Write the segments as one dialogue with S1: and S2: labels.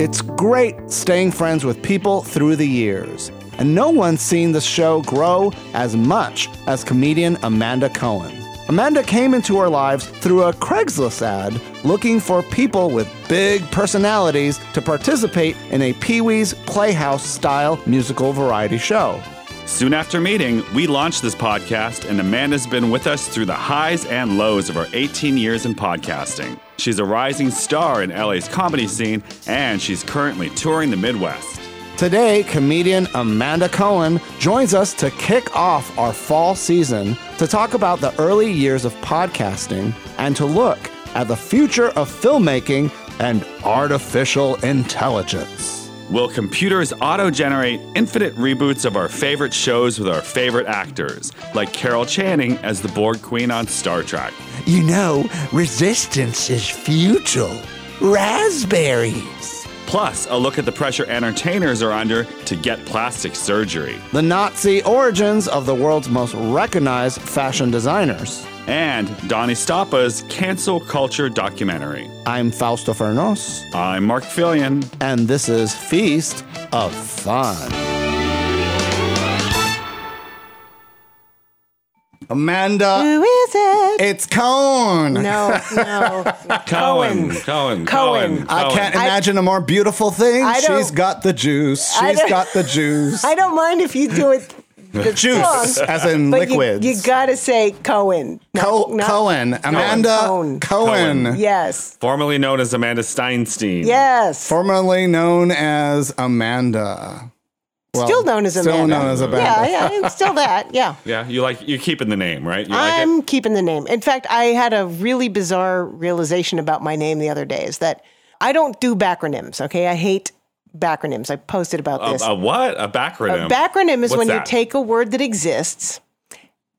S1: It's great staying friends with people through the years. And no one's seen the show grow as much as comedian Amanda Cohen. Amanda came into our lives through a Craigslist ad looking for people with big personalities to participate in a Pee Wee's Playhouse style musical variety show.
S2: Soon after meeting, we launched this podcast, and Amanda's been with us through the highs and lows of her 18 years in podcasting. She's a rising star in LA's comedy scene, and she's currently touring the Midwest.
S1: Today, comedian Amanda Cohen joins us to kick off our fall season to talk about the early years of podcasting and to look at the future of filmmaking and artificial intelligence.
S2: Will computers auto generate infinite reboots of our favorite shows with our favorite actors, like Carol Channing as the Borg Queen on Star Trek?
S3: You know, resistance is futile. Raspberries.
S2: Plus, a look at the pressure entertainers are under to get plastic surgery.
S1: The Nazi origins of the world's most recognized fashion designers.
S2: And Donnie Stappa's cancel culture documentary.
S1: I'm Fausto Fernos,
S2: I'm Mark Fillion.
S1: and this is Feast of Fun. Amanda,
S4: Who is it?
S1: it's Cone.
S4: No, no. Cohen.
S2: Cohen.
S4: Cohen.
S1: I can't
S4: I-
S1: imagine a more beautiful thing.
S4: I don't-
S1: She's got the juice.
S4: I
S1: She's
S4: don't-
S1: got the juice.
S4: I don't mind if you do it the
S1: juice,
S4: song,
S1: as in
S4: but you-
S1: liquids.
S4: You, gotta say Cohen. No,
S1: Co-
S4: not-
S1: Cohen. Amanda Cohen.
S4: Cohen. Yes.
S2: Formerly known as Amanda Steinstein.
S4: Yes.
S1: Formerly known as Amanda. Well,
S4: still known as Amanda.
S1: Still known as Amanda.
S4: Yeah, yeah, it's still that. Yeah.
S2: Yeah, you like you're keeping the name, right? You like
S4: I'm keeping the name. In fact, I had a really bizarre realization about my name the other day is that I don't do backronyms, okay? I hate backronyms. I posted about
S2: it?
S4: this.
S2: A, a what? A backronym.
S4: A backronym is
S2: What's
S4: when
S2: that?
S4: you take a word that exists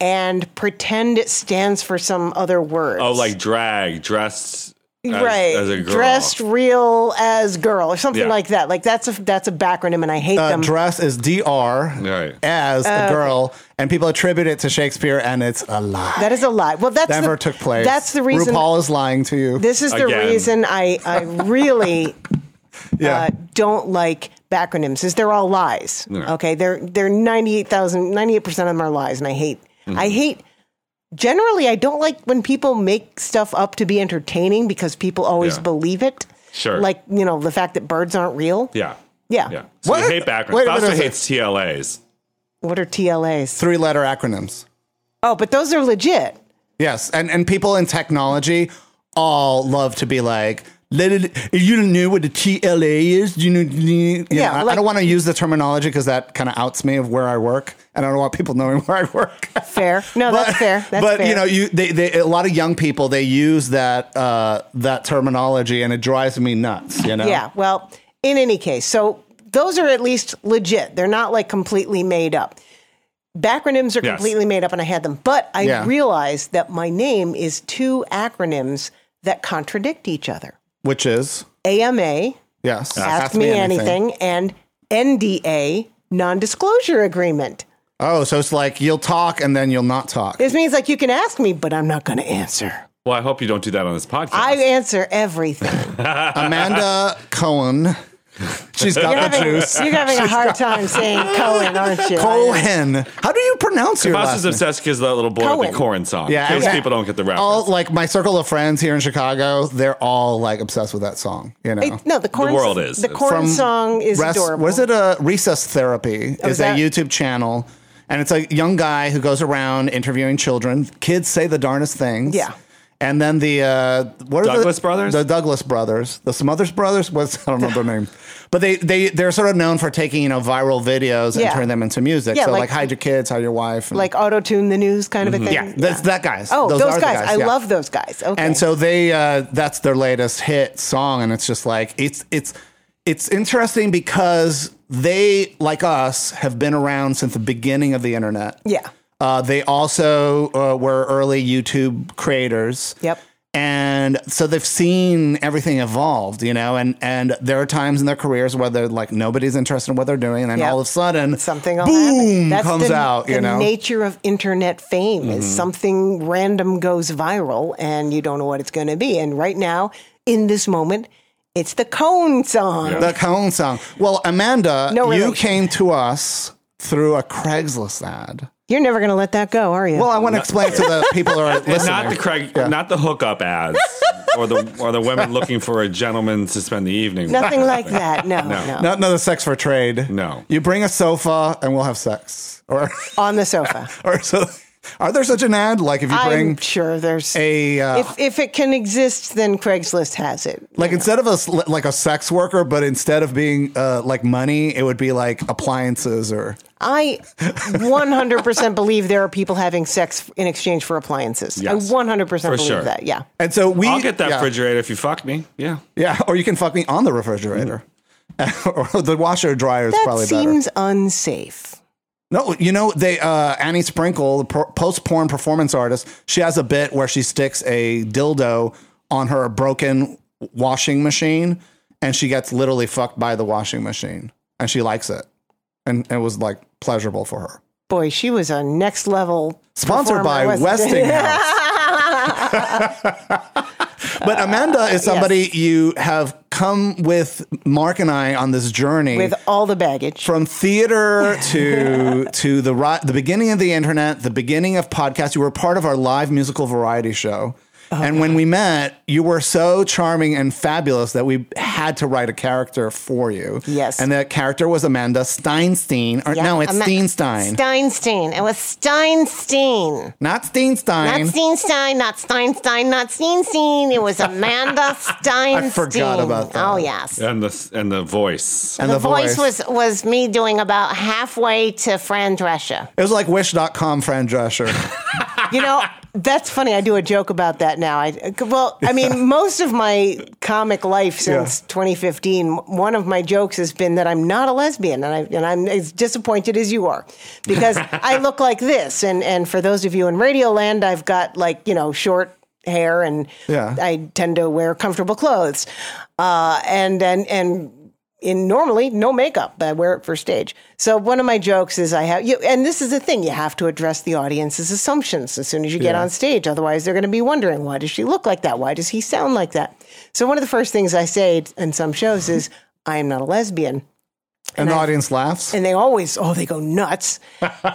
S4: and pretend it stands for some other word.
S2: Oh, like drag, dressed as,
S4: right,
S2: as a girl.
S4: dressed real as girl or something
S2: Yeah.
S4: like that. Like that's a that's a backronym, and I hate
S1: Uh,
S4: them. Uh,
S1: dress is dr
S2: Right.
S1: as a girl, and people attribute it to Shakespeare, and it's a lie.
S4: that is a lie. Well, that's
S1: never
S4: the,
S1: took place.
S4: That's the reason.
S1: RuPaul is lying to you.
S4: this is the
S2: Again.
S4: reason I I really
S1: yeah.
S4: uh, don't like backronyms is they're all lies. Okay, they're they're 98,000 98% of them are lies and I hate
S1: Mm-hmm.
S4: I hate generally I don't like when people make stuff up to be entertaining because people always
S2: Yeah.
S4: believe it.
S2: Sure.
S4: Like, you know, the fact that birds aren't real.
S2: Yeah.
S4: Yeah.
S2: Yeah. So
S1: What?
S2: you hate backgrounds.
S1: Wait a
S2: Fausto
S1: minute.
S2: hates TLAs.
S4: What are TLAs?
S1: Three letter acronyms.
S4: Oh, but those are legit.
S1: Yes, and and people in technology all love to be like. "Let it- You knew what a TLA is. You know, you know,
S4: Yeah,
S1: I- I
S4: like-
S1: don't want to use the terminology because that kind of outs me of where I work, and I don't want people knowing where I work.
S4: Fair. No, that's fair. That's
S1: but
S4: fair.
S1: you know, you they, they a lot of young people they use that uh, that terminology, and it drives me nuts. You know,
S4: Yeah. Well, in any case, so those are at least legit. They're not like completely made up. Backronyms are
S2: Yes.
S4: completely made up, and I had them. But I
S1: Yeah.
S4: realized that my name is two acronyms that contradict each other
S1: which is
S4: AMA,
S1: yes.
S4: Ask, Me, anything. and NDA, Non Disclosure Agreement.
S1: Oh, so it's like you'll talk and then you'll not talk.
S4: This means like you can ask me, but I'm not going to answer.
S2: Well, I hope you don't do that on this podcast.
S4: I answer everything.
S1: Amanda Cohen, she's got
S4: You're
S1: the
S4: having,
S1: juice.
S4: you're having a hard time saying Cohen, aren't you?
S1: Cohen. How do you pronounce your last
S2: Fausto's
S1: name?
S2: obsessed because that little boy with
S4: Cohen.
S2: the corn song.
S1: Yeah,
S2: In case
S1: and-
S2: people don't get the reference.
S1: All like my circle of friends here in Chicago, they're all like obsessed with that song. You know,
S4: I- no, the corn.
S2: world is.
S4: the corn
S1: From
S4: song is
S1: Rest-
S4: adorable.
S1: Was it a recess therapy?
S4: Oh,
S1: is
S4: is
S1: a
S4: that-
S1: YouTube channel, and it's a young guy who goes around interviewing children. Kids say the darnest things.
S4: Yeah.
S1: And then the uh, what are
S2: Douglas
S1: the,
S2: brothers?
S1: The Douglas brothers, the Smothers brothers. Was I don't know their name, but they they they're sort of known for taking you know viral videos and
S4: Yeah.
S1: turn them into music.
S4: Yeah,
S1: so like,
S4: like-
S1: hide your kids, hide your wife, and-
S4: like auto tune the news kind of a thing?
S1: Mm-hmm. yeah, that's that guys.
S4: Oh, those,
S1: are the
S4: guys. I
S1: yeah.
S4: love those guys. Okay.
S1: And so they uh, that's their latest hit song, and it's just like it's it's it's interesting because they like us have been around since the beginning of the internet.
S4: Yeah.
S1: Uh, they also uh, were early YouTube creators.
S4: Yep.
S1: And so they've seen everything evolved, you know, and and there are times in their careers where they're like nobody's interested in what they're doing, and
S4: Yep.
S1: all of a sudden
S4: something will
S1: boom
S4: happen. That's
S1: comes
S4: the,
S1: out, you
S4: the
S1: know. Mm-hmm.
S4: nature of internet fame is something random goes viral and you don't know what it's going to be. And right now, in this moment, It's the cone song.
S2: Yeah.
S1: The Cone song. Well, Amanda,
S4: No
S1: you
S4: relation.
S1: came to us through a Craigslist ad.
S4: You're never going to let that go, are you?
S1: Well, I want to explain to the people who are
S2: And
S1: listening.
S2: not the Craig, not the hookup ads, or the or the women looking for a gentleman to spend the evening. with.
S4: Nothing like that. No, no.
S1: Not another sex for trade.
S2: No.
S1: You bring a sofa and we'll have sex. Or,
S4: On the sofa.
S1: or so, are there such an ad? Like if you
S4: I'm
S1: bring
S4: sure there's.
S1: a, uh,
S4: if, if it can exist, then Craigslist has it.
S1: like instead of a, s- like a sex worker, but instead of being uh, like money, it would be like appliances or.
S4: I 100% believe there are people having sex in exchange for appliances.
S2: Yes.
S4: I 100%
S2: For
S4: believe
S2: sure.
S4: that. Yeah.
S1: And so we.
S2: I'll get that
S1: yeah.
S2: refrigerator if you fuck me. Yeah.
S1: Yeah. Or you can fuck me on the refrigerator. or the washer dryer is
S4: That
S1: probably better.
S4: seems unsafe.
S1: No, you know they uh, Annie Sprinkle, the pro- post porn performance artist. She has a bit where she sticks a dildo on her broken washing machine, and she gets literally fucked by the washing machine, and she likes it, and it was like pleasurable for her.
S4: Boy, she was a next level.
S1: Sponsored by
S4: performer, wasn't she?
S1: Westinghouse. but Amanda is somebody you have come with Mark and I on this journey
S4: With all the baggage.
S1: from theater to to the ri- the beginning of the internet, the beginning of podcasts. You were part of our live musical variety show.
S4: Oh,
S1: and when we met, you were so charming and fabulous that we had to write a character for you.
S4: Yes.
S1: And that character was Amanda Steinstein. Or
S4: Yeah,
S1: no, it's
S4: I'm not-
S1: Steenstein.
S4: Steinstein. It was Steinstein.
S1: not Steenstein.
S4: Not Steinstein, not Steinstein, not Steinstein. It was Amanda Steinstein.
S1: forgot about that.
S4: Oh, yes.
S2: And the and the voice.
S1: and
S4: the, voice, was was me doing about halfway to Fran Drescher.
S1: It was like wish.com Fran Drescher.
S4: You know, that's funny. I do a joke about that now. I well, I mean, most of my comic life since 2015, one of my jokes has been that I'm not a lesbian, and I and I'm as disappointed as you are because I look like this. And and for those of you in Radio Land, I've got like you know short hair, and
S1: Yeah.
S4: I tend to wear comfortable clothes, uh, and and and in normally no makeup, but I wear it for stage. So one of my jokes is I have you, and this is the thing: you have to address the audience's assumptions as soon as you get on stage. Otherwise, they're going to be wondering, why does she look like that? Why does he sound like that? So one of the first things I say in some shows is, "I am not a lesbian."
S1: and the audience laughs.
S4: and they always oh they go nuts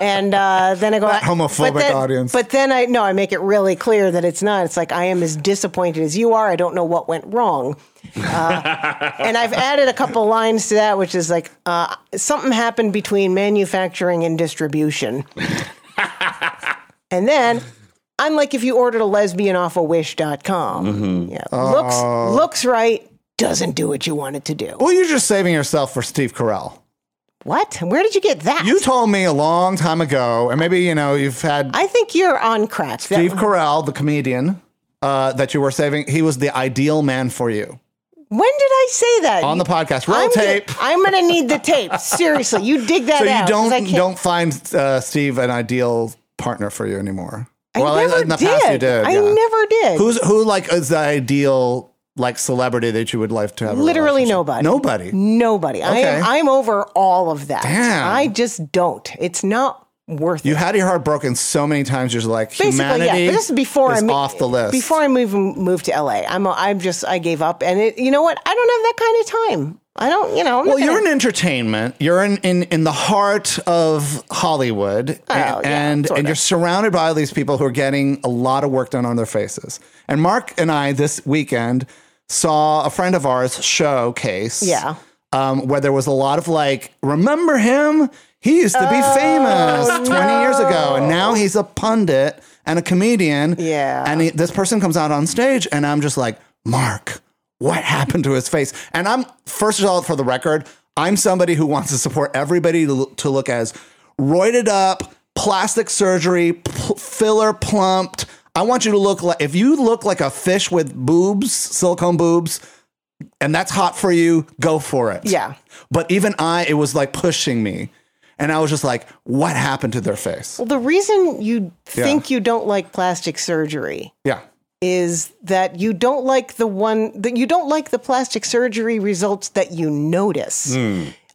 S4: and uh, then i go that
S1: homophobic
S4: but then,
S1: audience.
S4: but then i no i make it really clear that it's not it's like i am as disappointed as you are i don't know what went wrong uh, and i've added a couple lines to that which is like uh, something happened between manufacturing and distribution and then i'm like if you ordered a lesbian off of wish.com
S1: Mm-hmm.
S4: com, yeah.
S1: Oh.
S4: looks looks right doesn't do what you want it to do.
S1: well, you're just saving yourself for Steve Carell.
S4: What? Where did you get that?
S1: You told me a long time ago, and maybe you know you've had
S4: I think you're on crack. That-
S1: Steve Carell, the comedian uh, that you were saving, he was the ideal man for you
S4: when did I say that?
S1: on the podcast. Roll
S4: I'm
S1: tape.
S4: Gonna, I'm gonna need the tape. Seriously, you dig that
S1: so you
S4: out. 'cause I
S1: don't
S4: can't-
S1: don't find uh, Steve an ideal partner for you anymore.
S4: I never
S1: in the
S4: did.
S1: past you did.
S4: I
S1: yeah.
S4: never did.
S1: Who's who? Like is the ideal like celebrity that you would like to have? a
S4: Literally
S1: relationship?
S4: nobody.
S1: Nobody.
S4: Nobody. I am,
S1: Okay.
S4: I'm over all of that.
S1: Damn.
S4: I just don't. It's not worth
S1: You
S4: it.
S1: had your heart broken so many times. You're just like
S4: Basically,
S1: humanity.
S4: yeah. But this is before
S1: is
S4: I mo-
S1: off the list.
S4: Before I move moved to LA, I'm I'm just I gave up, and it, you know what? I don't have that kind of time. I don't. You know. I'm
S1: Well,
S4: not
S1: you're
S4: gonna-
S1: in entertainment. You're in, in, in the heart of Hollywood, A-
S4: yeah,
S1: and
S4: sort
S1: and
S4: of.
S1: you're surrounded by all these people who are getting a lot of work done on their faces. And Mark and I this weekend saw a friend of ours showcase.
S4: Yeah.
S1: Um, where there was a lot of like, remember him? He used to be
S4: Oh,
S1: famous 20 years ago, and now he's a pundit and a comedian.
S4: Yeah.
S1: And he, this person comes out on stage, and I'm just like, Mark, what happened to his face? And I'm, first of all, for the record, I'm somebody who wants to support everybody to, look- to look as roided up, plastic surgery, p- filler plumped. I want you to look like, if you look like a fish with boobs, silicone boobs, and that's hot for you, go for it.
S4: Yeah.
S1: But even I, it was like pushing me. And I was just like, what happened to their face?
S4: Well, the reason you think you don't like plastic surgery
S1: Yeah.
S4: is that you don't
S1: Hmm.
S4: like the one that you don't like the plastic surgery results that you notice.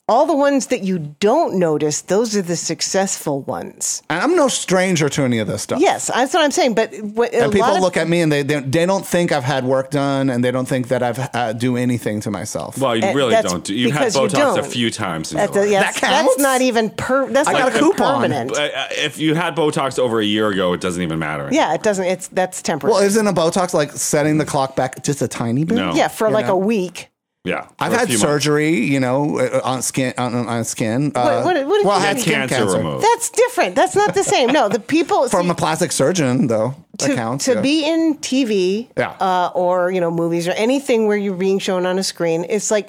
S4: all the ones that you don't notice, those are the successful ones.
S1: And I'm no stranger to any of this stuff.
S4: Yes, that's what I'm saying. But what, a
S1: And people
S4: lot of,
S1: look at me and they, they they don't think I've had work done, and they don't think that I've uh, do anything to myself.
S2: Well, you
S4: Uh,
S2: really
S4: that's
S2: don't. Do, you've had
S4: because you
S2: Botox a
S4: don't.
S2: few times. In your
S4: That's, a,
S2: life.
S4: yes,
S1: That counts?
S4: that's not even per. That's
S1: I
S4: not
S1: got a
S4: even
S1: coupon.
S4: Permanent.
S2: Uh, uh, if you had Botox over a year ago, it doesn't even matter.
S4: Yeah, it doesn't. It's that's temporary.
S1: well, isn't a Botox like setting the clock back just a tiny bit?
S2: No.
S4: yeah, for like
S1: know.
S4: a week.
S2: yeah.
S1: I've
S2: for a
S1: had
S2: few
S1: surgery, you know, uh, on skin on, on- on skin. Uh,
S4: what did you
S1: well, I
S4: get?
S1: had skin
S2: Cancer
S1: cancer,
S2: removed.
S4: That's different. That's not the same. No, the people
S1: from
S4: see,
S1: a plastic surgeon, though. That
S4: to,
S1: counts.
S4: to
S1: yeah.
S4: be in TV
S1: Yeah.
S4: uh, or you know movies or anything where you're being shown on a screen. It's like,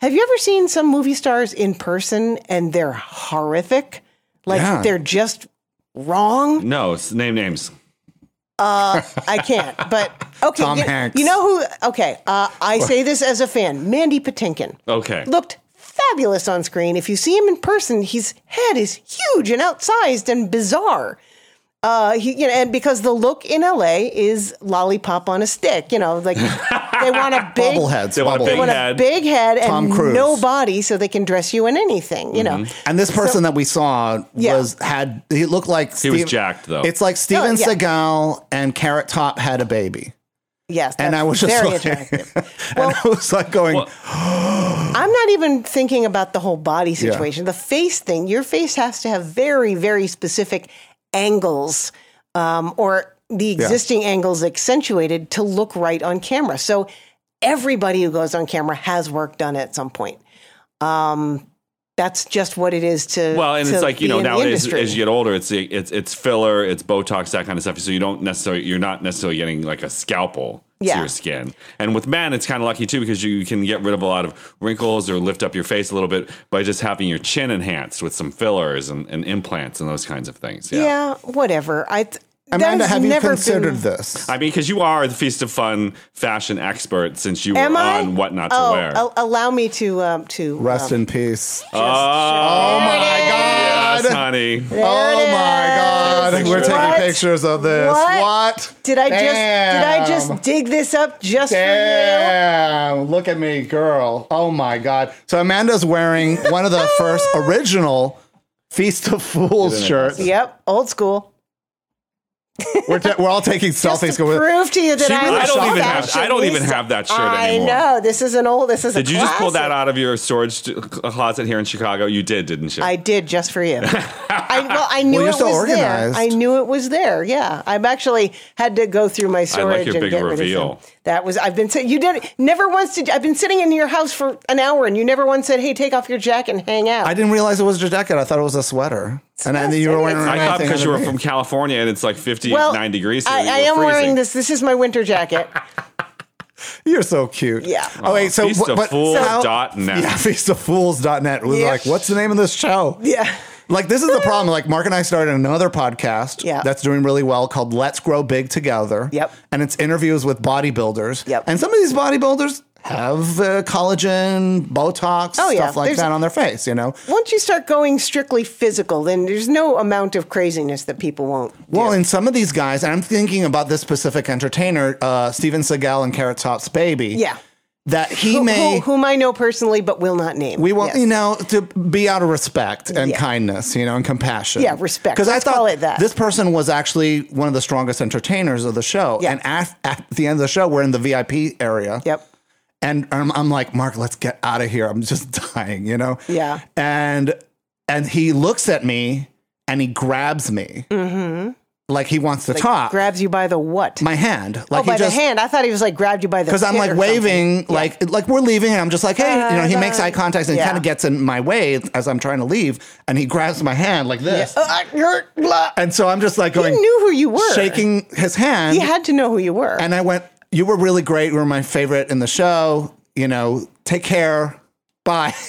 S4: have you ever seen some movie stars in person and they're horrific? Like
S1: Yeah.
S4: they're just wrong.
S2: No, it's name names.
S4: I can't. But okay,
S1: Tom
S4: you,
S1: Hanks.
S4: You know who? Okay, uh, I say this as a fan. Mandy Patinkin
S2: Okay.
S4: looked fabulous on screen. If you see him in person, his head is huge and outsized and bizarre. Uh, he, you know, and because the look in LA is lollipop on a stick, you know, like they want a big
S1: bobbleheads.
S2: They want
S1: bobbleheads.
S2: a big
S4: They want
S2: head.
S4: a big head and
S1: Tom Cruise.
S4: no body, so they can dress you in anything, you know.
S2: Mm-hmm.
S1: And this person that we saw
S4: Yeah. Oh,
S1: was had he looked like
S2: He was jacked, though.
S1: It's like Steven
S4: yeah.
S1: Seagal and Carrot Top had a baby,
S4: Yes,
S1: and I was
S4: that's
S1: just
S4: very
S1: looking,
S4: attractive.
S1: and I was like going,
S2: Well,
S4: I'm not even thinking about the whole body
S1: Yeah.
S4: situation. The face thing, your face has to have very, very specific angles um, or the existing angles accentuated to look right on camera. So everybody who goes on camera has work done at some point. Um, that's just what it is to.
S2: Well, and
S4: to
S2: it's like you
S4: be
S2: know
S4: in the
S2: nowadays
S4: industry.
S2: as you get older, it's it's it's filler, it's Botox, that kind of stuff. So you don't necessarily you're not necessarily getting like a scalpel
S4: Yeah.
S2: to your skin. And with men, it's kind of lucky too because you can get rid of a lot of wrinkles or lift up your face a little bit by just having your chin enhanced with some fillers and, and implants and those kinds of things.
S4: yeah.
S2: Yeah.
S4: whatever. I. th- that
S1: Amanda,
S4: has
S1: have you
S4: never
S1: considered
S4: been-
S1: this?
S2: I mean, because you are the feast of fun fashion expert since you
S4: Am
S2: were
S4: I?
S2: on What Not to
S4: Oh,
S2: Wear.
S4: al- allow me to um, to
S1: Rest
S4: um,
S1: in peace.
S2: oh, my
S1: God.
S2: Yes, honey.
S1: oh
S4: it
S1: my God,
S2: is.
S1: we're
S2: What?
S1: taking pictures of this. What?
S4: What? Did I just did I
S1: Damn.
S4: just dig this up just for you?
S1: Damn, look at me, girl. Oh my God. So Amanda's wearing one of the first original Feast of Fools shirts.
S4: Yep, old school.
S1: We're, ta- we're all taking
S4: Just
S1: selfies.
S4: to prove to you that
S1: She
S4: I'm
S1: really
S2: I don't
S4: a
S2: even have
S4: fashionista.
S2: I don't even have that shirt
S4: I
S2: anymore.
S4: know this is an old. This is.
S2: Did
S4: a
S2: you just pull that
S4: classic.
S2: out of your storage st- closet here in Chicago? You did, didn't you?
S4: I did just for you. I, well, I knew
S1: Well, you're
S4: it
S1: so
S4: was
S1: organized.
S4: there. I knew it was there. Yeah, I've actually had to go through my storage
S2: your
S4: and
S2: big
S4: get rid
S2: reveal.
S4: of them. That was I've been saying you did never once did I've been sitting in your house for an hour and you never once said hey take off your jacket and hang out.
S1: I didn't realize it was your jacket. I thought it was a sweater. And then you were wearing
S4: I
S2: I thought
S1: anything
S2: because you were
S1: underneath.
S2: from California and it's like 59 degrees. here,
S4: I,
S2: you
S4: I
S2: were
S4: am
S2: freezing.
S4: wearing this. This is my winter jacket.
S1: You're so cute.
S4: Yeah.
S1: Oh, wait. So,
S2: Feast
S1: what,
S2: of
S1: but,
S2: Fools
S1: how-
S2: dot net.
S1: Yeah, feastoffools.net. We're
S4: Yeah.
S1: like, what's the name of this show?
S4: yeah.
S1: Like this is the problem. Like Mark and I started another podcast
S4: Yeah.
S1: that's doing really well called Let's Grow Big Together.
S4: Yep.
S1: And it's interviews with bodybuilders.
S4: Yep.
S1: And some of these bodybuilders have uh, collagen, Botox,
S4: Oh, yeah.
S1: stuff like
S4: There's-
S1: that on their face, you know.
S4: Once you start going strictly physical, then there's no amount of craziness that people won't.
S1: Well, and some of these guys, and I'm thinking about this specific entertainer, uh, Steven Seagal and Carrot Top's baby.
S4: Yeah.
S1: That he
S4: Who-
S1: may
S4: who- whom I know personally, but will not name.
S1: We want
S4: Yes.
S1: you know to be out of respect and
S4: Yeah.
S1: kindness, you know, and compassion.
S4: Yeah, respect.
S1: Because I
S4: Let's
S1: thought
S4: call it that.
S1: this person was actually one of the strongest entertainers of the show.
S4: Yeah.
S1: And at, at the end of the show, we're in the VIP area.
S4: Yep.
S1: And I'm, I'm like, Mark, let's get out of here. I'm just dying, you know.
S4: Yeah.
S1: And and he looks at me and he grabs me, mm-hmm. like he wants to talk.
S4: Grabs you by the what?
S1: my hand, like
S4: oh,
S1: he
S4: by
S1: just,
S4: the hand. I thought he was like grabbed you by the.
S1: because I'm
S4: pit
S1: like
S4: or something. Uh-huh.
S1: waving, like like we're leaving, and I'm just like, hey, you know, he makes eye contact and
S4: Yeah.
S1: kind of gets in my way as I'm trying to leave, and he grabs my hand like this,
S4: Uh, uh, you're- blah.
S1: and so I'm just like
S4: He
S1: going,
S4: knew who you were.
S1: shaking his hand,
S4: He had to know who you were.
S1: and I went, you were really great, you were my favorite in the show, you know, take care, bye,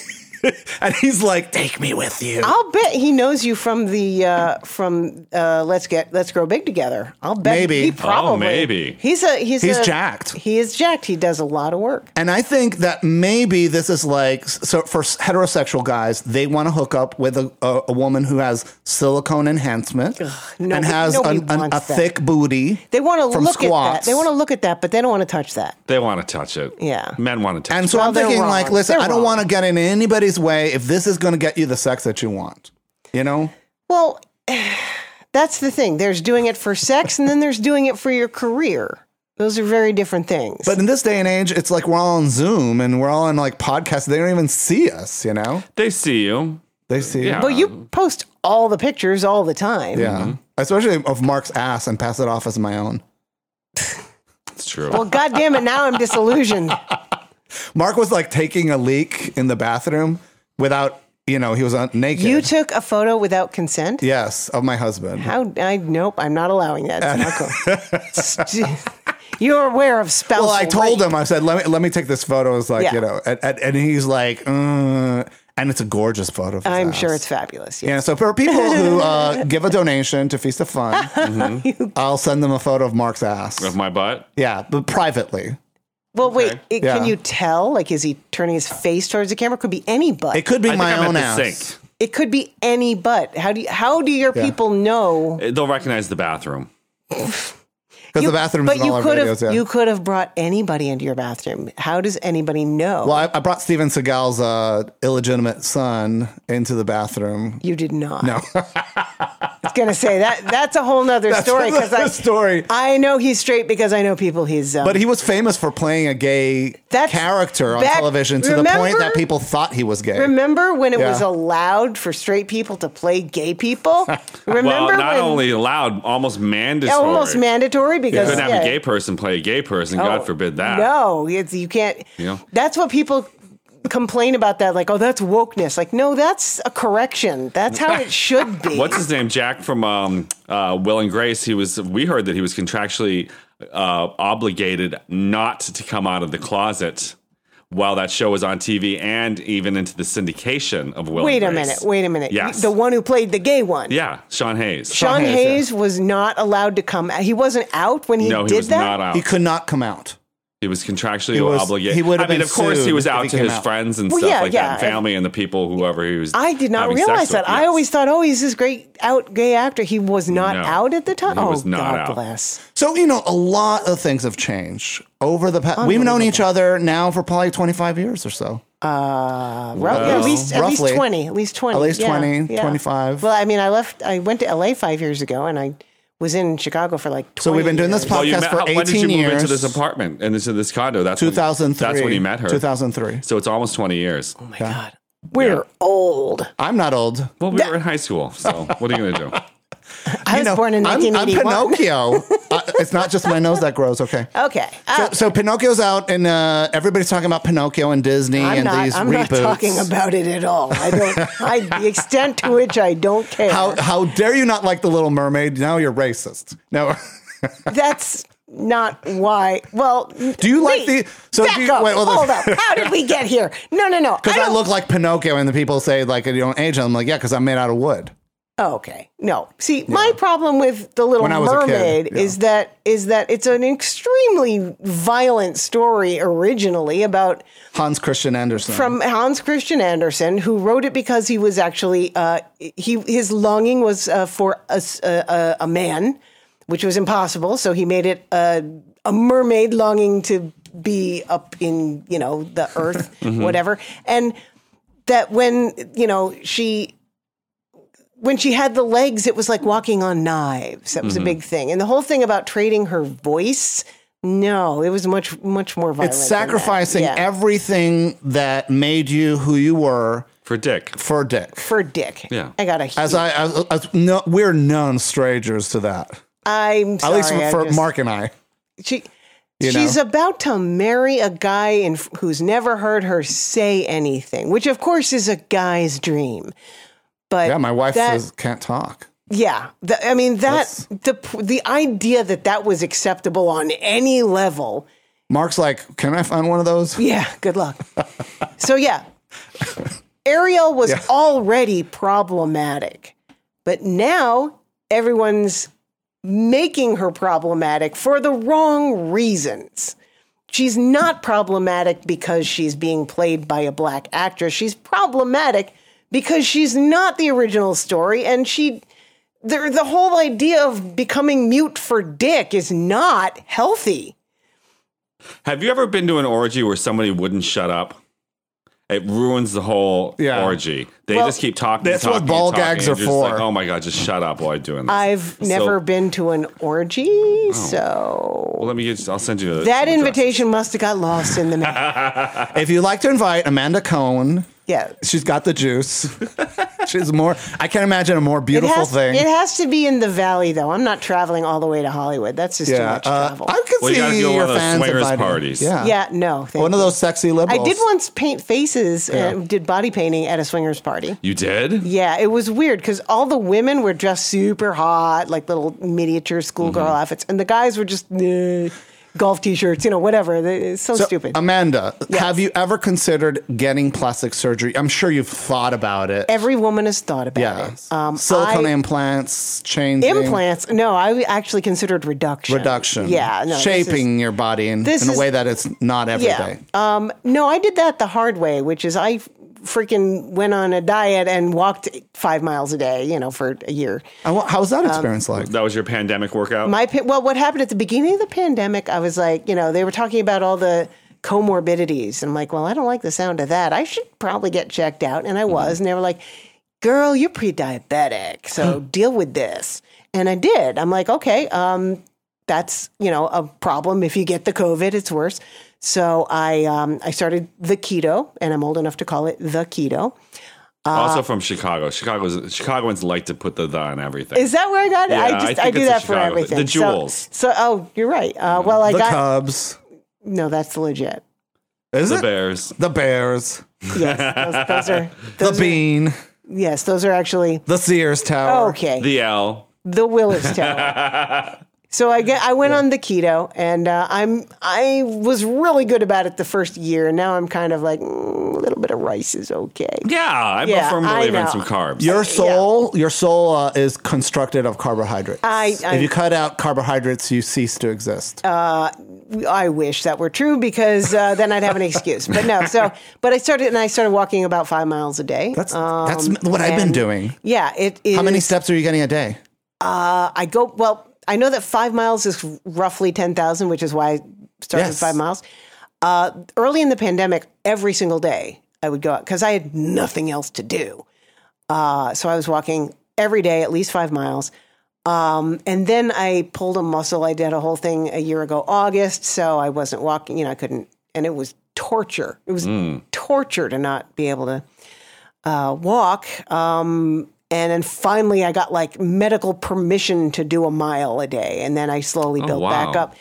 S1: and he's like, take me with you.
S4: I'll bet he knows you from the uh, from uh, let's get let's grow big together. I'll bet
S1: Maybe.
S4: he probably
S2: Oh, maybe.
S4: he's a he's
S1: He's
S4: a-
S1: jacked.
S4: He is jacked. He does a lot of work.
S1: And I think that maybe this is like so for heterosexual guys, they want to hook up with a, a, a woman who has silicone enhancement
S4: no-
S1: and has
S4: nobody
S1: an, an, a
S4: wants that.
S1: thick booty.
S4: They want to
S1: From
S4: look at
S1: squats.
S4: that. They want to look at that, but they don't want to touch that.
S2: They want to touch it.
S4: Yeah.
S2: Men want to touch
S1: And so
S4: Well,
S1: I'm
S4: they're
S1: thinking,
S4: wrong.
S1: like, listen,
S4: They're
S1: I don't
S4: wrong.
S1: want to get in anybody's Mary's way if this is going to get you the sex that you want. You know?
S4: Well, that's the thing. There's doing it for sex, and then there's doing it for your career. Those are very different things.
S1: But in this day and age, it's like we're all on Zoom and we're all on like podcasts. They don't even see us, you know?
S2: They see you.
S1: They see.
S2: Yeah.
S4: well, you post all the pictures all the time.
S1: um, Yeah. Especially of Mark's ass and pass it off as my own.
S2: It's true.
S4: Well, goddamn it! Now I'm disillusioned.
S1: Mark was like taking a leak in the bathroom without, you know, he was un- naked.
S4: You took a photo without consent.
S1: yes, of my husband.
S4: How? I nope. I'm not allowing that. It's not cool. It's just- You're aware of spousal.
S1: Well, I told
S4: rape.
S1: him, I said, let me, let me take this photo. It's like,
S4: Yeah.
S1: you know, and, and, and he's like, mm, and it's a gorgeous photo. Of his
S4: I'm
S1: ass.
S4: sure it's fabulous.
S1: Yeah,
S4: Yes.
S1: so for people who uh, give a donation to Feast of Fun,
S4: Mm-hmm.
S1: I'll send them a photo of Mark's ass.
S2: Of my butt.
S1: Yeah, but privately.
S4: Well, wait. It,
S1: Yeah.
S4: Can you tell? Like, is he turning his face towards the camera? Could be any butt.
S1: It
S4: It,
S1: could be
S2: I
S1: my
S2: think I'm
S1: own
S2: at
S1: ass.
S2: the sink.
S4: could be any butt. How do you, how do your
S1: Yeah.
S4: people know?
S2: Uh, They'll recognize the bathroom.
S1: Because
S4: You-
S1: the bathroom
S4: But
S1: is in
S4: you
S1: all our
S4: could
S1: videos.
S4: have
S1: Yeah.
S4: you could have brought anybody into your bathroom. How does anybody know?
S1: well, I, I brought Steven Seagal's uh, illegitimate son into the bathroom.
S4: You did not. No. I was gonna say that that's a whole nother story because I
S1: That's the story.
S4: I know he's straight because I know people he's um,
S1: But he was famous for playing a gay
S4: That's-
S1: character on
S4: that-
S1: television to the point
S4: remember-
S1: that people thought he was gay.
S4: Remember when it
S1: Yeah.
S4: was allowed for straight people to play gay people? Remember
S2: well, not
S4: when
S2: only allowed, almost mandatory.
S4: almost mandatory
S2: You
S4: because
S2: couldn't have a
S4: yeah.
S2: gay person play a gay person.
S4: Oh,
S2: God forbid that.
S4: No, it's you can't.
S2: Yeah.
S4: That's what people complain about. That like, oh, that's wokeness. Like, no, that's a correction. That's how it should be.
S2: What's his name? Jack from um, uh, Will and Grace. He was. We heard that he was contractually uh, obligated not to come out of the closet while that show was on TV and even into the syndication of Will.
S4: wait a
S2: and Grace.
S4: minute. Wait a minute.
S2: Yes.
S4: The one who played the gay one.
S2: Yeah, Sean Hayes.
S4: Sean
S1: Hayes,
S4: Hayes,
S1: yeah.
S4: was not allowed to come. out. He wasn't out when he
S2: no,
S4: did
S2: he was
S4: that.
S2: not out.
S1: he
S2: He,
S1: could not come out.
S2: was contractually
S1: He was-
S2: obligated.
S1: he would
S2: I
S1: have
S2: mean,
S1: been
S2: of course, he
S1: sued
S2: was
S1: if
S2: out
S1: he
S2: to
S1: came
S2: his
S1: out.
S2: friends and
S4: Well,
S2: stuff
S4: yeah,
S2: like
S4: yeah,
S2: that, and family and the people, whoever he was.
S4: I did not
S2: having sex
S4: realize
S2: with.
S4: that. I
S2: Yes.
S4: always thought, oh, he's this great out gay actor. He was not
S2: No,
S4: out at the time.
S2: he
S4: oh,
S2: was not
S4: God
S2: out.
S4: bless.
S1: So, you know, a lot of things have changed over the past. We've known each other now for probably 25 years or so.
S4: Uh, rough- yeah, at least at least
S1: roughly.
S4: twenty, at least twenty,
S1: At least
S4: yeah,
S1: 20,
S4: yeah.
S1: 25.
S4: Well, I mean, I left. I went to LA five years ago, and I was in Chicago for like. 20
S1: So we've been doing this
S4: years.
S1: podcast
S2: met-
S1: for
S2: how-
S1: 18
S2: When did Oh, you
S1: years.
S2: move into this apartment and into this condo? That's when-
S1: 2003.
S2: that's when you met her.
S1: 2003.
S2: So it's almost 20 years.
S4: Oh my God, we're old.
S1: I'm not old.
S2: Well, we were in high school. So what are you going to do?
S4: I was
S1: No,
S4: born in
S1: I'm-
S4: nineteen
S1: I'm,
S4: eighty one.
S1: Pinocchio. uh, it's not just my nose that grows. Okay.
S4: Okay,
S1: So,
S4: uh,
S1: so Pinocchio's out, and uh, everybody's talking about Pinocchio and Disney
S4: I'm
S1: and
S4: not.
S1: these
S4: I'm
S1: reboots.
S4: not talking about it at all. I don't. I the extent to which I don't care.
S1: how how dare you not like the Little Mermaid? Now you're racist. No.
S4: That's not why. Well,
S1: Do you like
S4: wait,
S1: the- so
S4: back
S1: do you-
S4: up.
S1: wait, hold on.
S4: hold up. How did we get here? No, no, no.
S1: Because I,
S4: don't-
S1: look like Pinocchio, and the people say like you don't age. I'm like, yeah, because I'm made out of wood.
S4: Oh, okay. No. See, my problem with the Little
S1: When I was a kid,
S4: Mermaid
S1: yeah.
S4: is that is that it's an extremely violent story originally about
S1: Hans Christian Andersen.
S4: from Hans Christian Andersen, who wrote it because he was actually uh, he his longing was uh, for a, s- a- a- a man, which was impossible. So he made it a, a mermaid longing to be up in you know the earth, whatever, and that when you know she. When she had the legs, it was like walking on knives. That was a big thing, and the whole thing about trading her voice. No, it was much much more violent.
S1: it's
S4: than that.
S1: sacrificing
S4: Yeah.
S1: everything that made you who you were
S2: For Dick.
S1: for dick.
S4: for dick.
S2: Yeah.
S4: I got a huge.
S1: As I, as, as no, we're known strangers to that.
S4: I'm
S1: At
S4: sorry.
S1: least for,
S4: I
S1: for
S4: just-
S1: Mark and I.
S4: She,
S1: you
S4: she's
S1: know?
S4: about to marry a guy in, who's never heard her say anything, which of course is a guy's dream. But
S1: Yeah, my wife
S4: that,
S1: says can't talk.
S4: Yeah, the, I mean that
S1: That's-
S4: the the idea that that was acceptable on any level.
S1: Mark's like, can I find one of those?
S4: Yeah, good luck. so yeah, Ariel was already problematic, but now everyone's making her problematic for the wrong reasons. She's not problematic because she's being played by a black actress. She's problematic because she's not the original story and she the, the whole idea of becoming mute for dick is not healthy.
S2: Have you ever been to an orgy where somebody wouldn't shut up? It ruins the whole
S1: Yeah.
S2: orgy. They
S1: Well,
S2: just keep talking.
S1: that's what
S2: talking,
S1: ball
S2: talking,
S1: gags
S2: and
S1: are
S2: you're just like,
S1: for.
S2: oh my god, just shut up while I'm doing this.
S4: I've
S2: So-
S4: never been to an orgy,
S1: Oh.
S4: so
S2: Well, let me. Get, I'll send you the-
S4: that
S2: the address.
S4: invitation must have got lost in the mail.
S1: If you'd like to invite Amanda Cohen,
S4: Yeah.
S1: she's got the juice. she's more. I can't imagine a more
S4: It
S1: beautiful
S4: has,
S1: thing.
S4: it has to be in the valley, though. I'm not traveling all the way to Hollywood. That's just too
S1: yeah,
S4: much
S1: uh,
S4: travel.
S1: I could
S2: Well, you
S1: see
S2: gotta do one
S1: your
S2: of those
S1: fans
S2: swingers
S1: inviting-
S2: parties.
S1: Yeah.
S4: yeah, no. thank
S1: one of
S4: you.
S1: those sexy liberals.
S4: I did once paint faces and did body painting at a swingers party.
S2: You did?
S4: Yeah, it was weird because all the women were dressed super hot, like little miniature schoolgirl
S1: Mm-hmm.
S4: outfits, and the guys were just eh, golf t-shirts, you know, whatever. They- It's so,
S1: So, um,
S4: stupid.
S1: Amanda,
S4: Yes.
S1: have you ever considered getting plastic surgery? I'm sure you've thought about it.
S4: Every woman has thought about
S1: yeah.
S4: it. Um,
S1: Silicone
S4: I-
S1: implants, changing.
S4: implants. No, I actually considered reduction.
S1: Reduction.
S4: Yeah, no, this is-
S1: Shaping your body in,
S4: this
S1: in a
S4: is-
S1: way that it's not every day.
S4: Yeah. Um, no, I did that the hard way, which is I freaking went on a diet and walked five miles a day, you know, for a year.
S1: And what- how was Uh,
S4: Um,
S1: that experience like?
S2: That was your pandemic workout.
S4: My pa- well, what happened at the beginning of the pandemic? I was like, you know, they were talking about all the comorbidities, and I'm like, well, I don't like the sound of that. I should probably get checked out, and I
S2: Mm-hmm.
S4: was, and they were like, girl, you're pre-diabetic, so deal with this, and I did. I'm like, okay, um, that's you know a problem. If you get the COVID, it's worse. So I um, I started the keto, and I'm old enough to call it the keto.
S1: uh,
S2: also from Chicago. Chicago's Chicagoans like to put the the on everything.
S4: Is that where I got it?
S2: Yeah,
S4: I
S2: I
S4: just
S2: think
S4: I, do
S2: it's a
S4: that for
S2: Chicago thing.
S4: everything.
S2: The
S4: So-
S2: jewels.
S4: So, oh, you're right. Uh, well, I
S1: the
S4: got
S1: Cubs.
S4: no. That's legit.
S1: Is
S2: the
S1: it?
S2: Bears.
S1: The Bears.
S4: Yes, those, those are
S1: The
S4: those are- Oh,
S1: Bean.
S4: yes, those are actually
S1: The Sears Tower.
S4: okay. The,
S2: The L.
S4: Willis Tower. so I get I went on the keto, and uh, I'm I was really good about it the first year, and now I'm kind of like mm, a little bit of rice is okay.
S2: Yeah, I'm
S4: Yeah,
S2: a firm
S4: I
S2: believer in
S4: know.
S2: some carbs.
S1: Your soul, your soul uh, is constructed of carbohydrates.
S4: I- I- Uh,
S1: if you cut out carbohydrates, you cease to exist.
S4: I wish that were true because uh, then I'd have an excuse. But no, so but I started and I started walking about five miles a day. Um,
S1: that's that's what I've been
S4: and-
S1: doing.
S4: yeah, it is.
S1: How many steps are you getting a day?
S4: I go well. I know that five miles is roughly ten thousand, which is why I started
S1: Yes.
S4: with five miles. Uh, early in the pandemic, every single day I would go out because I had nothing else to do. Uh, so I was walking every day, at least five miles. Um, and then I pulled a muscle. I did a whole thing a year ago, August. So I wasn't walking. You know, I couldn't, and it was torture. It was
S2: Hmm.
S4: torture to not be able to uh, walk. Um, and then finally, I got like medical permission to do a mile a day. And then I slowly built back
S2: Oh, wow.
S4: up.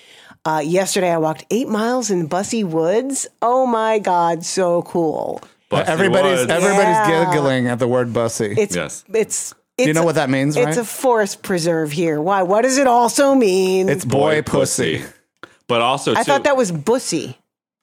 S4: Uh, yesterday, I walked eight miles in Bussy Woods. Oh my God, so cool.
S2: Busty
S1: everybody's
S2: Woods.
S1: everybody's
S4: Yeah.
S1: giggling at the word bussy.
S4: It's,
S2: Yes.
S4: it's, it's,
S1: you know what that means,
S4: It's
S1: right?
S4: a forest preserve here. Why? What does it also mean?
S1: it's boy, pussy.
S2: But also,
S4: I
S2: too,
S4: thought that was bussy.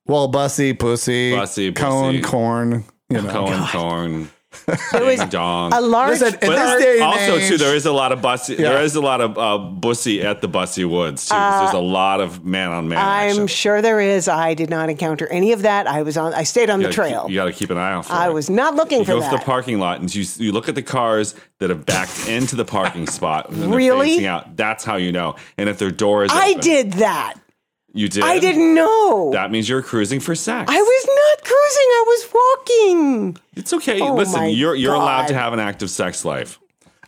S1: Well, bussy, pussy,
S2: Bussy,
S1: cone,
S2: pussy.
S1: corn. You know.
S2: Cohen, Cohen,
S4: was
S2: Ding Dong.
S4: Oh A large.
S1: Listen, in
S2: But
S1: this day and
S2: also
S1: age,
S2: too, there is a lot of bussy.
S1: Yeah.
S2: There is a lot of uh, bussy at the bussy woods too. 'cause there's a lot of man on man.
S4: Uh, I'm
S2: action.
S4: sure there is. I did not encounter any of that. I was on. I stayed on
S2: You
S4: the
S2: gotta
S4: trail.
S2: keep- you got to keep an eye out. For
S4: I
S2: it.
S4: was not looking
S2: You
S4: for
S2: go
S4: that.
S2: to the parking lot and you you look at the cars that have backed into the parking spot. And they're
S4: Really?
S2: facing out. That's how you know. And if their door is,
S4: I
S2: open,
S4: did that.
S2: You did.
S4: I didn't know.
S2: That means you're cruising for sex.
S4: I was not cruising. I was walking.
S2: It's okay.
S4: Oh
S2: Listen,
S4: my
S2: you're you're allowed to
S4: God.
S2: have an active sex life.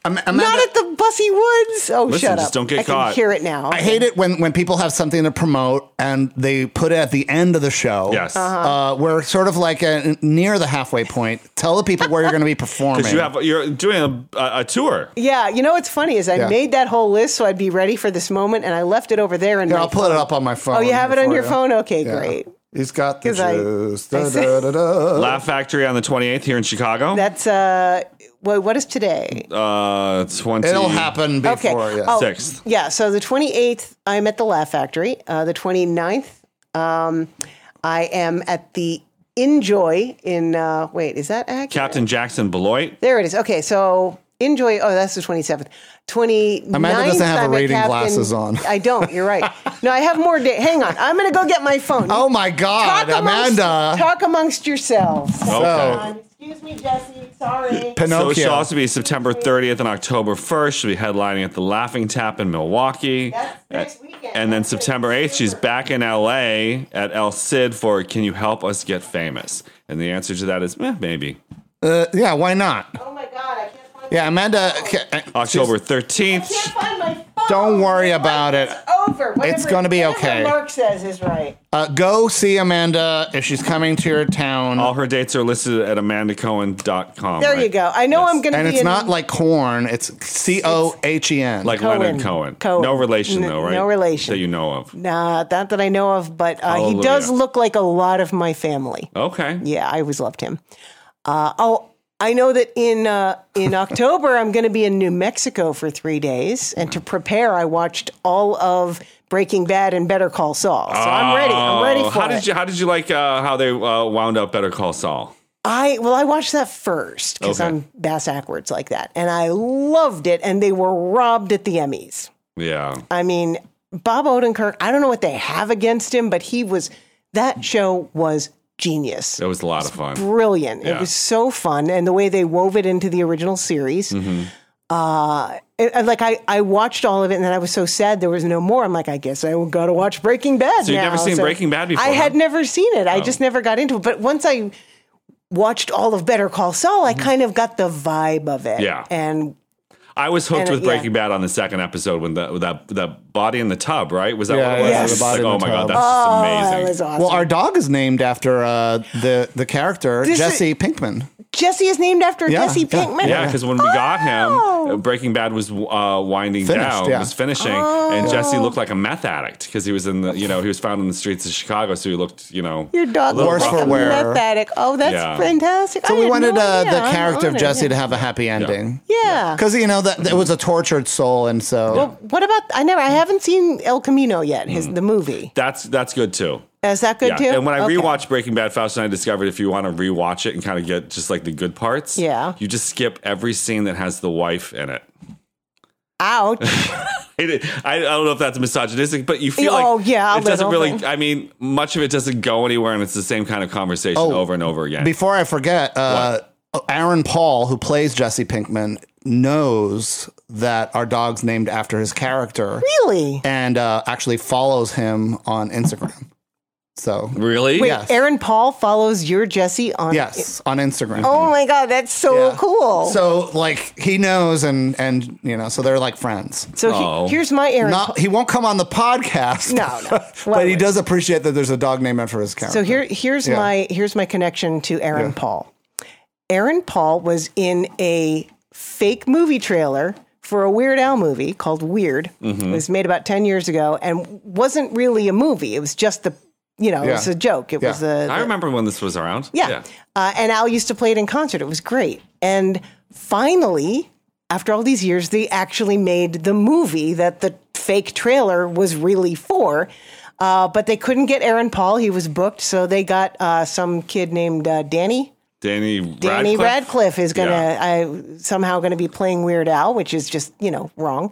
S1: Am-
S4: Not
S1: Amanda-
S4: at the Bussy Woods. Oh,
S2: Listen,
S4: shut
S2: just
S4: up!
S2: don't get
S4: I
S2: caught.
S4: can hear it now.
S1: I hate it when, when people have something to promote and they put it at the end of the show.
S2: Yes.
S4: Uh-huh.
S1: Uh, we're sort of like uh near the halfway point. Tell the people where you're going to be performing.
S2: Because you have you're doing a, a, a tour.
S4: Yeah, you know what's funny is I
S1: Yeah.
S4: made that whole list so I'd be ready for this moment, and I left it over there. And
S1: Here, I'll pull it up on my phone.
S4: Oh, you have it on
S1: for
S4: your
S1: you.
S4: phone? Okay,
S1: Yeah.
S4: great.
S1: He's got the
S4: 'Cause I-
S1: juice.
S4: I
S1: Da,
S4: said-
S1: da, da, da.
S2: Laugh Factory on the 28th here in Chicago.
S4: That's uh, what, what is today?
S2: uh, 20.
S1: It'll happen before.
S4: Okay.
S1: Yes.
S4: Oh,
S2: Sixth.
S4: Yeah, so the 28th, I'm at the Laugh Factory. Uh, the 29th, um, I am at the Enjoy in, uh, wait, is that accurate?
S2: Captain Jackson Beloit.
S4: There it is. Okay, so Enjoy, oh, that's the 27th. 29th.
S1: Amanda doesn't have her
S4: I'm at
S1: reading
S4: Captain-
S1: glasses on.
S4: I don't, you're right. no, I have more day. Hang on, I'm going to go get my phone.
S1: Oh, my God,
S4: Talk amongst-
S1: Amanda.
S4: Talk amongst yourselves.
S2: Okay.
S1: So-
S4: Excuse Excuse me, Jesse. Sorry.
S2: So she'll
S1: Pinocchio.
S2: also be September 30th and October 1st. She'll be headlining at the Laughing Tap in Milwaukee.
S4: That's next weekend.
S2: And then
S4: That's next
S2: September 8th, she's
S4: September.
S2: back in LA at El Cid for Can You Help Us Get Famous? And the answer to that is eh, maybe.
S1: Uh, yeah, why not?
S4: oh my God, I can't find.
S1: Yeah, Amanda. ca- uh,
S2: October
S4: I can't
S2: 13th.
S4: find my phone.
S1: Don't worry
S4: Life
S1: about
S4: is
S1: it.
S4: Over. Whatever,
S1: It's gonna be
S4: whatever
S1: okay.
S4: Mark says is right.
S1: Uh, go see Amanda if she's coming to your town.
S2: All her dates are listed at amandacohen.com.
S4: There
S2: right?
S4: you go. I know
S2: Yes.
S4: I'm gonna.
S1: and
S4: be
S1: it's
S4: in
S1: not like corn. It's C O H E N.
S2: Like Leonard Cohen.
S4: Cohen. Cohen.
S2: No relation,
S4: N-
S2: though, right?
S4: no relation.
S2: That you know of.
S4: Nah, not that I know of, but uh, he
S2: Hallelujah.
S4: does look like a lot of my family.
S2: Okay.
S4: Yeah, I always loved him. Uh, oh, I know that in uh, in October I'm going to be in New Mexico for three days, and to prepare, I watched all of Breaking Bad and Better Call Saul. So I'm ready. I'm ready
S2: Oh,
S4: for
S2: how
S4: it.
S2: Did you, how did you like uh, how they uh, wound up Better Call Saul?
S4: I well, I watched that first because
S2: Okay.
S4: I'm bass backwards like that, and I loved it. And they were robbed at the Emmys.
S2: Yeah.
S4: I mean, Bob Odenkirk. I don't know what they have against him, but he was that show was genius,
S2: That was a lot of fun.
S4: brilliant.
S2: Yeah.
S4: It was so fun, and the way they wove it into the original series.
S2: Mm-hmm.
S4: Uh, it- I- like I, I watched all of it, and then I was so sad there was no more. I'm like, I guess I got to watch Breaking Bad.
S2: So you've
S4: now.
S2: never seen Breaking Bad before,
S4: I had
S2: huh? Oh.
S4: never seen it. I just never got into it. But once I watched all of Better Call Saul, I kind of got the vibe of it.
S2: Mm-hmm. Yeah.
S4: and
S2: I was hooked
S4: And,
S2: with
S4: yeah.
S2: Breaking Bad on the second episode when the that the body in the tub, right? Was that
S1: Yeah,
S2: what it was?
S4: yeah,
S2: I was
S4: the
S2: just
S1: body
S2: like,
S1: in
S2: oh
S1: the
S2: my god,
S1: tub.
S2: that's just
S4: that
S2: amazing.
S4: was awesome.
S1: well, our dog is named after uh, the the character
S4: This is-
S1: Jesse Pinkman.
S4: Jesse is named after
S1: Yeah,
S4: Jesse
S1: yeah,
S4: Pinkman.
S2: yeah, because when we got him,
S4: Oh.
S2: uh, Breaking Bad was uh, winding
S1: Finished,
S2: down,
S1: yeah.
S2: was finishing, and Jesse
S4: Oh.
S2: looked like a meth addict because he was in the, you know, he was found in the streets of Chicago, so he looked, you know,
S4: Your dog
S2: little
S1: Worse
S4: looks like
S1: for
S4: a
S1: wear.
S4: meth addict. Oh, that's
S2: Yeah.
S4: fantastic.
S1: So
S4: I
S1: we
S4: had
S1: wanted
S4: no
S1: uh,
S4: idea.
S1: the
S4: I'm
S1: character of
S4: honored.
S1: Jesse to have a happy ending.
S4: Yeah.
S1: Because you know that it was a tortured soul, and so
S4: Well, what about? I never. I haven't seen El Camino yet. His the movie.
S2: that's that's good too.
S4: Is that good
S2: Mm. Yeah,
S4: too?
S2: and when I
S4: Okay.
S2: rewatched Breaking Bad, Faust and I discovered if you want to rewatch it and kind of get just like the good parts,
S4: Yeah.
S2: you just skip every scene that has the wife in it.
S4: ouch.
S2: It, I, I don't know if that's misogynistic, but you feel
S4: Oh,
S2: like
S4: yeah, a
S2: it doesn't
S4: little
S2: really.
S4: bit.
S2: I mean, much of it doesn't go anywhere, and it's the same kind of conversation
S1: Oh,
S2: over and over again.
S1: Before I forget, uh, Aaron Paul, who plays Jesse Pinkman, knows that our dog's named after his character
S4: really?
S1: and uh, actually follows him on Instagram. So,
S2: really?
S4: Wait,
S1: yes.
S4: Aaron Paul follows your Jesse on.
S1: yes, on Instagram.
S4: Oh my God, that's so
S1: Yeah.
S4: cool. So,
S1: So, like, he knows, and, and, you know, so they're like friends.
S4: he-
S2: Oh.
S4: here's my Aaron. Paul.
S1: Not, he won't come on the podcast.
S4: No, no.
S1: but he
S4: Well,
S1: does appreciate that there's a dog named after his character.
S4: So here, here's
S1: Yeah.
S4: my here's my connection to Aaron Paul. Aaron Paul was in a fake movie trailer for a Weird Al movie called Weird.
S1: Mm-hmm.
S4: It was made about ten years ago and wasn't really a movie. It was just the you know it
S1: Yeah.
S4: was a joke. It
S1: Yeah.
S4: was a
S2: I remember when this was around.
S4: yeah. Uh, and Al used to play it in concert. It was great. And finally, after all these years, they actually made the movie that the fake trailer was really for. Uh, but they couldn't get Aaron Paul. He was booked. So they got uh, some kid named uh, Danny.
S2: Danny Radcliffe.
S4: Danny Radcliffe is gonna
S2: Yeah.
S4: I, somehow gonna be playing Weird Al, which is just you know wrong.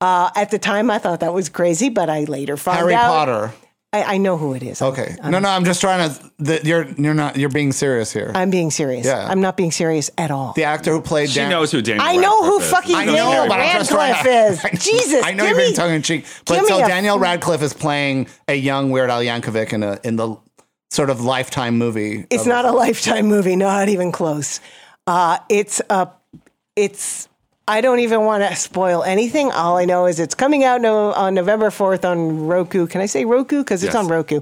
S4: Uh, at the time, I thought that was crazy, but I later found
S1: Harry
S4: out.
S1: Potter.
S4: I, I know who it is. I'm-
S1: Okay. no, no, I'm just trying to. The, you're you're not you're being serious here.
S4: I'm being serious.
S1: Yeah.
S4: I'm not being serious at all.
S1: the actor who played
S2: She
S1: Dan-
S2: knows who Danny.
S4: I know who
S2: Radcliffe is.
S4: fucking
S2: She
S1: I
S2: knows
S1: know,
S4: Daniel
S2: Harry
S1: but I'm
S2: Potter.
S1: just trying
S4: Radcliffe
S1: to-
S4: is. Jesus,
S1: I know
S4: give
S1: you're being
S4: me-
S1: tongue in cheek, but
S4: give
S1: so
S4: me a-
S1: Daniel Radcliffe is playing a young Weird Al Yankovic in a in the sort of lifetime movie.
S4: It's not a lifetime movie, not even close. Uh, it's a, it's. I don't even want to spoil anything. All I know is it's coming out no, on November fourth on Roku. Can I say Roku because it's
S2: Yes.
S4: on Roku?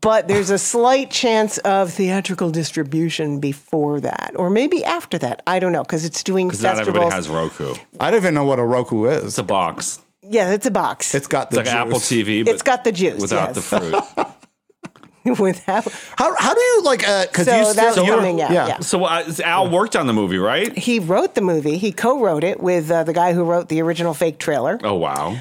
S4: But there's a slight chance of theatrical distribution before that, or maybe after that. I don't know because it's doing
S2: 'Cause Not everybody
S4: festivals.
S2: has Roku.
S1: I don't even know what a Roku is.
S2: It's a box.
S4: yeah, it's a box.
S1: It's got the
S2: It's like Apple
S1: juice.
S2: TV. But
S4: it's got the juice
S2: without
S4: yes.
S2: the fruit.
S4: without.
S1: How how do you like? Uh, Cause
S4: So
S1: you still,
S4: that's
S1: you're-
S4: coming out.
S1: yeah.
S4: yeah.
S2: so uh, Al worked on the movie, right?
S4: He wrote the movie. He co-wrote it with uh, the guy who wrote the original fake trailer.
S2: Oh wow.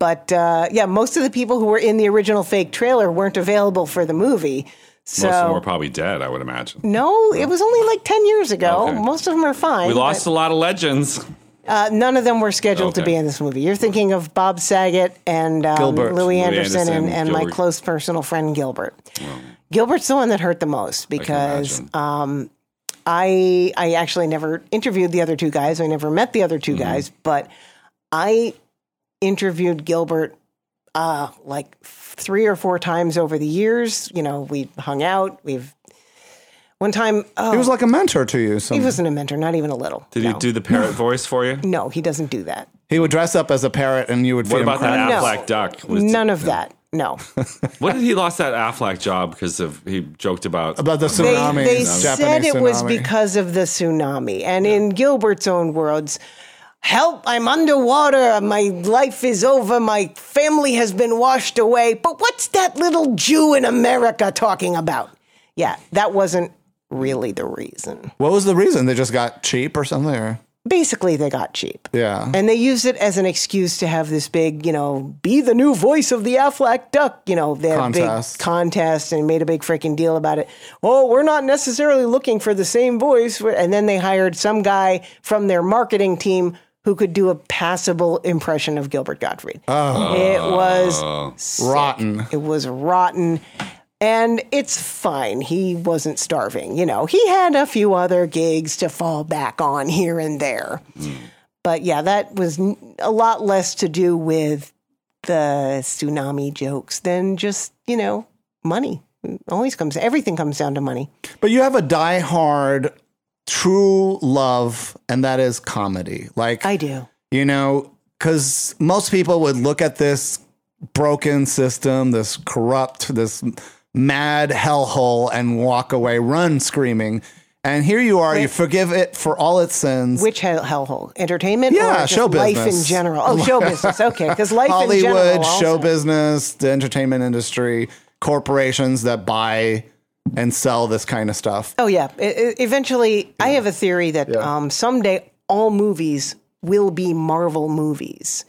S4: But uh, yeah, most of the people who were in the original fake trailer weren't available for the movie. So
S2: Most of them were probably dead. I would imagine.
S4: no, it was only like ten years ago.
S2: Okay.
S4: Most of them are fine.
S2: We lost a lot of legends.
S4: but, uh, none of them were scheduled to
S2: Okay.
S4: be in this movie. You're thinking of Bob Saget and um,
S1: Gilbert.
S4: Louis
S2: Louis
S4: Anderson,
S2: Anderson,
S4: and, and my
S2: Gilbert.
S4: close personal friend Gilbert. Gilbert's the one that hurt the most
S2: I can
S4: because um,
S2: imagine.
S4: I I actually never interviewed the other two guys. I never met the other 2
S2: Mm-hmm.
S4: guys, but I interviewed Gilbert uh, like three or four times over the years. You know, we hung out. We've one time oh,
S1: He was like a mentor to you. So
S4: he
S1: he,
S4: wasn't a mentor, not even a little.
S2: Did
S4: no.
S2: he do the parrot voice for you?
S4: No, he doesn't do that.
S1: would dress up as a parrot, and you would.
S2: What
S1: feed
S2: about
S1: him crap.
S2: that
S4: No.
S2: Affleck duck? Was-
S4: None of that. No.
S2: What did he lost that Affleck job because of he joked about?
S1: About the
S4: they,
S1: tsunami.
S4: they
S1: Japanese
S4: said it was
S1: tsunami.
S4: because of the tsunami. And in Gilbert's own words, help, I'm underwater. My life is over. My family has been washed away. But what's that little Jew in America talking about? Yeah, that wasn't really the reason.
S1: What was the reason? They just got cheap or something? Or
S4: Basically, they got cheap.
S1: yeah,
S4: And they used it as an excuse to have this big, you know, be the new voice of the Affleck Duck, you know, their
S1: Contest.
S4: big contest and made a big freaking deal about it. Oh, we're not necessarily looking for the same voice. And then they hired some guy from their marketing team who could do a passable impression of Gilbert Gottfried.
S1: Ah.
S4: Oh. It was sick.
S1: rotten.
S4: It was rotten. And it's fine. He wasn't starving. You know, he had a few other gigs to fall back on here and there. But yeah, that was n- a lot less to do with the tsunami jokes than just, you know, money. It Always comes, everything comes down to money.
S1: But you have a diehard true love, and that is comedy. Like
S4: I do.
S1: you know, because most people would look at this broken system, this corrupt, this mad hellhole, and walk away, run screaming. And here you are, you forgive it for all its sins.
S4: Which hell, hellhole? Entertainment or
S1: Yeah,
S4: just
S1: show
S4: life in
S1: business.
S4: general? Oh, show business. Okay. Because life in general.
S1: Hollywood,
S4: also-
S1: show business, the entertainment industry, corporations that buy and sell this kind of stuff.
S4: Oh yeah. E- e- eventually, I have a theory that um, someday all movies will be Marvel movies,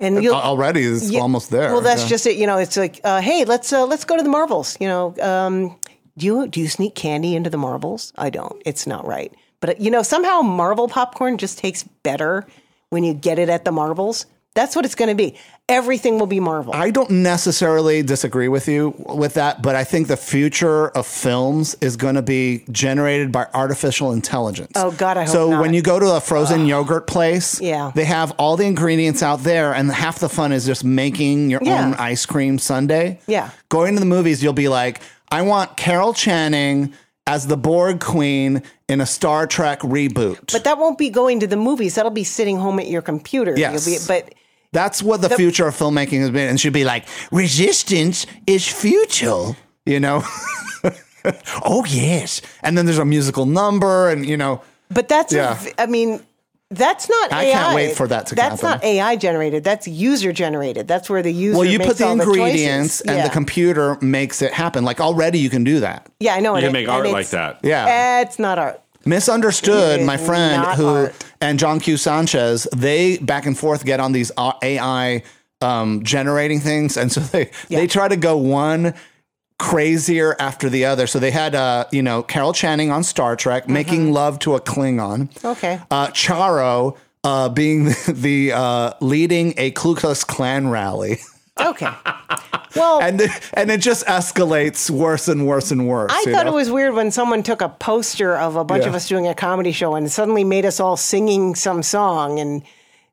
S4: and you'll.
S1: Already, it's
S4: Oh, yeah,
S1: almost there.
S4: Well, that's
S1: Yeah.
S4: just it. You know, it's like, uh, hey, let's uh, let's go to the Marvels. You know, um, do you do you sneak candy into the Marvels? I don't. It's not right. But uh, you know, somehow Marvel popcorn just tastes better when you get it at the Marvels. That's what it's going to be. Everything will be Marvel.
S1: I don't necessarily disagree with you with that, but I think the future of films is going to be generated by artificial intelligence.
S4: Oh, God, I hope
S1: so
S4: not.
S1: when you go to a frozen yogurt place,
S4: Yeah.
S1: they have all the ingredients out there, and half the fun is just making your
S4: Yeah.
S1: own ice cream sundae.
S4: Yeah.
S1: going to the movies, you'll be like, I want Carol Channing as the Borg Queen in a Star Trek reboot.
S4: but that won't be going to the movies. That'll be sitting home at your computer.
S1: Yes.
S4: You'll be, but
S1: That's what the, future of filmmaking has been, and should be like
S3: Resistance is futile.
S1: you know.
S3: Oh, yes.
S1: and then there's a musical number and you know
S4: But that's, a
S1: Yeah.
S4: v- I mean, that's not
S1: I
S4: AI.
S1: can't wait for that to
S4: That's
S1: happen.
S4: not AI generated. That's user generated. That's where the user.
S1: well you put
S4: makes
S1: the
S4: all
S1: ingredients
S4: choices.
S1: and
S4: yeah.
S1: the computer makes it happen like already you can do that
S4: Yeah, I
S2: you
S4: know. and
S2: can
S4: it-
S2: make
S4: and
S2: art
S4: it's-
S2: like that.
S1: yeah
S4: Eh, it's not art.
S1: misunderstood
S4: It
S1: my
S4: is
S1: friend
S4: not
S1: who
S4: art.
S1: and john q sanchez they back and forth get on these uh, A- ai um, generating things and so they they try to go one crazier after the other so they had uh you know carol channing on star trek making love to a klingon
S4: Mm-hmm. Okay.
S1: uh, Charo uh, being the, the uh, leading a Ku Klux Klan rally,
S4: Okay. Well,
S1: and th- and it just escalates worse and worse and worse.
S4: I
S1: you
S4: thought
S1: know?
S4: it was weird when someone took a poster of a bunch
S1: Yeah.
S4: of us doing a comedy show and suddenly made us all singing some song and.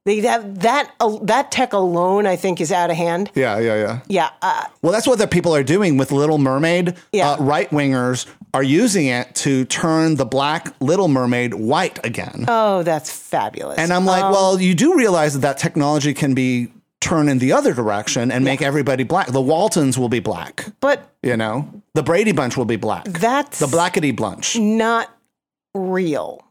S4: They that that al- that tech alone, I think, is out of hand.
S1: Yeah, yeah, yeah.
S4: Yeah, uh,
S1: Well, that's what the people are doing with Little Mermaid.
S4: Yeah.
S1: right wingers are using it to turn the black Little Mermaid white again.
S4: oh, that's fabulous.
S1: and I'm like, well, you do realize that that technology can be turned in the other direction and make everybody black. The Waltons will be black.
S4: but
S1: You know, the Brady Bunch will be black.
S4: that's
S1: the Blackety Bunch.
S4: not real.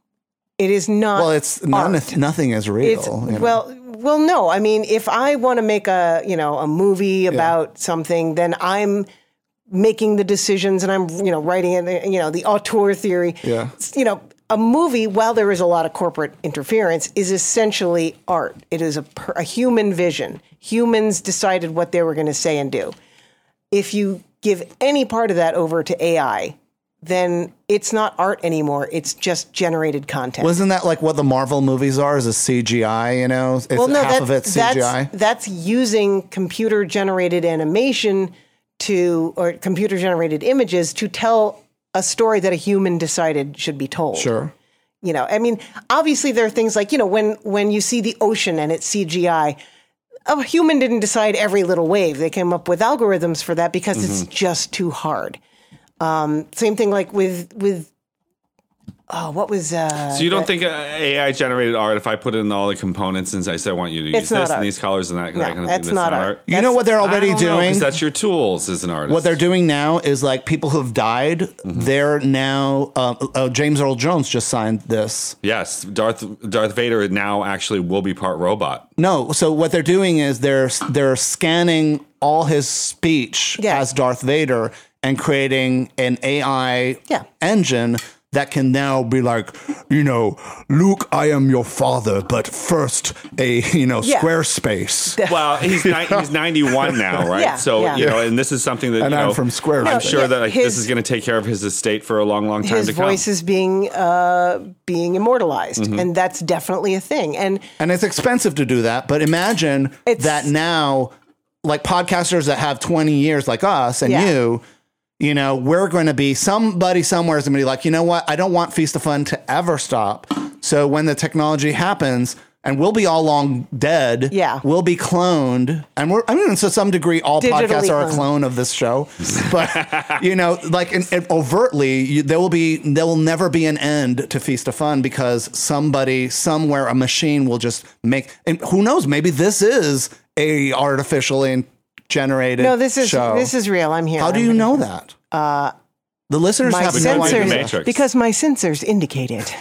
S4: It is not.
S1: Well, it's none,
S4: art.
S1: nothing is real.
S4: It's
S1: you know.
S4: well, well, no. I mean, if I want to make a you know a movie about something, then I'm making the decisions and I'm you know writing it. You know, the auteur theory.
S1: Yeah.
S4: It's, You know, a movie, while there is a lot of corporate interference, is essentially art. It is a, per- a human vision. Humans decided what they were going to say and do. If you give any part of that over to AI. Then it's not art anymore. It's just generated content.
S1: Well, isn't that like what the Marvel movies are? Is a CGI? You know, it's half
S4: that-
S1: of it's CGI.
S4: That's, that's using computer generated animation to or computer generated images to tell a story that a human decided should be told.
S1: Sure.
S4: You know, I mean, obviously there are things like, you know, when when you see the ocean and it's CGI, a human didn't decide every little wave. They came up with algorithms for that because it's
S1: Mm-hmm.
S4: just too hard. Um, same thing like with with oh, what was uh
S2: So you don't think uh, AI generated art? If I put in all the components and I said I want you to use
S4: It's not
S2: this
S4: art.
S2: and these colors and that,
S4: No,
S2: that kind of
S4: that's
S2: thing,
S4: not
S2: that's
S4: art.
S2: art.
S1: You know what they're already doing?
S2: Because that's your tools as an artist.
S1: What they're doing now is like people who've died.
S4: Mm-hmm.
S1: They're now uh, uh, James Earl Jones just signed this.
S2: yes, Darth Darth Vader now actually will be part robot.
S1: No, so what they're doing is they're they're scanning all his speech
S4: Yeah.
S1: as Darth Vader and creating an AI
S4: Yeah.
S1: engine that can now be like, you know, Luke, I am your father, but first a you know
S4: Yeah.
S1: Squarespace.
S2: Well, he's ni- he's ninety one now, right?
S4: Yeah,
S2: so
S4: yeah.
S2: you know, and this is something that
S1: And
S2: you
S1: I'm
S2: know,
S1: from Square
S2: I'm
S1: Enix.
S2: sure
S4: Yeah,
S2: that like,
S4: his-
S2: this is going to take care of his estate for a long, long time
S4: his
S2: to
S4: voice
S2: come.
S4: is being uh being immortalized.
S1: Mm-hmm.
S4: And that's definitely a thing. And
S1: And it's expensive to do that, but imagine
S4: It's-
S1: that now, like podcasters that have 20 years like us and
S4: Yeah.
S1: you, you know, we're going to be somebody somewhere is going to be like, you know what? I don't want Feast of Fun to ever stop. So when the technology happens, and we'll be all long dead.
S4: Yeah.
S1: we'll be cloned, and we're. I mean, to some degree, all
S4: Digitally
S1: podcasts are a
S4: cloned.
S1: clone of this show, but you know, like in, in- overtly, you, there will be there will never be an end to Feast of Fun because somebody somewhere a machine will just make. And who knows? Maybe this is a artificially in- generated.
S4: no, this is
S1: show.
S4: this is real. I'm here.
S1: How do
S4: I'm
S1: you
S4: gonna-
S1: know that? Uh, the listeners
S4: My
S1: have no
S2: Because you're in the
S1: idea.
S2: Matrix.
S4: sensors, because my sensors indicate it.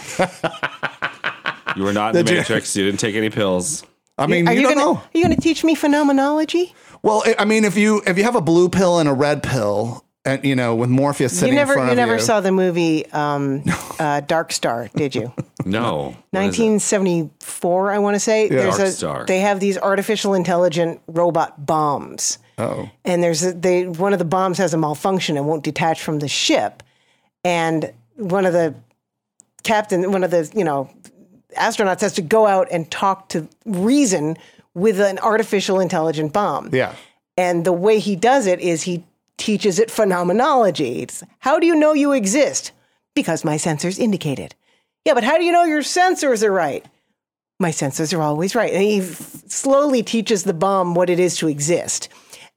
S2: You were not in the
S1: The-
S2: Matrix. You didn't take any pills.
S1: I mean, you, don't
S4: gonna,
S1: know.
S4: Are you going to teach me phenomenology?
S1: Well, I- I mean, if you if you have a blue pill and a red pill, and you know, with Morpheus sitting
S4: you never,
S1: in front
S4: you
S1: of
S4: never
S1: you,
S4: saw the movie um, uh, Dark Star, did you?
S2: No. What is it?
S4: 1974, I want to say. There's
S2: Dark
S4: a,
S2: Star.
S4: They have these artificial intelligent robot bombs. Oh. And there's a, they one of the bombs has a malfunction and won't detach from the ship, and one of the captain, one of the you know astronauts has to go out and talk to reason with an artificial intelligent bomb.
S1: yeah.
S4: And the way he does it is he teaches it phenomenology. It's, how do you know you exist? Because my sensors indicate it. Yeah, but how do you know your sensors are right? My sensors are always right. And he f- slowly teaches the bomb what it is to exist.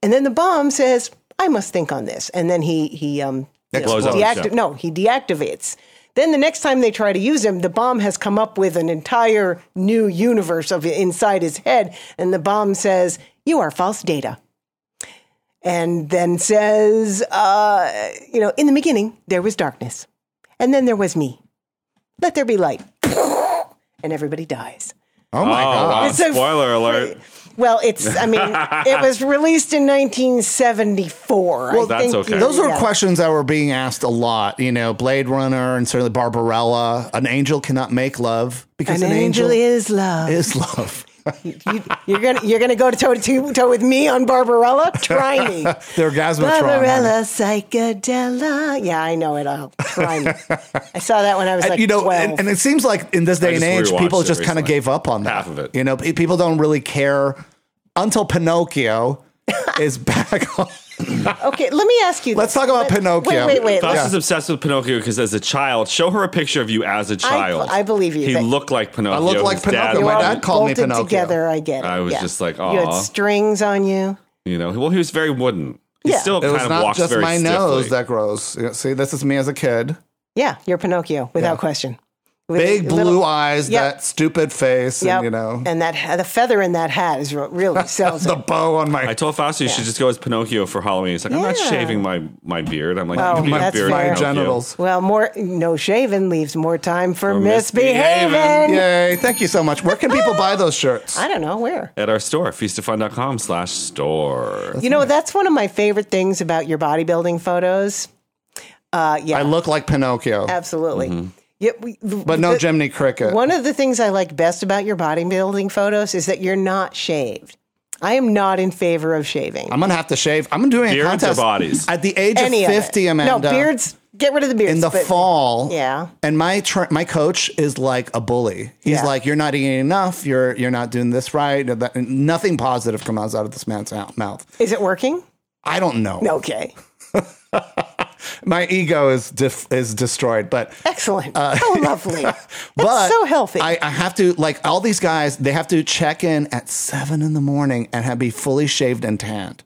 S4: And then the bomb says, I must think on this. And then he, he, um,
S1: It blows
S2: up the ship.
S4: no, he deactivates. Then the next time they try to use him, the bomb has come up with an entire new universe of inside his head, and the bomb says, "You are false data." And then says, uh, "You know, in the beginning there was darkness, and then there was me. Let there be light." And everybody dies.
S1: Oh my
S2: Oh, wow.
S1: god.
S4: It's a-
S2: Spoiler alert.
S4: Well, it's, I mean, it was released in 1974. I
S2: Well, that's
S4: think,
S2: okay.
S4: you-
S1: Those were
S4: yeah.
S1: questions that were being asked a lot, you know, Blade Runner and certainly Barbarella. An angel cannot make love because
S4: An
S1: an,
S4: angel is love.
S1: is love.
S4: You, you're gonna you're gonna go toe to toe with me on Barbarella. Try me,
S1: They're gasmatron.
S4: Barbarella psychedella. Yeah, I know it all. Try me. I saw that when I was like
S1: you know,
S4: twelve.
S1: and, and it seems like in this day and
S2: just
S1: age,
S2: rewatched
S1: people
S2: it
S1: just kind of
S2: recently.
S1: gave up on that.
S2: Half of it.
S1: you know, pe- people don't really care until Pinocchio is back on.
S4: okay, let me ask you.
S1: Let's
S4: this.
S1: talk about
S4: Let-
S1: Pinocchio.
S4: Wait, wait, wait.
S2: Faust
S4: let's-
S2: is obsessed with Pinocchio because as a child, show her a picture of you as a child.
S4: I believe you.
S2: He
S4: That-
S2: looked like Pinocchio.
S1: looked like
S2: His
S1: Pinocchio.
S4: you
S1: My
S4: all
S1: dad called me
S4: bolted
S1: Pinocchio.
S4: Together, I get it.
S2: I was
S4: yeah.
S2: just like,
S4: you
S2: "Aw."
S4: had strings on you.
S2: You know, well, he was very wooden. He
S4: Yeah.
S2: still
S1: It
S2: kind
S1: was
S2: of
S1: not
S2: walks
S1: just
S2: very
S1: my
S2: stiffly.
S1: nose that grows. You know, See, this is me as a kid.
S4: Yeah, you're Pinocchio without question. With
S1: Big
S4: a
S1: blue
S4: little-
S1: eyes,
S4: Yep.
S1: that stupid face,
S4: Yep.
S1: and you know,
S4: and that ha- the feather in that hat is re- really sells
S1: the
S4: it.
S1: bow on
S2: I
S1: my.
S2: told Fausto you should just go as Pinocchio for Halloween. He's like, I'm not
S4: Yeah.
S2: shaving my, my beard. I'm like,
S4: Well,
S2: you can be
S1: my,
S2: a
S4: that's
S2: beard
S1: my
S4: fair.
S2: Pinocchio.
S1: genitals.
S4: Well, more no shaven leaves more time for,
S2: For
S4: misbehaving.
S2: misbehaving.
S1: Yay! Thank you so much. Where can people buy those shirts?
S4: I don't know where.
S2: At our store, feastoffun.com slash store.
S4: You know, that's one of my favorite things about your bodybuilding photos. Uh, yeah,
S1: I look like Pinocchio,
S4: absolutely.
S2: Mm-hmm.
S4: Yeah, we,
S1: but no Jiminy Cricket.
S4: One of the things I like best about your bodybuilding photos is that you're not shaved. I am not in favor of shaving.
S1: I'm gonna have to shave. I'm doing a
S2: Beards or
S1: contest
S2: bodies?
S1: at the age
S4: Any
S1: of
S4: of it.
S1: fifty, Amanda.
S4: No beards. Get rid of the beards
S1: in the
S4: but-
S1: fall.
S4: Yeah.
S1: And my tr my coach is like a bully. He's
S4: Yeah.
S1: like, "You're not eating enough. You're you're not doing this right. or that- and nothing positive comes out of this man's mou- mouth."
S4: Is it working?
S1: I don't know.
S4: Okay.
S1: my ego is def- is destroyed. But
S4: Excellent.
S1: Uh,
S4: so lovely. That's
S1: but
S4: so healthy.
S1: I, I have to like all these guys. They have to check in at seven in the morning and have be fully shaved and tanned.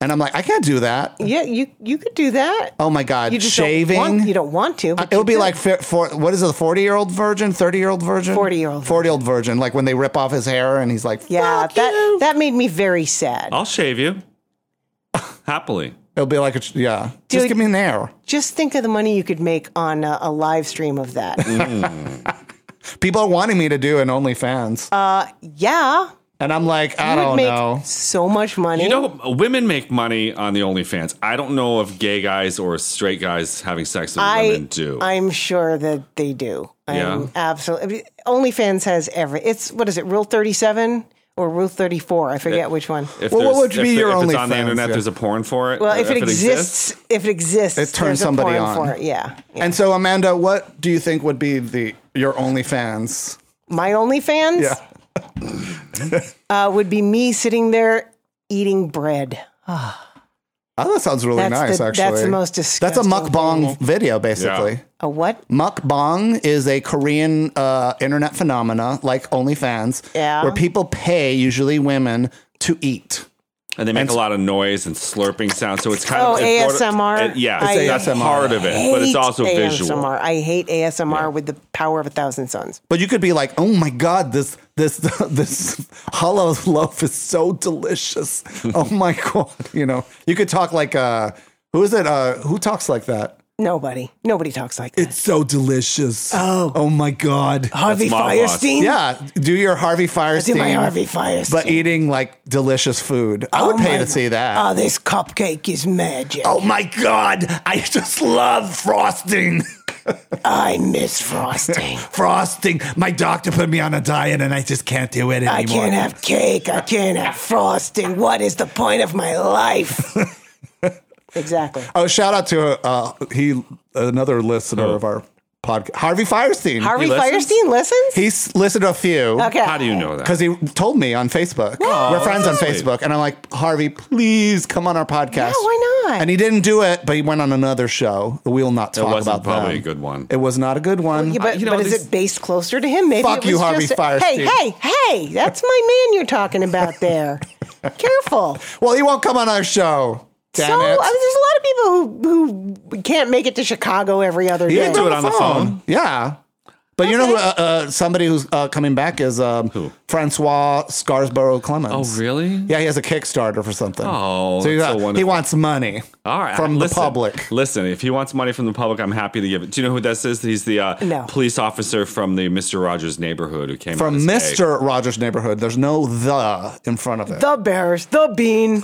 S1: And I'm like, I can't do that.
S4: yeah, you you could do that.
S1: Oh my god,
S4: you just
S1: shaving.
S4: Don't want, you don't want to. But
S1: It would be like fi- for, what is it? Forty year old virgin, thirty year old virgin,
S4: 40-year-old virgin.
S1: forty year old virgin. Like when they rip off his hair and he's like,
S4: yeah,
S1: "Fuck
S4: that
S1: you." Uh,
S4: that made me very sad.
S2: I'll shave you happily.
S1: It'll be like, a, ch- yeah, just
S4: Dude.
S1: give me an air.
S4: Just think of the money you could make on a, a live stream of that.
S1: Mm-hmm. People are wanting me to do an OnlyFans,
S4: yeah,
S1: and I'm like, I
S4: Uh, you would
S1: don't
S4: make
S1: know.
S4: so much money.
S2: You know, women make money on the OnlyFans. I don't know if gay guys or straight guys having sex with women
S4: I
S2: do.
S4: I'm sure that they do.
S2: Yeah.
S4: I'm absolutely. OnlyFans has every. It's what is it? Rule thirty seven or Rule thirty four? I forget which one.
S2: if
S1: Well, what
S2: there's-
S1: would
S2: if
S1: be
S2: the-
S1: your
S2: if it's on the
S1: OnlyFans,
S2: internet?
S1: yeah.
S2: There's a porn for it.
S4: Well, if it, exists, if it exists,
S1: It turns
S4: there's a
S1: somebody
S4: porn
S1: on.
S4: For it. Yeah. yeah.
S1: And so, Amanda, what do you think would be the your OnlyFans?
S4: My OnlyFans
S1: Yeah,
S4: uh, would be me sitting there eating bread.
S1: oh, that sounds really
S4: That's
S1: nice.
S4: the-
S1: actually,
S4: that's the most
S1: That's a
S4: disgusting
S1: mukbang video, basically.
S2: Yeah.
S4: A what?
S1: Mukbang is a Korean uh, internet phenomena, like OnlyFans,
S4: Yeah.
S1: where people pay, usually women, to eat.
S2: and they make a lot of noise and slurping sounds, so it's kind
S4: Oh,
S2: of it border-
S4: ASMR?
S2: it- yeah,
S4: It's
S2: that's
S1: ASMR.
S2: part of it, but it's
S4: hate
S2: also
S4: ASMR.
S2: visual.
S4: I hate ASMR with the power of a thousand suns.
S1: But you could be like, "Oh my god, this this this hollow loaf is so delicious." oh my god, you know, you could talk like uh, who is it? Uh, who talks like that?
S4: Nobody, nobody talks like that.
S1: It's so delicious. Oh, oh my god.
S4: Harvey
S2: That's my boss.
S4: Firestein.
S1: Yeah, do your Harvey Firestein.
S4: do my Harvey Firestein.
S1: But eating like delicious food. I would pay
S4: my-
S1: to see that.
S4: Oh, this cupcake is magic.
S1: Oh my god, I just love frosting.
S4: I miss frosting.
S1: frosting. My doctor put me on a diet and I just can't do it anymore.
S4: I can't have cake. I can't have frosting. What is the point of my life? exactly.
S1: Oh, shout out to uh, he another listener of our podcast, Harvey Firestein.
S4: Harvey
S2: listens?
S4: Firestein listens.
S1: He's listened to a few.
S4: okay.
S2: How do you know that?
S1: Because he told me on Facebook. We're friends on
S2: that's sweet.
S1: Facebook. And I'm like, Harvey, please come on our podcast.
S4: Yeah, why not?
S1: And he didn't do it, but he went on another show. We will not
S2: It
S1: talk
S2: wasn't
S1: about
S2: probably
S1: them.
S2: a good one.
S1: It was not a good one.
S4: Yeah, but,
S2: you know,
S4: but is
S2: these-
S4: it based closer to him? Maybe
S1: Fuck
S4: it was
S1: you, Harvey
S4: just a-
S1: Firestein.
S4: Hey, hey, hey! That's my man you're talking about there. Careful.
S1: well, he won't come on our show. Damn
S4: so
S1: it.
S4: I mean, there's a lot of people who who can't make it to Chicago every other
S1: You
S4: day.
S1: can
S2: do it on the phone.
S1: Yeah. But you know who, uh, uh, somebody who's uh, coming back is um,
S2: Who?
S1: Francois Scarsborough Clemens.
S2: Oh, really?
S1: Yeah, he has a Kickstarter for something.
S2: Oh,
S1: he,
S2: that's
S1: got-
S2: so
S1: he
S2: wonderful.
S1: wants money
S2: All right,
S1: from
S2: listen,
S1: the public.
S2: Listen, if he wants money from the public, I'm happy to give it. Do you know who this is? He's the uh,
S4: No.
S2: police officer from the Mister Rogers neighborhood who came out
S1: From
S2: as gay.
S1: Mr. Rogers' neighborhood. There's no the in front of it.
S4: The Bears, the Bean,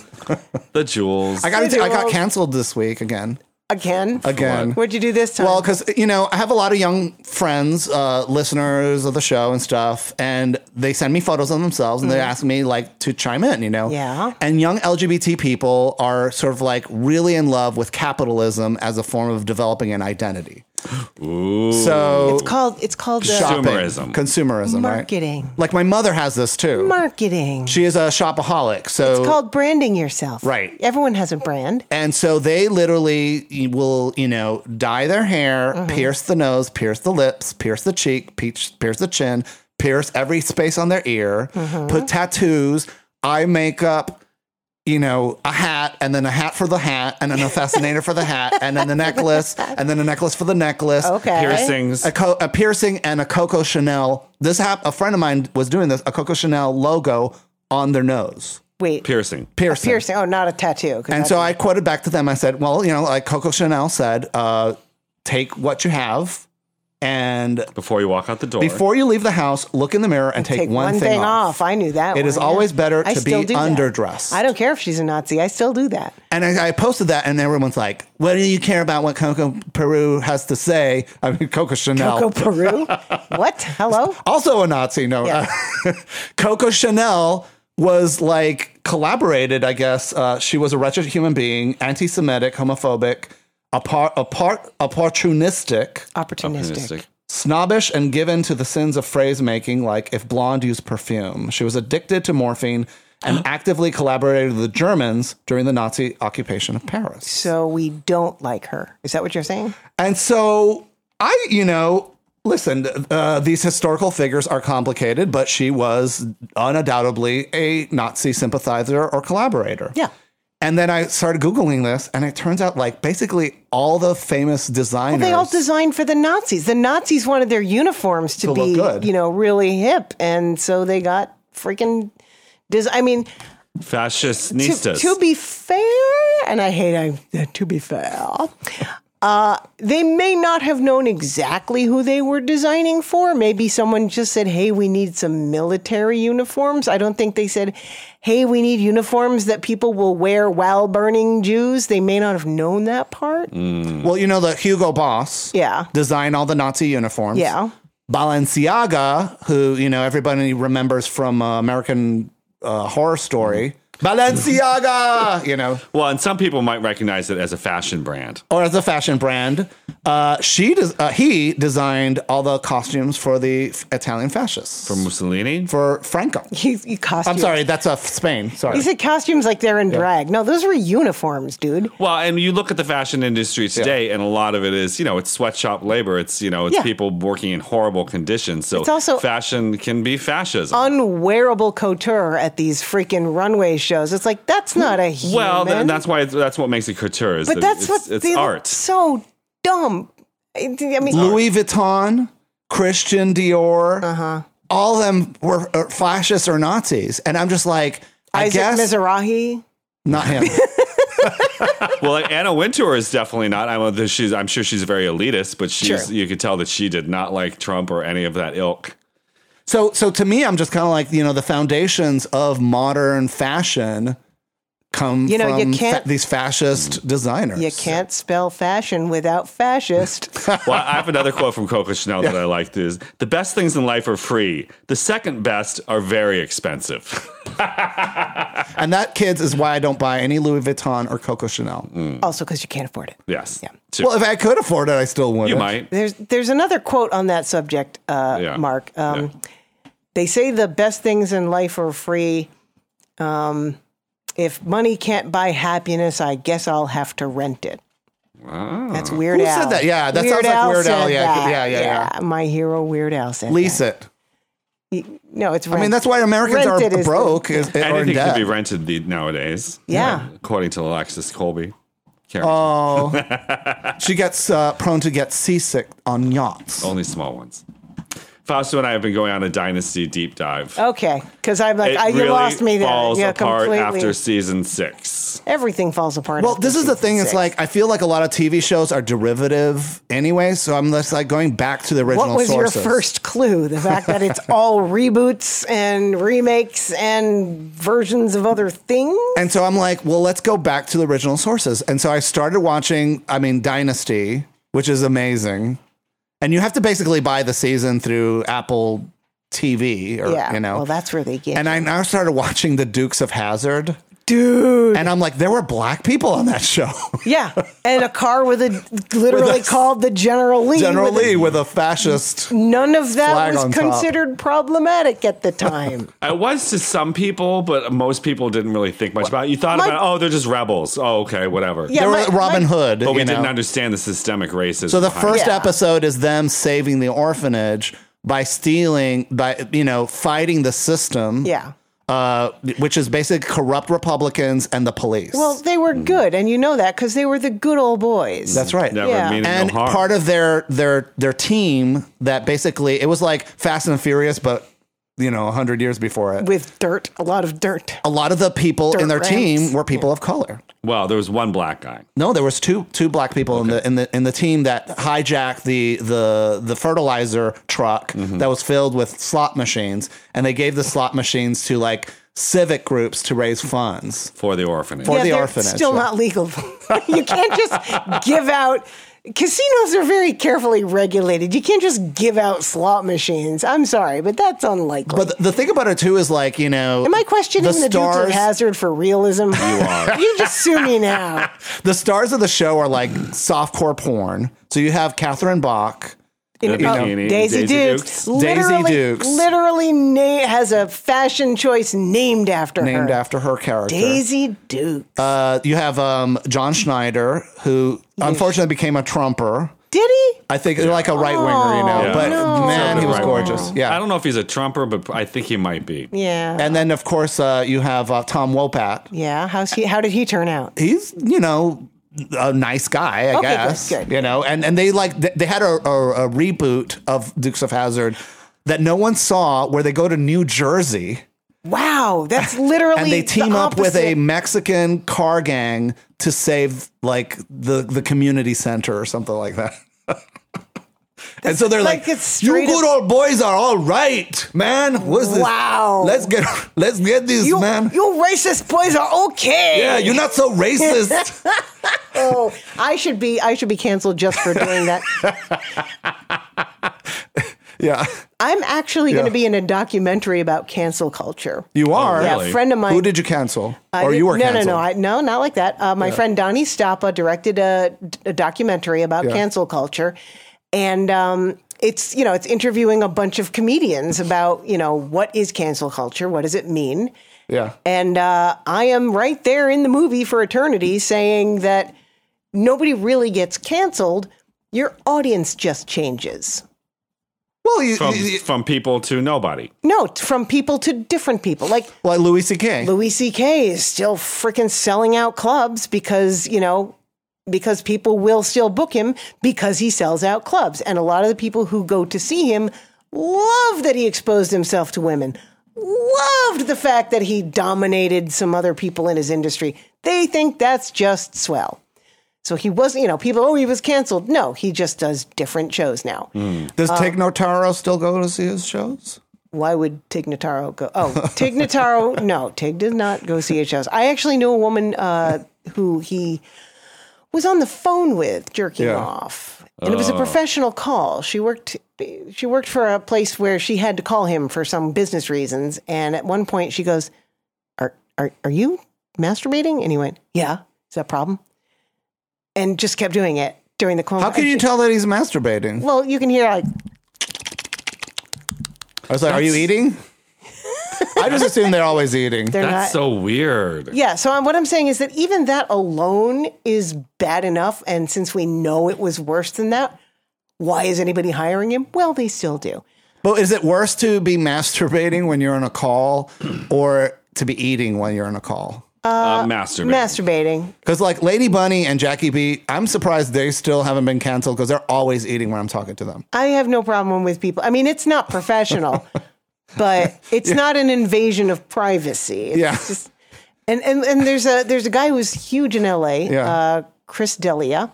S2: the Jewels.
S1: I got
S4: Hey,
S1: I got
S4: Jules.
S1: canceled this week again.
S4: again.
S1: Again.
S4: What'd you do this time?
S1: Well, because you know, I have a lot of young friends, uh, listeners of the show and stuff, and they send me photos of themselves and they ask me like to chime in, you know.
S4: Mm-hmm. Yeah.
S1: And young LGBT people are sort of like really in love with capitalism as a form of developing an identity.
S2: Ooh.
S1: So
S4: it's called it's called uh,
S1: shopping,
S2: Consumerism.
S1: consumerism,
S4: Marketing.
S1: right? Like my mother has this too.
S4: marketing.
S1: she is a shopaholic, so
S4: It's called branding yourself.
S1: Right.
S4: Everyone has a brand.
S1: And so they literally will, you know, dye their hair, pierce the nose, pierce the lips, pierce the cheek, pierce, pierce the chin, pierce every space on their ear, put tattoos, eye makeup, you know, a hat, and then a hat for the hat, and then a fascinator for the hat, and then the necklace, and then a necklace for the necklace.
S4: Okay.
S2: piercings.
S1: A, co- a piercing and a Coco Chanel. This hap- a friend of mine was doing this, a Coco Chanel logo on their nose.
S4: Wait.
S2: piercing.
S1: Piercing.
S4: Piercing. Oh, not a tattoo. 'cause
S1: And
S4: that-
S1: so I quoted back to them. I said, "Well, you know, like Coco Chanel said, uh, take what you have, and
S2: Before you walk out the door.
S1: before you leave the house, look in the mirror and take,
S4: take one, thing, off. I knew that.
S1: It
S4: It
S1: is
S4: is
S1: always better to be
S4: that.
S1: underdressed.
S4: I don't care if she's a Nazi. I still do that.
S1: And I, I posted that, and everyone's like, "What do you care about what Coco Peru has to say?" I mean, Coco Chanel,
S4: Coco Peru. what? Hello.
S1: also a Nazi. No, uh, Coco Chanel was like collaborated. I guess uh, she was a wretched human being, anti-Semitic, homophobic, apart, apart, opportunistic.
S4: Opportunistic.
S2: Optimistic.
S1: snobbish and given to the sins of phrase making, like if blonde used perfume. She was addicted to morphine and actively collaborated with the Germans during the Nazi occupation of Paris.
S4: So we don't like her. Is that what you're saying?
S1: And so I, you know, listen, uh, these historical figures are complicated, but she was undoubtedly a Nazi sympathizer or collaborator.
S4: Yeah.
S1: And then I started Googling this, and it turns out like basically all the famous designers.
S4: They all designed for the Nazis. The Nazis wanted their uniforms to,
S1: To look
S4: be,
S1: good.
S4: you know, really hip, and so they got freaking. Des- I mean,
S2: Fascist
S4: to,
S2: nistas.
S4: to be fair, and I hate I, to be fair. Uh, they may not have known exactly who they were designing for. Maybe someone just said, "Hey, we need some military uniforms." I don't think they said, "Hey, we need uniforms that people will wear while burning Jews." They may not have known that part.
S1: Mm. well, you know, the Hugo Boss.
S4: Yeah.
S1: Designed all the Nazi uniforms.
S4: Yeah.
S1: Balenciaga, who you know everybody remembers from uh, American uh, Horror Story.
S4: Mm-hmm.
S1: Balenciaga, you know,
S2: well, and some people might recognize it as a fashion brand.
S1: or as a fashion brand, uh, she des- uh, he designed all the costumes for the f- Italian fascists
S2: For Mussolini?
S1: for Franco.
S4: He, he
S1: I'm
S4: costumes.
S1: sorry, that's uh, Spain. Sorry,
S4: He said costumes like they're in drag. No, those were uniforms, dude.
S2: Well, and you look at the fashion industry today, and a lot of it is, you know, it's sweatshop labor. It's, you know, it's
S4: Yeah.
S2: people working in horrible conditions. So
S4: It's also-
S2: fashion can be fascism.
S4: Unwearable couture at these freaking runway shows. It's like that's not a human.
S2: well, th- that's why it's, that's what makes it couture. Is
S4: but
S2: that
S4: that's
S2: it's,
S4: what
S2: it's
S4: they look
S2: art.
S4: So dumb. I I mean,
S1: Louis Vuitton, Christian Dior, uh-huh. all of them were uh, fascists or Nazis, and I'm just like, I
S4: Isaac
S1: guess
S4: Mizrahi.
S1: not him.
S2: well, like Anna Wintour is definitely not. I'm, a- she's, I'm sure she's very elitist, but she's
S4: True.
S2: you could tell that she did not like Trump or any of that ilk.
S1: So, so to me, I'm just kind of like you know the foundations of modern fashion come
S4: You know, you
S1: from
S4: can't-
S1: these fascist designers.
S4: You can't spell fashion without fascist.
S2: Well, I have another quote from Coco Chanel that I like. Is the best things in life are free. The second best are very expensive.
S1: and that kids is why I don't buy any Louis Vuitton or Coco Chanel.
S4: also, because you can't afford it.
S2: yes. Two.
S1: Well, if I could afford it, I still would.
S2: you might.
S4: There's there's another quote on that subject, uh,
S2: Yeah.
S4: Mark. Um,
S2: Yeah.
S4: They say the best things in life are free. Um, if money can't buy happiness, I guess I'll have to rent it. That's Weird
S1: Who
S4: Al.
S1: said that? Yeah, that sounds like Weird Al.
S4: said
S1: Yeah,
S4: that.
S1: yeah, yeah, yeah.
S4: My hero, Weird Al, said
S1: lease it.
S4: that. No, it's.
S1: I mean,
S4: rent.
S1: that's why Americans
S4: Rent it
S1: are
S4: is-
S1: broke is, or in
S2: Anything
S1: debt.
S2: can be rented the, nowadays.
S4: Yeah. Um,
S2: According to Alexis Colby. Karen,
S1: oh, she gets uh, prone to get seasick on yachts.
S2: Only small ones. Fausto and I have been going on a dynasty deep dive.
S4: Okay, because I'm like,
S2: It
S4: I, you
S2: really
S4: lost me there.
S2: Falls
S4: yeah,
S2: apart
S4: completely.
S2: after season six.
S4: Everything falls apart.
S1: Well,
S4: after
S1: this is the
S4: season
S1: thing. It's
S4: six.
S1: like I feel like a lot of TV shows are derivative anyway. So I'm just like going back to the original.
S4: What was
S1: sources.
S4: your first clue? The fact that it's all reboots and remakes and versions of other things?
S1: And so I'm like, well, let's go back to the original sources. And so I started watching. I mean, Dynasty, which is amazing. And you have to basically buy the season through Apple TV, or
S4: Yeah.
S1: you know.
S4: Well, that's where they get.
S1: and I now started watching the Dukes of Hazard,
S4: Dude.
S1: and I'm like, there were black people on that show.
S4: Yeah. And a car with a literally called the General Lee.
S1: General
S4: with a-
S1: Lee with a fascist.
S4: None of that
S1: Flag on
S4: was
S1: top.
S4: considered problematic at the time.
S2: It was to some people, but most people didn't really think much about it. You thought
S4: my-
S2: about, oh, they're just rebels. Oh, okay, whatever.
S4: Yeah,
S1: there
S4: my-
S1: were Robin
S4: my-
S1: Hood,
S2: But we
S1: you know.
S2: didn't understand the systemic racism.
S1: So the
S2: behind
S1: first
S2: it.
S4: Yeah.
S1: episode is them saving the orphanage by stealing, by you know, fighting the system.
S4: Yeah.
S1: Uh, which is basically corrupt Republicans and the police.
S4: Well, they were good, and you know that because they were the good old boys.
S1: Hmm. that's right.
S2: never
S4: Yeah.
S2: meaning
S1: And
S2: no harm.
S1: part of their their their team that basically it was like Fast and Furious, but you know, hundred years before it.
S4: with dirt, a lot of dirt.
S1: a lot of the people in
S4: Dirt
S1: their
S4: rats.
S1: team were people of color.
S2: well, there was one black guy.
S1: No, there was two two black people in the in the in the team that hijacked the the the fertilizer truck that was filled with slot machines, and they gave the slot machines to like civic groups to raise funds.
S2: For the orphanage.
S1: For-
S4: yeah,
S1: the
S4: they're
S1: orphanage,
S4: Still
S1: yeah.
S4: not legal. you can't just give out. Casinos are very carefully regulated. You can't just give out slot machines. I'm sorry, but that's unlikely.
S1: But the, the thing about it too is like you know,
S4: Am I questioning the, Dukes of
S1: stars?
S4: Hazard for realism? You
S2: are.
S4: you just sue me now.
S1: the stars of the show are like softcore porn. So you have Catherine Bach,
S4: in
S2: The
S4: a bikini,
S2: bikini,
S4: Oh, Daisy,
S2: Daisy
S4: Dukes.
S2: Dukes.
S1: Daisy
S4: Literally,
S1: Dukes.
S4: Literally na- has a fashion choice named after her.
S1: named after her character.
S4: Daisy Dukes.
S1: Uh, you have um, John Schneider, who unfortunately became a Trumper.
S4: Did he?
S1: I think they're like a right winger, you know.
S2: Yeah.
S1: But
S4: Oh, no.
S1: man, he was
S2: Right-winger.
S1: gorgeous.
S2: I
S1: Yeah.
S2: don't know if he's a Trumper, but I think he might be.
S4: Yeah.
S1: And then of course uh, you have uh, Tom Wopat.
S4: yeah. How's he? How did he turn out?
S1: He's you know a nice guy, I
S4: Okay,
S1: guess.
S4: good, good.
S1: You know, and and they like th- they had a, a, a reboot of Dukes of Hazard that no one saw, where they go to New Jersey.
S4: Wow, that's literally
S1: and they
S4: the
S1: team up with a
S4: opposite.
S1: Mexican car gang to save like the the community center or something like that. and so they're like,
S4: like it's
S1: "You
S4: straight
S1: good
S4: up-
S1: old boys are all right, man. What's this?
S4: Wow.
S1: let's get let's get this,
S4: you,
S1: man.
S4: you racist boys are okay.
S1: yeah, you're not so racist.
S4: Oh, I should be. I should be canceled just for doing that.
S1: yeah,
S4: I'm actually
S1: Yeah.
S4: going to be in a documentary about cancel culture.
S1: you are.
S4: Yeah, a friend of mine.
S1: Who did you cancel?
S4: I
S1: or
S4: did-
S1: you were
S4: no,
S1: canceled?
S4: no, no, I, no, not like that. Uh, my friend Donnie Stappa directed a, a documentary about
S1: Yeah.
S4: cancel culture, and um, it's you know it's interviewing a bunch of comedians about you know what is cancel culture, what does it mean,
S1: yeah.
S4: and uh, I am right there in the movie for eternity saying that nobody really gets canceled. Your audience just changes.
S1: Well, you,
S2: From,
S1: you-
S2: from people to nobody.
S4: No, t- from people to different people. Like
S1: like Louis C.K.
S4: Louis C.K. is still freaking selling out clubs because, you know, because people will still book him because he sells out clubs. And a lot of the people who go to see him love that he exposed himself to women, loved the fact that he dominated some other people in his industry. They think that's just swell. So he wasn't, you know, people, oh, he was canceled. No, he just does different shows now.
S1: Does
S4: uh,
S1: Tig Notaro still go to see his shows?
S4: why would Tig Notaro go? Oh, Tig Notaro. no, Tig did not go see his shows. I actually knew a woman uh, who he was on the phone with jerking
S1: Yeah. Oh.
S4: off, and it was a professional call. She worked. She worked for a place where she had to call him for some business reasons, and at one point she goes, "Are are are you masturbating?" And he went, "Yeah." Is that a problem? And just kept doing it during the call.
S1: How can
S4: And
S1: you
S4: she-
S1: tell that he's masturbating?
S4: Well, you can hear like
S1: I was like, "Are you eating?" I just assume they're always eating.
S4: they're not.
S2: That's so weird.
S4: Yeah. So um, what I'm saying is that even that alone is bad enough. And since we know it was worse than that, why is anybody hiring him? Well, they still do.
S1: But is it worse to be masturbating when you're on a call or to be eating when you're on a call?
S2: Uh, masturbating.
S4: Masturbating.
S1: Because like Lady Bunny and Jackie B, I'm surprised they still haven't been canceled because they're always eating when I'm talking to them.
S4: I have no problem with people. I mean, it's not professional, but it's not an invasion of privacy. It's
S1: Yeah.
S4: Just, and, and and there's a there's a guy who's huge in LA,
S1: Yeah.
S4: uh, Chris Delia,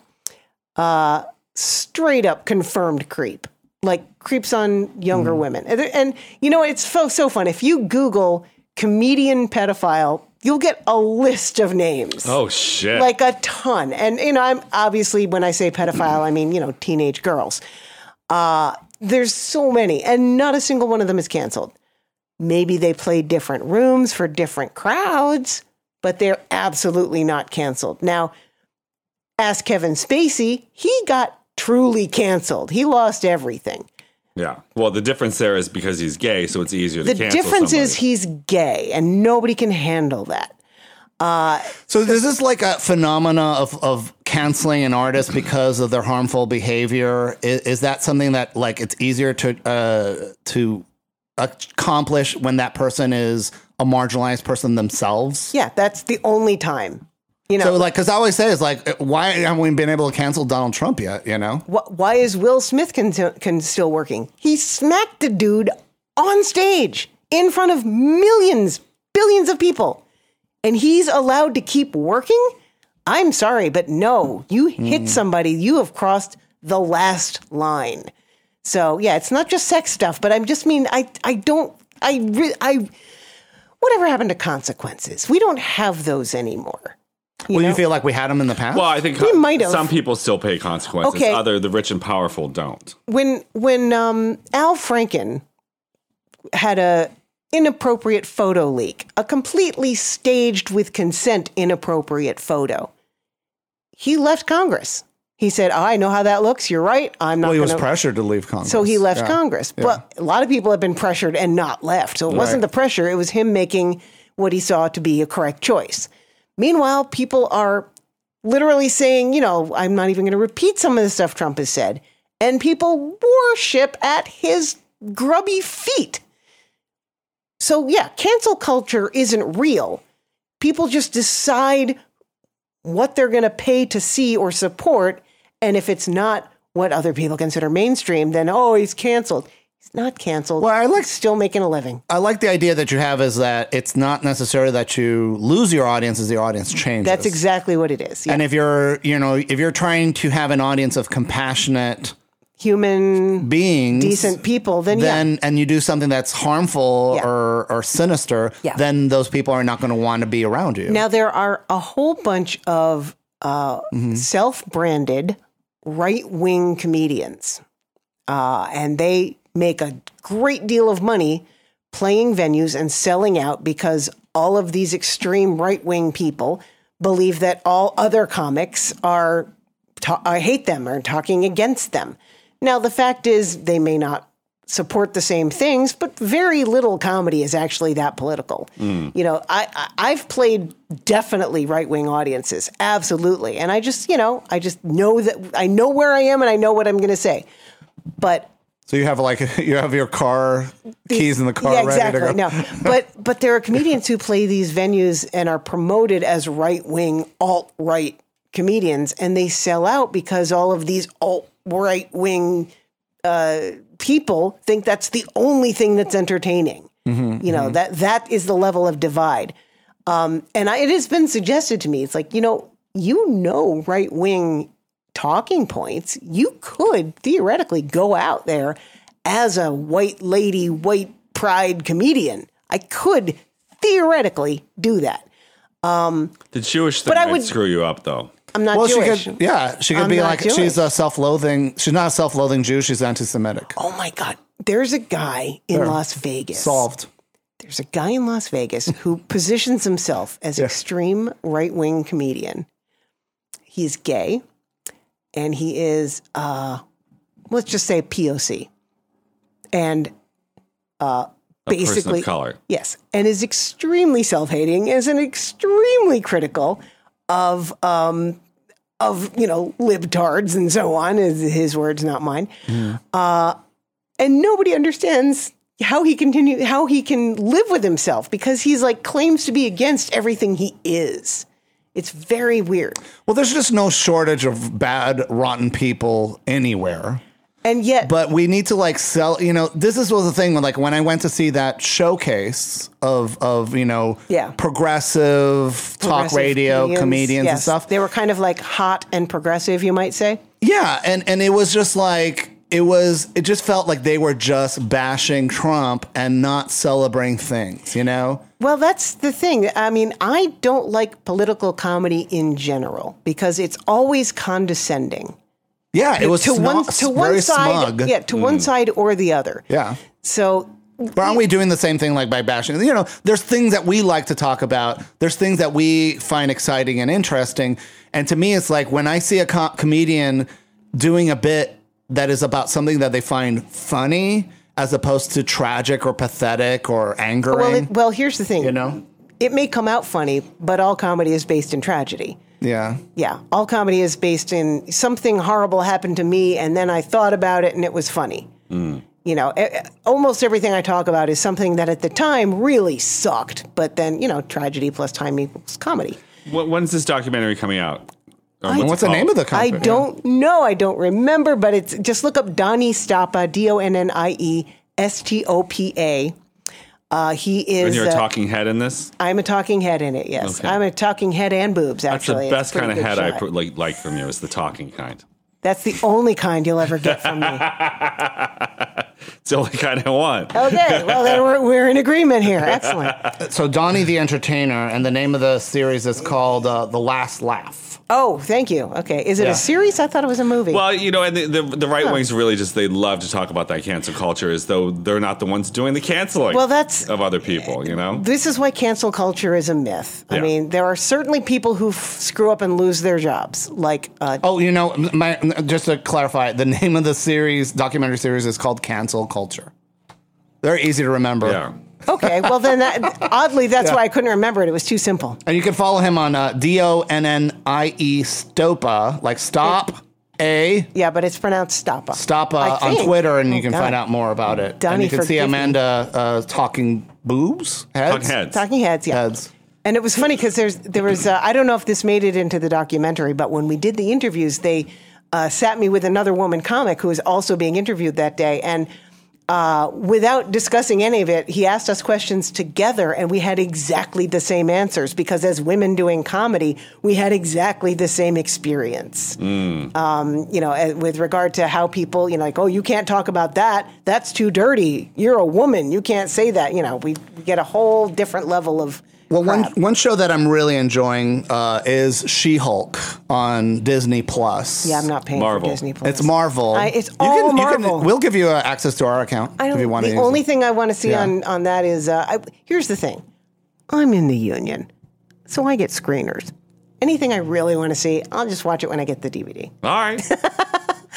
S4: uh, straight up confirmed creep, like creeps on younger
S1: Mm.
S4: women. And, there- and you know, it's so so fun. If you Google comedian pedophile, you'll get a list of names
S2: Oh, shit.
S4: like a ton. And you know, I'm obviously when I say pedophile, I mean you know teenage girls. Uh, there's so many, and not a single one of them is canceled. Maybe they play different rooms for different crowds, but they're absolutely not canceled. Now, ask Kevin Spacey; he got truly canceled. He lost everything.
S2: yeah. Well, the difference there is because he's gay, so it's easier
S4: The
S2: to cancel
S4: difference
S2: somebody.
S4: is he's gay, and nobody can handle that.
S1: So this is like a phenomena of, of canceling an artist because of their harmful behavior. Is, is that something that like it's easier to uh, to accomplish when that person is a marginalized person themselves?
S4: Yeah, that's the only time. You know,
S1: So like, because I always say is like, uh, why haven't we been able to cancel Donald Trump yet? You know.
S4: Wh- why is Will Smith con- con- still working? He smacked a dude on stage in front of millions, billions of people, and he's allowed to keep working? I'm sorry, but no, you hit somebody, you have crossed the last line. So, yeah, it's not just sex stuff, but I just mean, I, I don't, I, re- I, whatever happened to consequences? We don't have those anymore.
S1: well, you feel like we had them in the past.
S2: Well, I think uh,
S4: We might have.
S2: some people still pay consequences.
S4: Okay.
S2: Other the rich and powerful don't.
S4: when when um, Al Franken had a inappropriate photo leak, a completely staged with consent inappropriate photo, he left Congress. He said, "I know how that looks. You're right. I'm not."
S1: Well, he was
S4: gonna-"
S1: pressured to leave Congress.
S4: So he left
S1: Yeah.
S4: Congress. But a lot of people have been pressured and not left. So it wasn't
S1: Right.
S4: the pressure, it was him making what he saw to be a correct choice. Meanwhile, people are literally saying, you know, I'm not even going to repeat some of the stuff Trump has said. And people worship at his grubby feet. So, yeah, cancel culture isn't real. People just decide what they're going to pay to see or support. And if it's not what other people consider mainstream, then, oh, he's canceled. He's not canceled.
S1: Well, I like-
S4: He's still making a living.
S1: I like the idea that you have is that it's not necessarily that you lose your audience as the audience changes.
S4: That's exactly what it is. Yeah.
S1: And if you're, you know, if you're trying to have an audience of compassionate
S4: Human,
S1: beings,
S4: decent people, then, yeah.
S1: Mm-hmm. then and you do something that's harmful
S4: Yeah.
S1: or or sinister,
S4: Yeah.
S1: then those people are not going to want to be around you.
S4: Now there are a whole bunch of uh, self-branded right-wing comedians, uh, and they make a great deal of money playing venues and selling out because all of these extreme right-wing people believe that all other comics are ta- I hate them or talking against them. Now the fact is they may not support the same things, but very little comedy is actually that political. You know, I, I I've played definitely right wing audiences, absolutely, and I just you know I just know that I know where I am and I know what I'm going to say, but
S1: so you have like you have your car keys in the car
S4: yeah,
S1: ready
S4: exactly.
S1: to go.
S4: No, but but there are comedians who play these venues and are promoted as right wing, alt right comedians, and they sell out because all of these alt right wing uh, people think that's the only thing that's entertaining.
S1: Mm-hmm,
S4: you know that that is the level of divide. Um, and I, it has been suggested to me, it's like you know, you know, right wing talking points, you could theoretically go out there as a white lady, white pride comedian. I could theoretically do that.
S2: The Jewish thing
S4: I
S2: might
S4: would-
S2: screw you up though.
S4: I'm not
S1: Well,
S4: Jewish.
S1: she could, yeah, she could
S4: I'm
S1: be
S4: not
S1: like
S4: Jewish.
S1: she's a self-loathing. She's not a self-loathing Jew. She's anti-Semitic.
S4: oh my God. There's a guy in Las Vegas.
S1: Solved.
S4: There's a guy in Las Vegas who positions himself as extreme right wing comedian. He's gay and he is, uh, let's just say POC. And uh,
S2: Person
S4: basically,
S2: of color.
S4: Yes, and is extremely self-hating, is an extremely critical of um, of you know libtards and so on. Is his words, not mine.
S1: Mm-hmm.
S4: Uh, and nobody understands how he continue how he can live with himself because he's like claims to be against everything he is. It's very weird.
S1: Well, there's just no shortage of bad, rotten people anywhere.
S4: And yet,
S1: But we need to like sell. You know, this is was the thing when like when I went to see that showcase of of you know
S4: Yeah.
S1: progressive talk
S4: progressive
S1: radio comedians, and
S4: yes,
S1: stuff.
S4: They were kind of like hot and progressive, you might say.
S1: Yeah, and and it was just like it was. It just felt like they were just bashing Trump and not celebrating things. You know.
S4: Well, that's the thing. I mean, I don't like political comedy in general because it's always condescending.
S1: Yeah, it was
S4: to one
S1: smug-
S4: to one
S1: very
S4: side,
S1: smug. Mm.
S4: yeah, to one side or the other.
S1: Yeah.
S4: So
S1: But aren't we doing the same thing like by bashing? You know, there's things that we like to talk about. There's things that we find exciting and interesting. And to me, it's like when I see a co- comedian doing a bit that is about something that they find funny as opposed to tragic or pathetic or angering.
S4: well, it, well, here's the thing.
S1: you know?
S4: it may come out funny, but all comedy is based in tragedy.
S1: Yeah.
S4: Yeah, all comedy is based in something horrible happened to me, and then I thought about it, and it was funny.
S1: Mm.
S4: You know, e- e- almost everything I talk about is something that at the time really sucked, but then you know, tragedy plus time equals comedy.
S2: Wh- When's this documentary coming out? Or
S1: And what's the name of the
S4: I
S1: company?
S4: don't know. I don't remember, but it's just look up Donnie Stoppa, D O N N I E S T O P A. Uh, he
S2: And
S4: is.
S2: you're a
S4: uh,
S2: talking head in this.
S4: I'm a talking head in it. Yes,
S2: Okay.
S4: I'm a talking head and boobs.
S2: That's the
S4: Actually, It's
S2: best
S4: a pretty
S2: kind of
S4: good
S2: head I
S4: shot.
S2: pr- like, like from you. Is the talking kind.
S4: That's the only kind you'll ever get from me.
S2: It's the only kind I want.
S4: Okay, well then we're, we're in agreement here. Excellent.
S1: So Donnie the Entertainer, and the name of the series is called uh, The Last Laugh.
S4: Oh, thank you. Okay. Is it
S2: Yeah.
S4: a series? I thought it was a movie.
S2: Well, you know, and the, the, the right wings really just they love to talk about that cancel culture as though they're not the ones doing the canceling.
S4: Well, that's-
S2: of other people, you know.
S4: this is why cancel culture is a myth. I
S2: Yeah.
S4: mean, there are certainly people who f- screw up and lose their jobs. Like, uh,
S1: Oh, you know, my, just to clarify, the name of the series, documentary series, is called Cancel Culture. They're easy to remember.
S2: yeah.
S4: okay, well then that oddly that's why I couldn't remember it. It was too simple.
S1: And you can follow him on uh, D O N N I E Stopa, like stop a
S4: Yeah, but it's pronounced Stoppa. I
S1: Stopa on
S4: think.
S1: Twitter, and
S4: Oh,
S1: you can
S4: God.
S1: find out more about it. and
S4: Donnie,
S1: you can see
S4: forgive me.
S1: Amanda uh, talking boobs,
S2: On
S1: heads,
S2: heads.
S4: Talking heads, yeah.
S1: heads.
S4: And it was funny because there's there was uh, I don't know if this made it into the documentary, but when we did the interviews, they uh, sat me with another woman comic who was also being interviewed that day, and uh, without discussing any of it, he asked us questions together, and we had exactly the same answers because as women doing comedy, we had exactly the same experience. Um, you know, uh, with regard to how people, you know, like, oh, you can't talk about that. That's too dirty. You're a woman. You can't say that. You know, we get a whole different level of.
S1: Well, one,
S4: crap.
S1: one show that I'm really enjoying uh, is She Hulk on Disney Plus.
S4: Yeah, I'm not paying
S2: Marvel.
S4: for Disney Plus.
S1: It's Marvel.
S4: I, it's
S1: You
S4: all
S1: can- you can-
S4: Marvel.
S1: we'll give you uh, access to our account
S4: I don't,
S1: if you want to.
S4: the
S1: use
S4: only
S1: it.
S4: thing I want to see
S1: Yeah.
S4: on on that is uh, I, here's the thing. I'm in the union, so I get screeners. Anything I really want to see, I'll just watch it when I get the DVD.
S2: All right.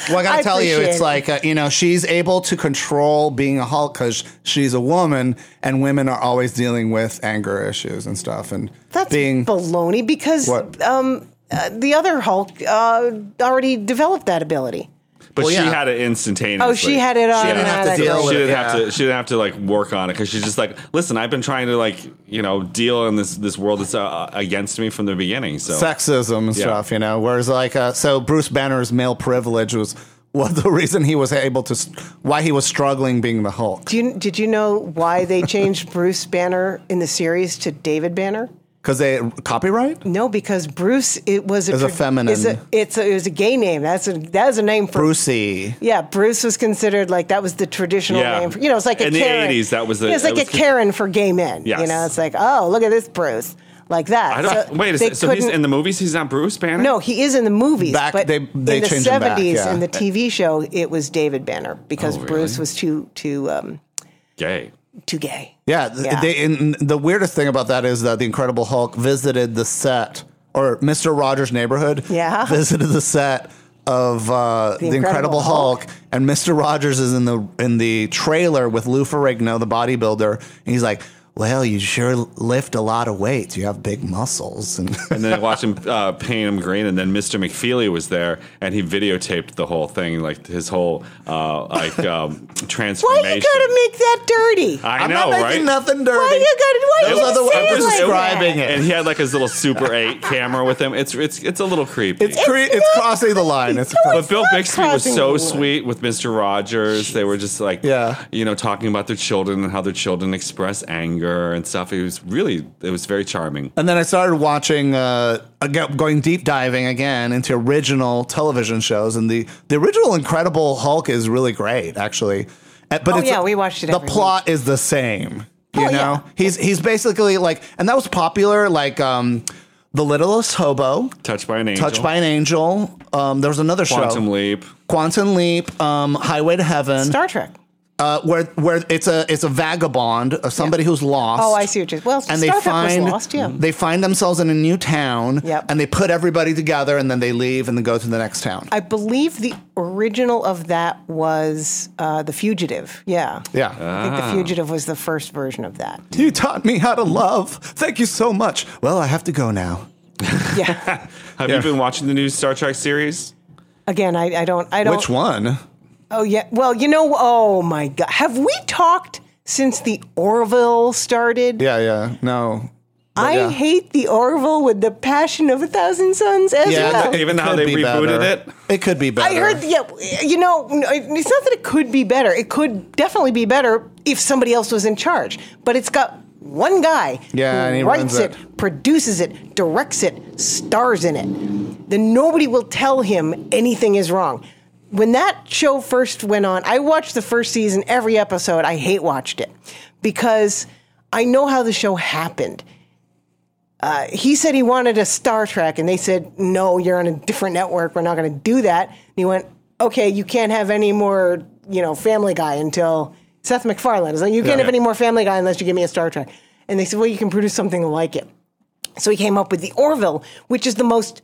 S1: Well, I gotta
S4: I
S1: tell you,
S4: appreciate
S1: it's
S4: it.
S1: like uh, you know, she's able to control being a Hulk because she's a woman, and women are always dealing with anger issues and stuff, and
S4: That's
S1: being
S4: baloney because
S1: What?
S4: um, uh, the other Hulk uh, already developed that ability.
S2: But
S1: Well,
S2: she
S1: yeah.
S2: had it instantaneously.
S4: Oh, she had it
S2: She
S1: didn't have to
S4: automatically.
S1: deal
S2: She
S1: with it,
S2: didn't have
S1: yeah.
S2: to. She didn't have to like work on it because she's just like, listen, I've been trying to like, you know, deal in this this world that's uh, against me from the beginning. So
S1: sexism and
S2: Yeah.
S1: stuff, you know. Whereas like, uh, so Bruce Banner's male privilege was was the reason he was able to, s- why he was struggling being the Hulk
S4: Do you, did you know why they changed Bruce Banner in the series to David Banner?
S1: because they copyright.
S4: No, because Bruce it was a,
S1: Is a
S4: pro-
S1: feminine.
S4: Is a, it's a, it was a gay name. That's a that is a name for
S1: Brucey.
S4: Yeah, Bruce was considered like that was the traditional
S2: Yeah.
S4: name. For, you know, it's like a
S2: In the
S4: Karen.
S2: 80s, that was the-
S4: You know, it's
S2: that
S4: like a
S2: was con-
S4: Karen for gay men.
S2: Yes.
S4: You know, it's like oh look at this Bruce like that.
S2: I don't.
S4: So
S2: wait a
S4: they
S2: second. So he's
S4: couldn't-
S2: in the movies. He's not Bruce Banner.
S4: No, he is in the movies.
S1: Back-
S4: but
S1: they- they
S4: in the
S1: changed him back, yeah.
S4: in the TV show, it was David Banner because
S2: Oh, really?
S4: Bruce was too too um,
S2: gay.
S4: too gay.
S1: Yeah, th-
S4: Yeah.
S1: They, and the weirdest thing about that is that the Incredible Hulk visited the set, or Mister Rogers' neighborhood,
S4: Yeah.
S1: visited the set of uh, the, Incredible,
S4: Incredible
S1: Hulk,
S4: Hulk.
S1: and Mister Rogers is in the in the trailer with Lou Ferrigno, the bodybuilder, and he's like, "Well, you sure lift a lot of weights. You have big muscles." And
S2: And then I watched him uh, paint him green, and then Mr. McFeely was there, and he videotaped the whole thing, like his whole uh, like um,
S4: Why
S2: transformation.
S4: you gotta make that dirty?
S2: I
S1: I'm
S2: know,
S1: not making
S2: right?
S1: nothing dirty.
S4: Why you gotta- why
S1: Those
S4: you
S1: are
S4: gotta
S1: the
S4: say
S1: I'm
S4: it
S1: just
S4: like
S1: describing
S4: that?
S1: it.
S2: And he had like his little Super 8 camera with him. It's it's it's a little creepy.
S1: It's, cre- it's, crossing the line. It's
S2: But Bill
S4: not
S2: Bixby was
S4: crossing
S2: so
S4: the line.
S2: sweet with Mr. Rogers. They were just like,
S1: Yeah.
S2: you know, talking about their children and how their children express anger and stuff. It was really, it was very charming.
S1: And then I started watching, uh, again, going deep diving again into original television shows, and the the original Incredible Hulk is really great, actually. Uh, But
S4: Oh,
S1: it's-
S4: yeah, we watched it
S1: The
S4: every
S1: plot is the same, you know.
S4: Oh, yeah.
S1: He's he's basically like, and that was popular, like um, The Littlest Hobo,
S2: Touched by an angel.
S1: Touched by an Angel. Um, there was another
S2: Quantum
S1: show,
S2: Leap.
S1: Quantum Leap, um, Highway to Heaven,
S4: Star Trek.
S1: uh, where where it's a it's a vagabond, uh, somebody who's lost.
S4: Oh, I see what you're. Well,
S1: and
S4: Star
S1: they
S4: Trek was
S1: find
S4: lost. Yeah.
S1: they find themselves in a new town
S4: Yep.
S1: and they put everybody together and then they leave and then go to the next town
S4: I believe the original of that was uh, The Fugitive. Yeah.
S1: yeah
S4: I
S2: Ah.
S4: think
S1: Ah.
S4: The Fugitive was the first version of that.
S1: you taught me how to love thank you so much well i have to go now
S4: Yeah.
S2: Have you been watching the new Star Trek series?
S4: Again, I, I don't. I don't.
S1: which one
S4: Oh yeah. Well, you know. Oh my God. Have we talked since the Orville started?
S1: yeah yeah no
S4: I
S1: yeah.
S4: hate the Orville with the passion of a thousand suns as well.
S1: it
S2: Even how
S1: could
S2: they
S1: be
S2: rebooted
S1: better.
S2: it?
S1: it could be better
S4: I heard, yeah, you know, uh, it's not that it could be better. It could definitely be better if somebody else was in charge. But it's got one guy
S1: Yeah, and he
S4: who writes
S1: runs
S4: it,
S1: it.
S4: produces it, directs it, stars in it. Then nobody will tell him anything is wrong. When that show first went on, I watched the first season, every episode. I hate watched it because I know how the show happened Uh, he said he wanted a Star Trek, and they said, "No, you're on a different network. We're not going to do that." And he went, "Okay, you can't have any more, you know, Family Guy until Seth MacFarlane." It's like you can't have
S2: yeah.
S4: any more Family Guy unless you give me a Star Trek. And they said, "Well, you can produce something like it." So he came up with the Orville, which is the most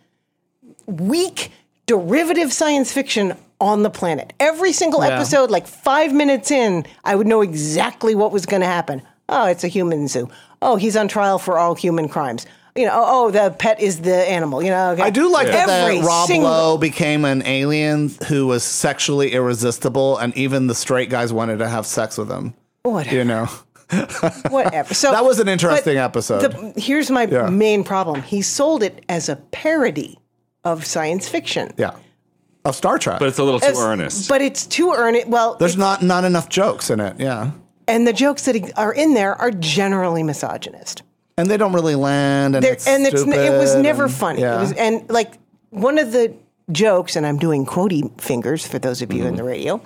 S4: weak derivative science fiction on the planet. Every single
S5: Yeah.
S4: episode, like five minutes in, I would know exactly what was going to happen. Oh, it's a human zoo. Oh, he's on trial for all human crimes. You know, oh, oh, the pet is the animal. You know, okay.
S1: I do like that, that
S4: Every
S1: Rob
S4: single-
S1: Lowe became an alien who was sexually irresistible, and even the straight guys wanted to have sex with him.
S4: Whatever.
S1: You know,
S4: whatever. So
S1: That was an interesting
S4: but
S1: episode.
S4: The, here's my
S1: Yeah.
S4: main problem: he sold it as a parody of science fiction.
S1: yeah, of Star Trek.
S2: But it's a little too
S4: As-
S2: earnest.
S4: but it's too earnest. Well,
S1: There's not not enough jokes in it. Yeah,
S4: and the jokes that are in there are generally misogynist.
S1: and they don't really land. And
S4: There-
S1: it's
S4: and it's, n- it was
S1: stupid,
S4: never
S1: and-
S4: funny.
S1: Yeah.
S4: It was, and like one of the jokes, and I'm doing quotey fingers for those of you
S1: Mm-hmm.
S4: in the radio.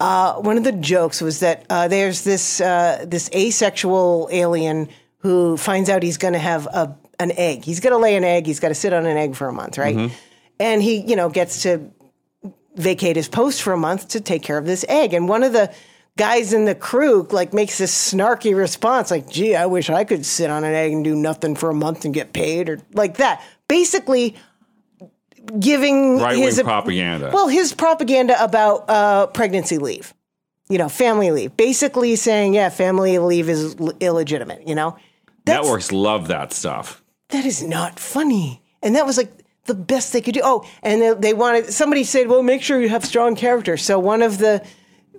S4: Uh, one of the jokes was that uh, there's this uh, this asexual alien who finds out he's going to have a an egg. He's going to lay an egg. He's got to sit on an egg for a month, right?
S1: Mm-hmm.
S4: And he, you know, gets to vacate his post for a month to take care of this egg. And one of the guys in the crew like makes this snarky response, like, gee, I wish I could sit on an egg and do nothing for a month and get paid or like that. Basically giving
S2: Right wing
S4: his
S2: propaganda.
S4: Well, his propaganda about uh, pregnancy leave, you know, family leave. Basically saying, yeah, family leave is l- illegitimate, you know? That's
S2: Networks love that stuff.
S4: that is not funny. And that was like the best they could do. Oh, and they, they wanted somebody said, "Well, make sure you have strong character." So one of the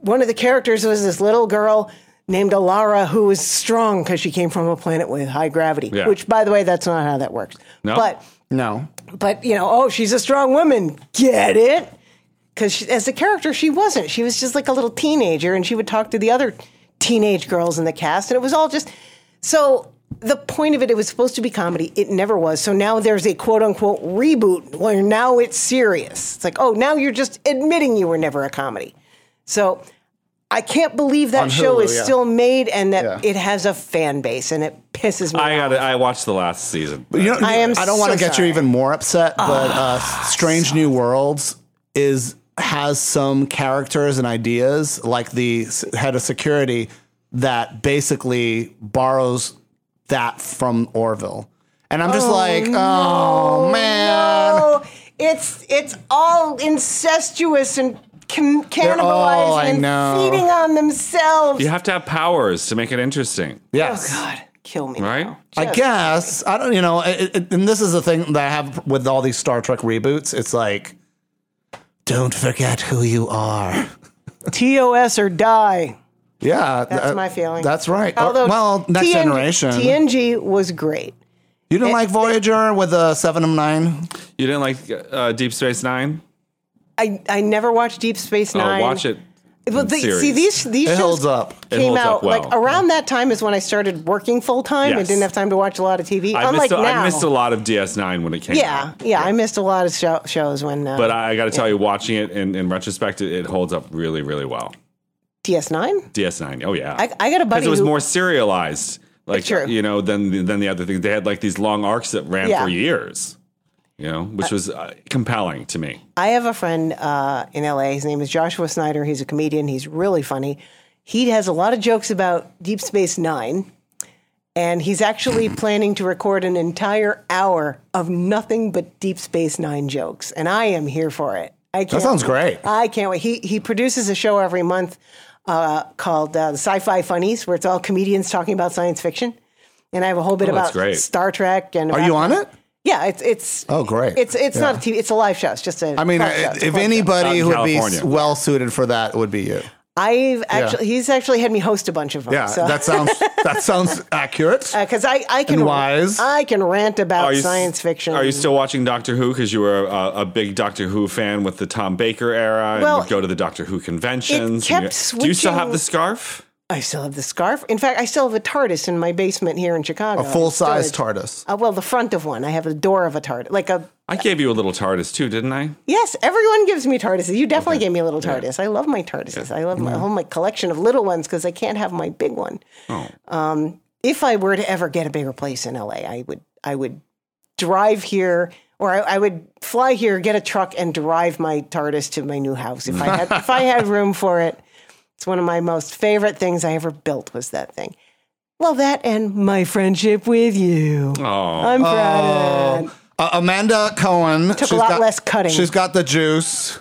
S4: one of the characters was this little girl named Alara who was strong because she came from a planet with high gravity.
S2: Yeah.
S4: Which, by the way, that's not how that works.
S2: No?
S4: But
S1: no.
S4: but you know, oh, she's a strong woman. Get it? Because as a character, she wasn't. She was just like a little teenager, and she would talk to the other teenage girls in the cast, and it was all just so. The point of it, it was supposed to be comedy. It never was. So now there's a quote unquote reboot where now it's serious. It's like, oh, now you're just admitting you were never a comedy. So I can't believe that
S1: On
S4: show
S1: Hulu,
S4: is
S1: yeah.
S4: still made and that
S1: Yeah.
S4: it has a fan base, and it pisses me
S2: I
S4: off.
S2: got to I watched the last season.
S1: But you know,
S4: I
S1: I
S4: am
S1: don't want
S4: so
S1: to get
S4: sorry.
S1: you even more upset, but uh, Strange New Worlds is has some characters and ideas, like the s- head of security that basically borrows that from Orville. And I'm just like, oh
S2: Um,
S1: man,
S4: Oh, it's it's all incestuous and can, cannibalizing
S1: all- I
S4: and
S1: know.
S4: feeding on themselves.
S2: You have to have powers to make it interesting,
S1: yes.
S4: Oh, God, kill me.
S2: right?
S4: now.
S1: I guess I don't. You know, it, it, and this is the thing that I have with all these Star Trek reboots. It's like, don't forget who you are.
S4: TOS or die.
S1: Yeah,
S4: That's
S2: Uh,
S1: that-
S4: my feeling.
S1: That's right.
S2: Oh,
S1: Or-
S4: Although
S1: well, next
S4: TNG
S1: generation.
S4: TNG was great.
S1: you didn't like Voyager with a seven of nine.
S2: You didn't like uh, Deep Space Nine?
S4: I, I never watched Deep Space
S2: Oh,
S4: Nine.
S2: watch it.
S4: Well,
S2: in
S4: the,
S2: series.
S4: see these these
S1: It
S4: shows
S1: holds up.
S2: It
S4: came
S2: holds up
S4: out like
S2: well.
S4: around that time is when I started working full time and
S2: Yes.
S4: didn't have time to watch a lot of TV.
S2: I
S4: Unlike
S2: missed, a,
S4: now,
S2: I missed a lot of DS9 when it came out.
S4: yeah, yeah, I missed a lot of show, shows when. Uh,
S2: But I, I got to tell you, watching it in, in retrospect, it, it holds up really, really well.
S4: DS9.
S2: DS9. Oh yeah,
S4: I- I got a buddy
S2: because it was
S4: who-
S2: more serialized, like
S4: True.
S2: you know, than than the other things. They had like these long arcs that ran
S4: Yeah.
S2: for years, you know, which was uh, compelling to me.
S4: I have a friend uh, in LA. His name is Joshua Snyder. He's a comedian. He's really funny. He has a lot of jokes about Deep Space Nine, and he's actually planning to record an entire hour of nothing but Deep Space Nine jokes. And I am here for it. I can't,
S1: sounds great.
S4: I can't wait. He he produces a show every month uh, called uh, the Sci-Fi Funnies, where it's all comedians talking about science fiction. And I have a whole bit
S2: Oh, that's
S4: about
S2: great.
S4: Star Trek. And
S1: Are
S4: about-
S1: you on it?
S4: Yeah, it's it's
S1: Oh, great.
S4: It's it's
S1: Yeah.
S4: not a TV. It's a live show. It's just a.
S1: I mean,
S4: talk
S1: I-
S4: show. It's a
S1: if
S4: talk show.
S1: anybody
S2: Out in
S1: would be
S2: California.
S1: s- well suited for that, it would be you.
S4: I've actually he's actually had me host a bunch of them.
S1: Yeah,
S4: so.
S1: that sounds that sounds accurate.
S4: because I I can
S1: And wise.
S4: I can rant about
S2: you s-
S4: science fiction.
S2: Are you still watching Doctor Who because you were a, a big Doctor Who fan with the Tom Baker era and
S4: Well,
S2: would go to the Doctor Who conventions?
S4: kept
S2: and you- Do you still
S4: switching-
S2: have the scarf?
S4: I still have the scarf. In fact, I still have a TARDIS in my basement here in Chicago.
S1: A full size
S4: Uh, Storage.
S1: TARDIS.
S4: Uh, well, the front of one. I have a door of a TARDIS, like a
S2: I gave you a little TARDIS too, didn't I?
S4: Yes, everyone gives me TARDISes. You definitely gave me a little TARDIS. I love my TARDISes. I love my
S1: Mm-hmm.
S4: whole my collection of little ones because I
S2: Oh.
S4: can't have my big one. Um, if I were to ever get a bigger place in LA, I would I would drive here or I, I would fly here, get a truck, and drive my TARDIS to my new house if I had if I had room for it. It's one of my most favorite things I ever built was that thing. Well, that and my friendship with you. I'm proud of it.
S1: Uh, Amanda Cohen took
S4: a lot less cutting.
S1: She's got the juice.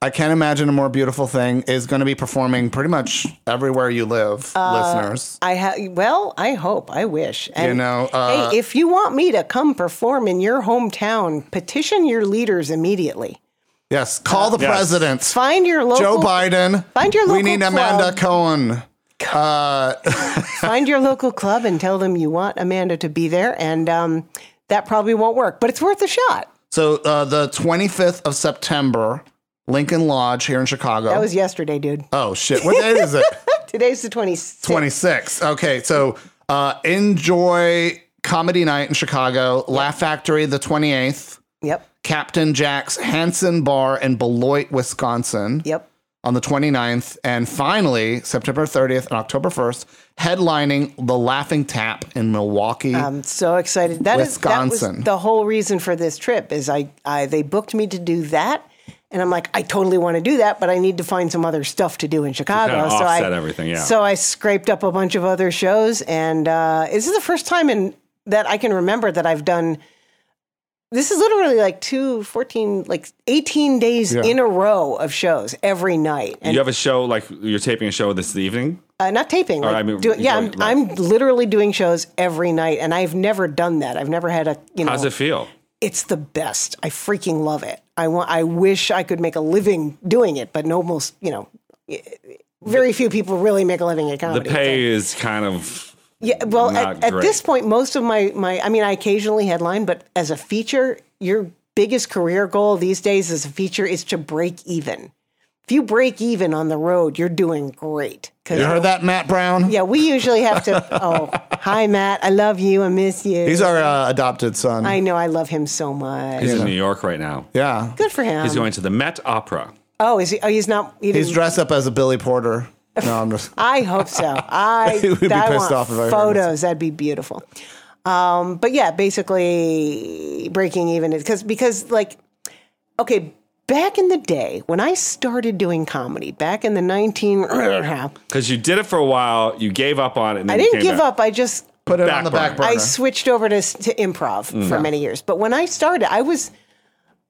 S1: I can't imagine a more beautiful thing. Is going to be performing pretty much everywhere you live,
S4: Uh,
S1: listeners.
S4: I have well, I hope, I wish. And
S1: know, uh,
S4: hey, if you want me to come perform in your hometown, petition your leaders immediately.
S1: Yes, call the
S2: Yes.
S1: president.
S4: Find your local
S1: Joe Biden.
S4: Find your
S1: We
S4: local
S1: need
S4: club.
S1: Amanda Cohen. Uh,
S4: find your local club and tell them you want Amanda to be there, and um, that probably won't work, but it's worth a shot.
S1: so uh, the 25th of September, Lincoln Lodge here in Chicago.
S4: That was yesterday, dude.
S1: oh shit! What day is it?
S4: Today's the twenty.
S1: 26. Okay, so uh, enjoy comedy night in Chicago. Laugh Factory the 28th.
S4: Yep.
S1: Captain Jack's Hanson Bar in Beloit, Wisconsin.
S4: Yep.
S1: on the 29th and finally September 30th and October 1st headlining the Laughing Tap in Milwaukee.
S4: I'm so excited. That is that was
S1: Wisconsin.
S4: the whole reason for this trip is I, I they booked me to do that, and I'm like I totally want to do that, but I need to find some other stuff to do in Chicago.
S2: kinda offset
S4: I
S2: everything, yeah.
S4: So I scraped up a bunch of other shows, and uh, this is the first time in that I can remember that I've done. This is literally like two, 14, like 18 days in a row of shows every night. And
S2: you have a show like you're taping a show this evening.
S4: uh, not taping. Like,
S2: I mean,
S4: do- yeah, I'm,
S2: right, right.
S4: I'm literally doing shows every night, and I've never done that. I've never had a you know.
S2: How's it feel?
S4: It's the best. I freaking love it. I want. I wish I could make a living doing it, but no, most you know, very few people really make a living at
S2: The
S4: comedy.
S2: pay is kind of
S4: Yeah, well,
S2: Not
S4: at, at
S2: great.
S4: this point, most of my my I mean, I occasionally headline, but as a feature, your biggest career goal these days as a feature is to break even. If you break even on the road, you're doing great. 'Cause-
S1: you heard that, Matt Brown?
S4: Yeah, we usually have to. Oh, hi, Matt. I love you. I miss you.
S1: He's our uh, adopted son.
S4: I know. I love him so much.
S2: he's in New York right now.
S1: yeah.
S4: Good for him.
S2: He's going to the Met Opera.
S4: oh, is he? Oh, he's not. He
S1: He's
S4: didn't-
S1: dressed up as a Billy Porter. No, I'm just
S4: I hope so. I,
S1: He would be
S4: I
S1: pissed
S4: want
S1: off if I heard
S4: photos. That'd be beautiful. Um, but yeah, basically breaking even is because because like okay, back in the day when I started doing comedy back in the nineteen, I
S2: Because you did it for a while, you gave up on it. And then you
S4: didn't
S2: came
S4: give
S2: back.
S4: up. I just
S1: put it
S2: Back
S1: on the back
S2: burner.
S1: burner.
S4: I switched over to, to improv for many years. But when I started, I was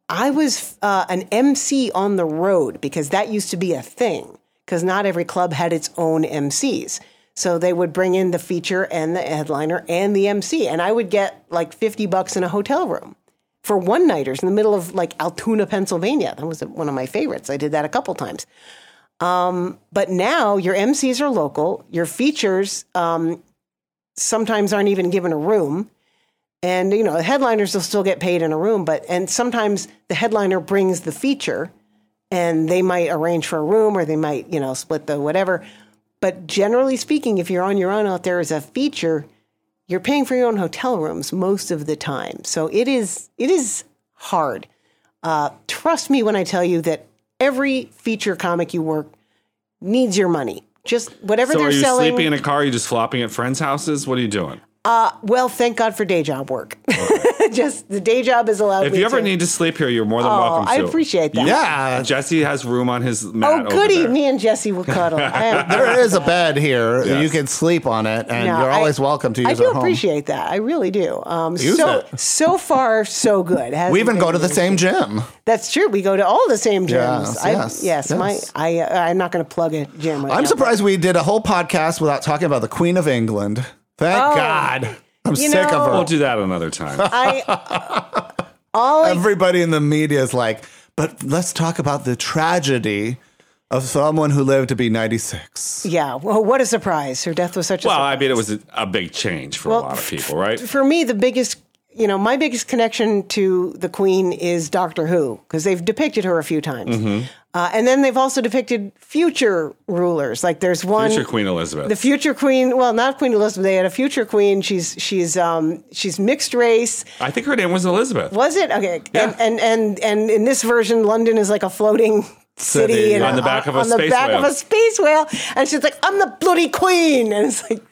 S4: I was uh, an MC on the road because that used to be a thing because not every club had its own MCs. So they would bring in the feature and the headliner and the MC and I would get like 50 bucks in a hotel room for one nighters in the middle of like Altoona, Pennsylvania. That was one of my favorites. I did that a couple times. Um, but now your MCs are local. Your features sometimes aren't even given a room. And you know, the headliners will still get paid in a room, but and sometimes the headliner brings the feature and they might arrange for a room or they might, you know, split the whatever. But generally speaking, if you're on your own out there as a feature, you're paying for your own hotel rooms most of the time. So it is it is hard. Uh, trust me when I tell you that every feature comic you work needs your money. Just whatever
S2: So
S4: they're
S2: are you
S4: selling.
S2: sleeping in a car? Are you just flopping at friends' houses? What are you doing?
S4: Well, thank God for day job work. Just the day job is allowed.
S2: If
S4: me
S2: you ever
S4: to-
S2: need to sleep here, you're more than welcome to.
S4: I appreciate that.
S1: yeah.
S2: Jesse has room on his mat.
S4: oh, goody,
S2: over there.
S4: me and Jesse will cuddle. I am-
S1: There is a bed here.
S2: Yes.
S1: You can sleep on it, and
S4: No,
S1: you're
S4: I-
S1: always welcome to use
S4: I do
S1: our home.
S4: appreciate that. I really do. Um,
S1: Use
S4: so
S1: it.
S4: so far so good. Hasn't
S1: We even
S4: been
S1: go to the
S4: an
S1: same
S4: issue.
S1: gym.
S4: That's true. We go to all the same gyms.
S1: Yes,
S4: I,
S1: yes,
S4: My
S1: yes.
S4: I uh, I'm not going to plug a gym. Right
S1: I'm
S4: now,
S1: surprised we did a whole podcast without talking about the Queen of England. Thank
S4: Oh.
S1: God. I'm
S4: You
S1: sick of her.
S4: know-
S2: We'll do that another time.
S4: but I all I
S1: everybody in the media is like, but let's talk about the tragedy of someone who lived to be 96.
S4: yeah. Well, what a surprise! Her death was such a
S2: well,
S4: surprise.
S2: I mean, it was a, a big change for
S4: Well,
S2: a lot of people, right?
S4: for me, the biggest, you know, my biggest connection to the Queen is Doctor Who because they've depicted her a few times,
S2: Mm-hmm.
S4: uh, and then they've also depicted future rulers. Like there's one
S2: Future Queen Elizabeth.
S4: the future Queen. Well, not Queen Elizabeth. They had a future Queen. She's she's um she's mixed race.
S2: I think her name was Elizabeth.
S4: Was it okay?
S2: Yeah.
S4: And, and and and in this version, London is like a floating. City,
S1: City,
S4: and
S1: yeah.
S2: On the back of a
S4: on the
S2: space
S4: back
S2: whale.
S4: of a space whale, and she's like, "I'm the bloody queen," and it's like,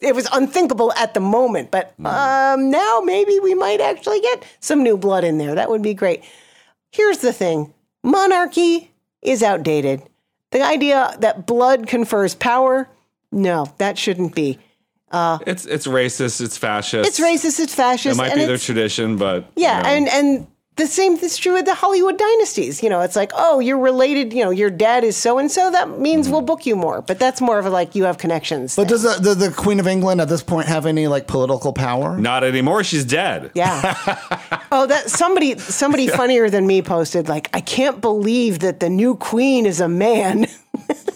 S4: it was unthinkable at the moment, but
S2: Hmm.
S4: um, now maybe we might actually get some new blood in there. That would be great. Here's the thing monarchy is outdated. The idea that blood confers power, no, that shouldn't be.
S2: It's it's racist. It's fascist.
S4: It's racist, it's fascist.
S2: It might
S4: and
S2: be their
S4: it's-
S2: tradition, but
S4: yeah,
S2: you know.
S4: and and the same is true with the Hollywood dynasties. You know, it's like, oh, you're related. You know, your dad is so and so. That means we'll book you more. But that's more of a like you have connections.
S1: But does the, does the Queen of England at this point have any like political power?
S2: not anymore. She's dead.
S4: yeah. oh, that somebody somebody funnier than me posted like, I can't believe that the new queen is a man.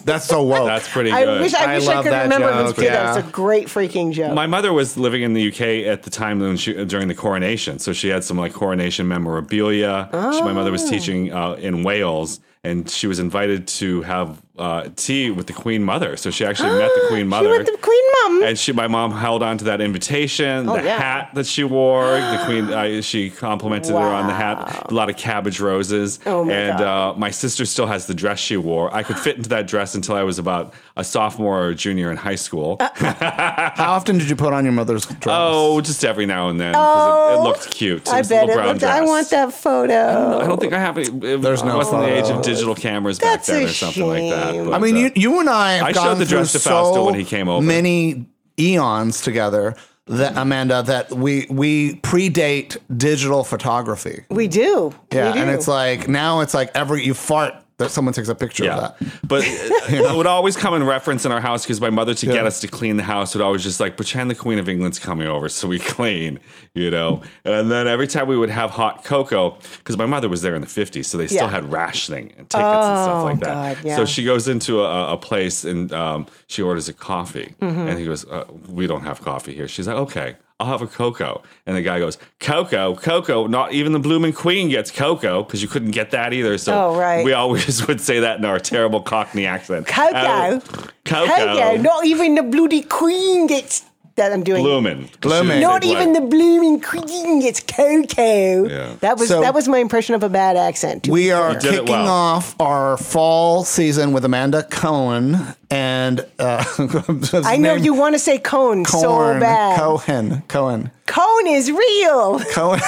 S1: That's so woke.
S2: That's pretty
S4: I
S2: good.
S4: wish I,
S1: I
S4: wish I
S1: love
S4: could
S1: that
S4: remember
S1: joke,
S4: this too. That was
S1: yeah.
S4: a great freaking joke.
S2: My mother was living in the UK at the time when she, during the coronation, so she had some like coronation memorabilia. She, my mother
S4: Oh.
S2: was teaching uh, in Wales, and she was invited to have uh, tea with the Queen Mother. So she actually met the Queen
S4: she
S2: Mother.
S4: went the queen mom.
S2: and she, my mom, held on to that invitation, the
S4: yeah.
S2: hat that she wore. The queen, I, she complimented her on the hat. A lot of cabbage roses.
S4: Oh, my
S2: and Uh, my sister still has the dress she wore. I could fit into that dress until I was about a sophomore or junior in high school.
S1: How often did you put on your mother's dress?
S2: Oh, just every now and then. 'cause It, it looked cute.
S4: Oh, I
S2: was a
S4: bet
S2: little
S4: it
S2: brown
S4: looked, I
S2: dress.
S4: want that photo.
S2: I don't think I have it. it
S1: There's
S2: There's
S1: no
S2: no. wasn't the age of
S1: photos.
S2: digital cameras
S4: That's
S2: back then
S4: a
S2: or something like that.
S4: shame.
S2: but,
S1: I mean,
S2: uh,
S1: you, you and I have
S2: I showed
S1: gone
S2: the dress
S1: through
S2: to Fausto
S1: so
S2: when he came over.
S1: many eons together that Amanda that we we predate digital photography.
S4: We do.
S1: Yeah,
S4: we do.
S1: and it's like now it's like every you fart that someone takes a picture
S2: Yeah,
S1: of that.
S2: but uh, it would always come in reference in our house because my mother, to get us to clean the house, would always just like pretend the Queen of England's coming over, so we clean, you know. And then every time we would have hot cocoa, because my mother was there in the '50s, so they still
S4: Yeah. Oh,
S2: had rationing and tickets and stuff like that.
S4: God, yeah.
S2: So she goes into a, a place and um, she orders a coffee,
S4: Mm-hmm.
S2: and he goes, uh, "We don't have coffee here." She's like, "Okay." I'll have a cocoa, and the guy goes cocoa, cocoa. Not even the blooming queen gets cocoa because you couldn't get that either. So
S4: Oh, right.
S2: we always would say that in our terrible Cockney accent.
S4: Cocoa.
S2: Uh, cocoa.
S4: Hell yeah, not even the bloody queen gets that I'm doing.
S2: Bloomin'.
S1: Bloomin'.
S4: Not even the blooming queen gets cocoa.
S2: Yeah.
S4: That was
S1: So-
S4: that was my impression of a bad accent.
S1: We are
S2: did it
S1: kicking
S2: well.
S1: off our fall season with Amanda Cohen and uh, his
S4: I know
S1: name-
S4: you want to say cone so
S1: Corn.
S4: bad.
S1: Cohen Cohen
S4: cone is real.
S1: Cohen.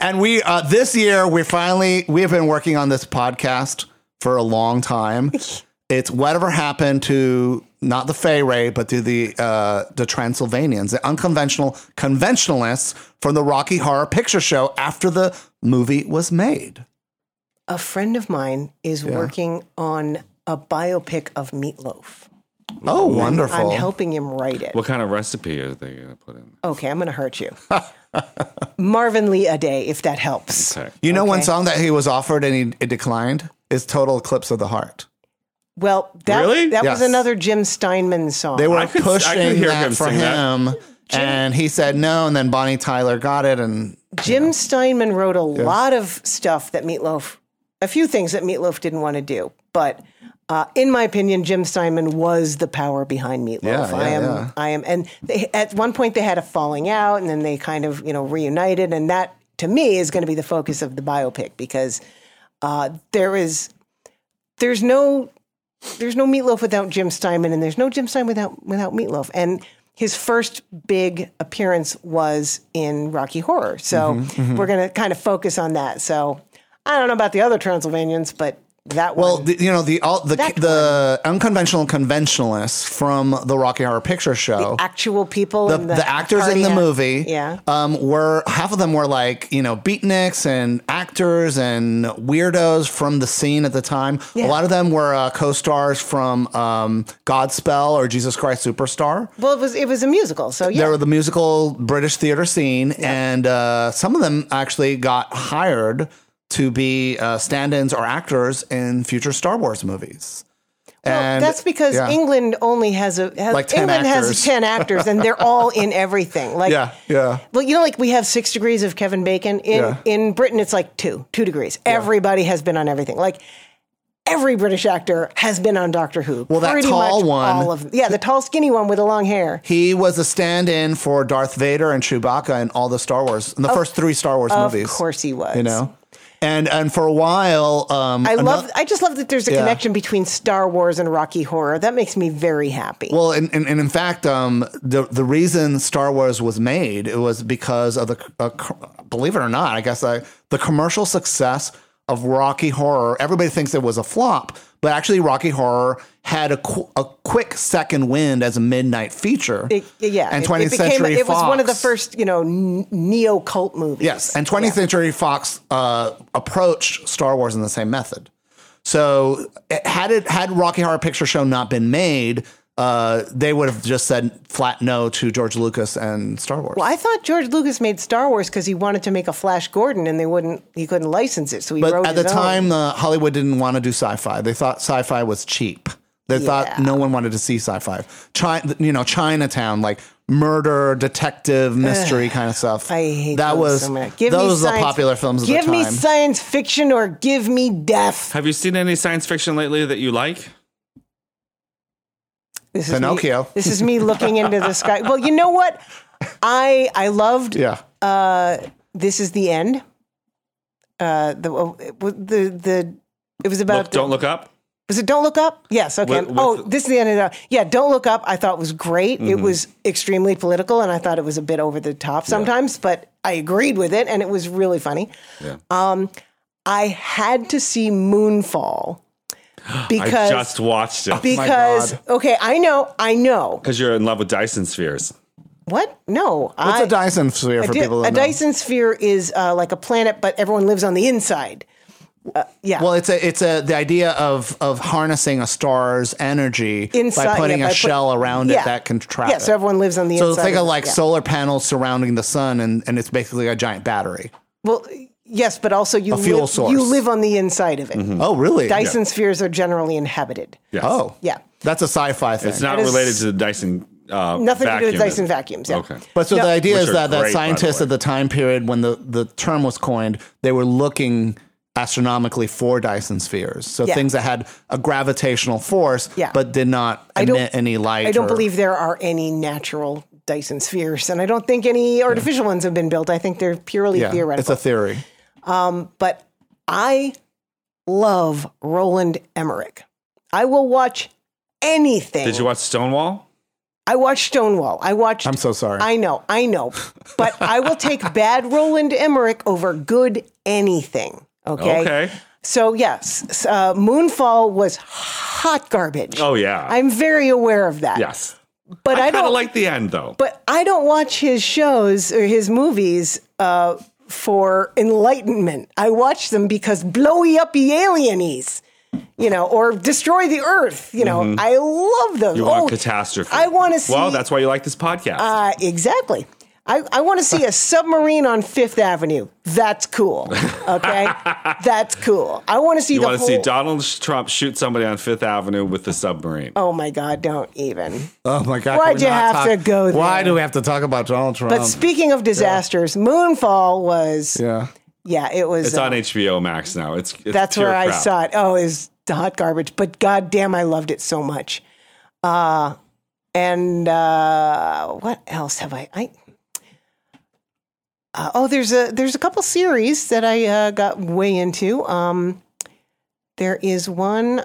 S1: and we uh, this year we finally we have been working on this podcast for a long time. It's whatever happened to not the Fey Ray, but to the uh, the Transylvanians, the unconventional conventionalists from the Rocky Horror Picture Show after the movie was made.
S4: A friend of mine is working on a biopic of meatloaf.
S1: Oh, wonderful!
S4: I'm helping him write it.
S2: What kind of recipe are they going to put in?
S4: Okay, I'm going to hurt you. Marvin Lee a day, if that helps.
S2: Okay.
S1: you know one song that he was offered and he it declined is "Total Eclipse of the Heart."
S4: Well, that,
S2: Really?
S4: that was
S1: Yes.
S4: another Jim Steinman song.
S1: They were
S2: Oh, I could- I could
S1: pushing
S2: hear
S1: that
S2: him
S1: for
S2: sing that.
S1: him, and he said no. And then Bonnie Tyler got it, and
S4: Jim Steinman wrote a lot of stuff that Meatloaf, a few things that Meatloaf didn't want to do. But uh, in my opinion, Jim Steinman was the power behind Meatloaf.
S1: Yeah,
S4: I
S1: yeah,
S4: am,
S1: yeah.
S4: I am, and they, at one point they had a falling out, and then they kind of you know reunited, and that to me is going to be the focus of the biopic because uh, there is there's no there's no meatloaf without Jim Steinman, and there's no Jim Steinman without without meatloaf. And his first big appearance was in Rocky Horror, so
S1: Mm-hmm,
S4: we're gonna kind of focus on that. So I don't know about the other Transylvanians, but that
S1: Well,
S4: one,
S1: the, you know the all, the
S4: That
S1: the unconventional conventionalists from the Rocky Horror Picture Show,
S4: actual people,
S1: the,
S4: in
S1: the actors in
S4: party
S1: the
S4: act-
S1: movie,
S4: yeah,
S1: um, were half of them were like you know beatniks and actors and weirdos from the scene at the time.
S4: Yeah.
S1: A lot of them were uh, co-stars from um, Godspell or Jesus Christ Superstar.
S4: well, it was it was a musical, so yeah,
S1: There were the musical British theater scene, and uh, some of them actually got hired to be uh, stand-ins or actors in future Star Wars movies.
S4: Well, that's because
S1: yeah.
S4: England only has a has,
S1: Like 10
S4: England
S1: actors.
S4: has ten actors, and they're all in everything. Like
S1: Yeah, yeah.
S4: Well, you know, like we have six degrees of Kevin Bacon in
S1: Yeah.
S4: in Britain. It's like two two degrees. Everybody has been on everything. Like. Every British actor has been on Doctor Who. Well,
S1: that tall one-
S4: all of yeah, the tall, skinny one with the long hair.
S1: He was a stand-in for Darth Vader and Chewbacca in all the Star Wars, in the first three Star Wars
S4: Oh, Of
S1: movies.
S4: course, he was.
S1: you know. And and for a while, um,
S4: I
S1: ano-
S4: love. I just love that there's a
S1: Yeah.
S4: connection between Star Wars and Rocky Horror. That makes me very happy.
S1: Well, and, and, and in fact, um, the the reason Star Wars was made it was because of the uh, co- believe it or not, I guess uh the commercial success of Rocky Horror. Everybody thinks it was a flop, but actually, Rocky Horror had a, qu- a quick second wind as a midnight feature.
S4: It- yeah,
S1: and
S4: it-
S1: twentieth
S4: it, became-
S1: century
S4: It was one of the
S1: Fox-
S4: first, you know, n- neo cult movies.
S1: Yes, and 20th Century Fox uh, approached Star Wars in the same method. So it- had it had Rocky Horror Picture Show not been made, uh, they would have just said flat no to George Lucas and Star Wars.
S4: I thought George Lucas made Star Wars because he wanted to make a Flash Gordon, and they wouldn't. He couldn't license it, so he
S1: but
S4: wrote
S1: at the
S4: his own.
S1: time, uh, Hollywood didn't want to do sci-fi. They thought sci-fi was cheap. They thought
S4: Yeah.
S1: no one wanted to see sci-fi. China, you know, Chinatown, like murder, detective, mystery kind of stuff.
S4: I hate
S1: that
S4: those
S1: was
S4: so much. Give me
S1: those were the
S4: science-
S1: popular films. Of
S4: Give
S1: the
S4: me
S1: time.
S4: science fiction or give me death.
S2: Have you seen any science fiction lately that you like?
S4: This is
S1: Pinocchio.
S4: Me, this is me looking into the sky. Well, you know what? I I loved. uh,
S1: yeah.
S4: This is the end. Uh, the the the. It was about
S2: Look, don't look up.
S4: Was it Don't Look Up? Yes. Okay.
S2: With- with-
S4: oh, this is the end of the. Yeah, Don't Look Up. I thought was great.
S1: Mm-hmm.
S4: It was extremely political, and I thought it was a bit over the top sometimes, but I agreed with it, and it was really funny.
S2: Yeah.
S4: Um, I had to see Moonfall
S2: I
S4: because
S2: just watched it because
S4: because
S1: God.
S4: okay, I know, I know.
S2: you're in love with Dyson spheres.
S4: What? No,
S1: What's
S4: I,
S1: a Dyson sphere for
S4: di-
S1: people? That
S4: a
S1: know?
S4: Dyson sphere is uh, like a planet, but everyone lives on the inside. Uh, yeah.
S1: Well, it's a it's a the idea of of harnessing a star's energy by
S4: Inside-
S1: putting
S4: yeah,
S1: a
S4: by put-
S1: shell around
S4: yeah.
S1: it that can trap
S4: yeah, so
S1: it.
S4: everyone lives on the
S1: So
S4: inside.
S1: think
S4: of
S1: of
S4: it,
S1: like
S4: yeah.
S1: solar panels surrounding the sun, and and it's basically a giant battery.
S4: Well, yes, but also you
S1: A fuel
S4: live,
S1: source.
S4: you live on the inside of it.
S1: Oh, really?
S4: Dyson spheres are generally inhabited.
S2: Yes.
S1: Oh,
S4: Yeah.
S1: That's a sci-fi thing.
S2: It's not
S4: That is-
S2: related to the Dyson. Uh,
S4: Nothing to do
S2: vacuum,
S4: with Dyson
S2: is it?
S4: vacuums. Yeah.
S2: Okay.
S1: but so
S4: No.
S1: the idea
S2: Which
S1: is
S2: are
S1: that that
S2: great, by the
S1: scientists
S2: way.
S1: at the time period when the the term was coined, they were looking astronomically for Dyson spheres. So
S4: Yeah.
S1: things that had a gravitational force,
S4: Yeah.
S1: but did not
S4: don't-
S1: emit any light.
S4: I don't
S1: or-
S4: believe there are any natural Dyson spheres, and I don't think any artificial ones have been built. I think they're purely
S1: Yeah, it's
S4: theoretical.
S1: a theory.
S4: but I love Roland Emmerich. I will watch anything.
S2: Did you watch Stonewall?
S4: I watched Stonewall. I watched.
S1: I'm so sorry.
S4: I know, I know, but I will take bad Roland Emmerich over good anything. Okay.
S2: Okay.
S4: So yes, s- uh, Moonfall was hot garbage.
S2: Oh yeah.
S4: I'm very aware of that.
S2: yes.
S4: but
S2: I,
S4: I,
S2: kind
S4: don't
S2: of like the end though.
S4: But I don't watch his shows or his movies uh, for enlightenment. I watch them because blowy uppy alienies, you know, or destroy the earth. You know, I love
S2: Mm-hmm.
S4: those.
S2: you want catastrophe.
S4: oh, I want to see.
S2: Well, that's why you like this podcast.
S4: Uh, exactly. I, I want to see a submarine on Fifth Avenue. That's cool. Okay, that's cool. I want to see
S2: you
S4: the
S2: want to
S4: whole.
S2: see Donald Trump shoot somebody on Fifth Avenue with a submarine.
S4: oh my God! Don't even.
S1: Oh my God! can
S4: Why'd
S1: we
S4: you
S1: not
S4: have
S1: talk-
S4: to go there?
S1: Why do we have to talk about Donald Trump?
S4: But speaking of disasters, Moonfall was yeah,
S1: yeah,
S4: it was.
S2: It's
S4: uh,
S2: on HBO Max now. It's, it's
S4: that's
S2: pure
S4: where I
S2: crap.
S4: saw it. Oh, is the hot garbage. But goddamn, I loved it so much. Uh, and uh, what else have I? I uh, oh, there's a there's a couple series that I uh, got way into. Um, there is one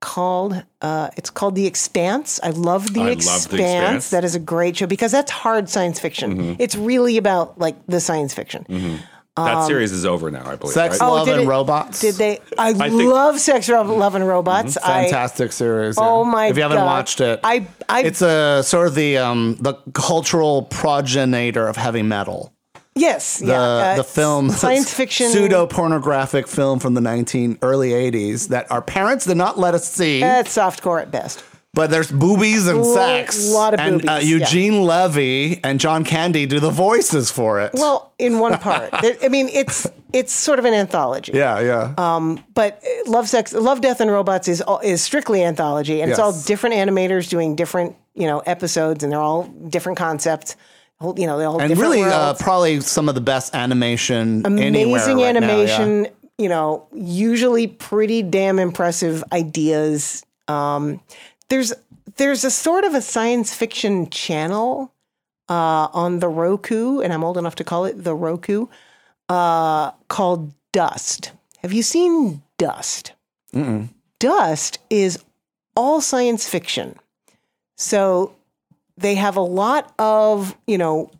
S4: called uh, it's called The Expanse. I love The
S2: I love The
S4: Expanse.
S2: Expanse. Mm-hmm.
S4: That is a great show because that's hard science fiction. It's really about like the science fiction.
S2: That
S4: um,
S2: series is over now, I believe.
S1: Sex,
S2: right?
S4: Oh,
S1: Love,
S4: did
S1: and
S4: it-
S1: Robots. Mm-hmm.
S4: Did they? I,
S2: think-
S4: love Sex, Rob- Love, and Robots. I,
S1: Fantastic series.
S4: oh
S1: yeah.
S4: my!
S1: If you haven't
S4: God.
S1: watched it,
S4: I, I,
S1: it's a sort of the um the cultural progenitor of heavy metal.
S4: yes,
S1: The,
S4: yeah, uh,
S1: the film,
S4: science fiction,
S1: pseudo pornographic film from the nineteen early eighties that our parents did not let us see.
S4: That's softcore at best.
S1: but there's boobies and
S4: Lo-
S1: sex.
S4: lot of
S1: and, Uh,
S4: boobies, yeah.
S1: Eugene Levy and John Candy do the voices for it.
S4: Well, in one part, There- I mean, it's it's sort of an anthology.
S1: yeah, yeah.
S4: But uh, Love, Sex, Love, Death, and Robots is all, is strictly anthology, and it's all
S1: Yes.
S4: different animators doing different you know episodes, and they're all different concepts. Whole- You know, they're all
S1: and
S4: different
S1: really uh,
S4: worlds.
S1: probably some of the best animation anywhere
S4: amazing
S1: right now, yeah.
S4: animation you know usually pretty damn impressive ideas um there's there's a sort of a science fiction channel uh on the roku and i'm old enough to call it the roku uh called dust. Have you seen dust? Dust is all science fiction. So they have a lot of, you know,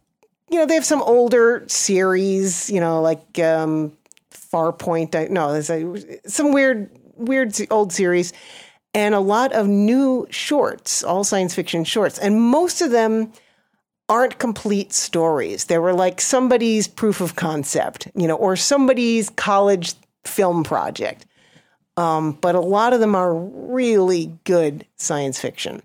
S4: you know, they have some older series, you know, like um, Farpoint. I, no, there's a, some weird, weird se- old series, and a lot of new shorts, all science fiction shorts, and most of them aren't complete stories. They were like somebody's proof of concept, you know, or somebody's college film project. Um, but a lot of them are really good science fiction.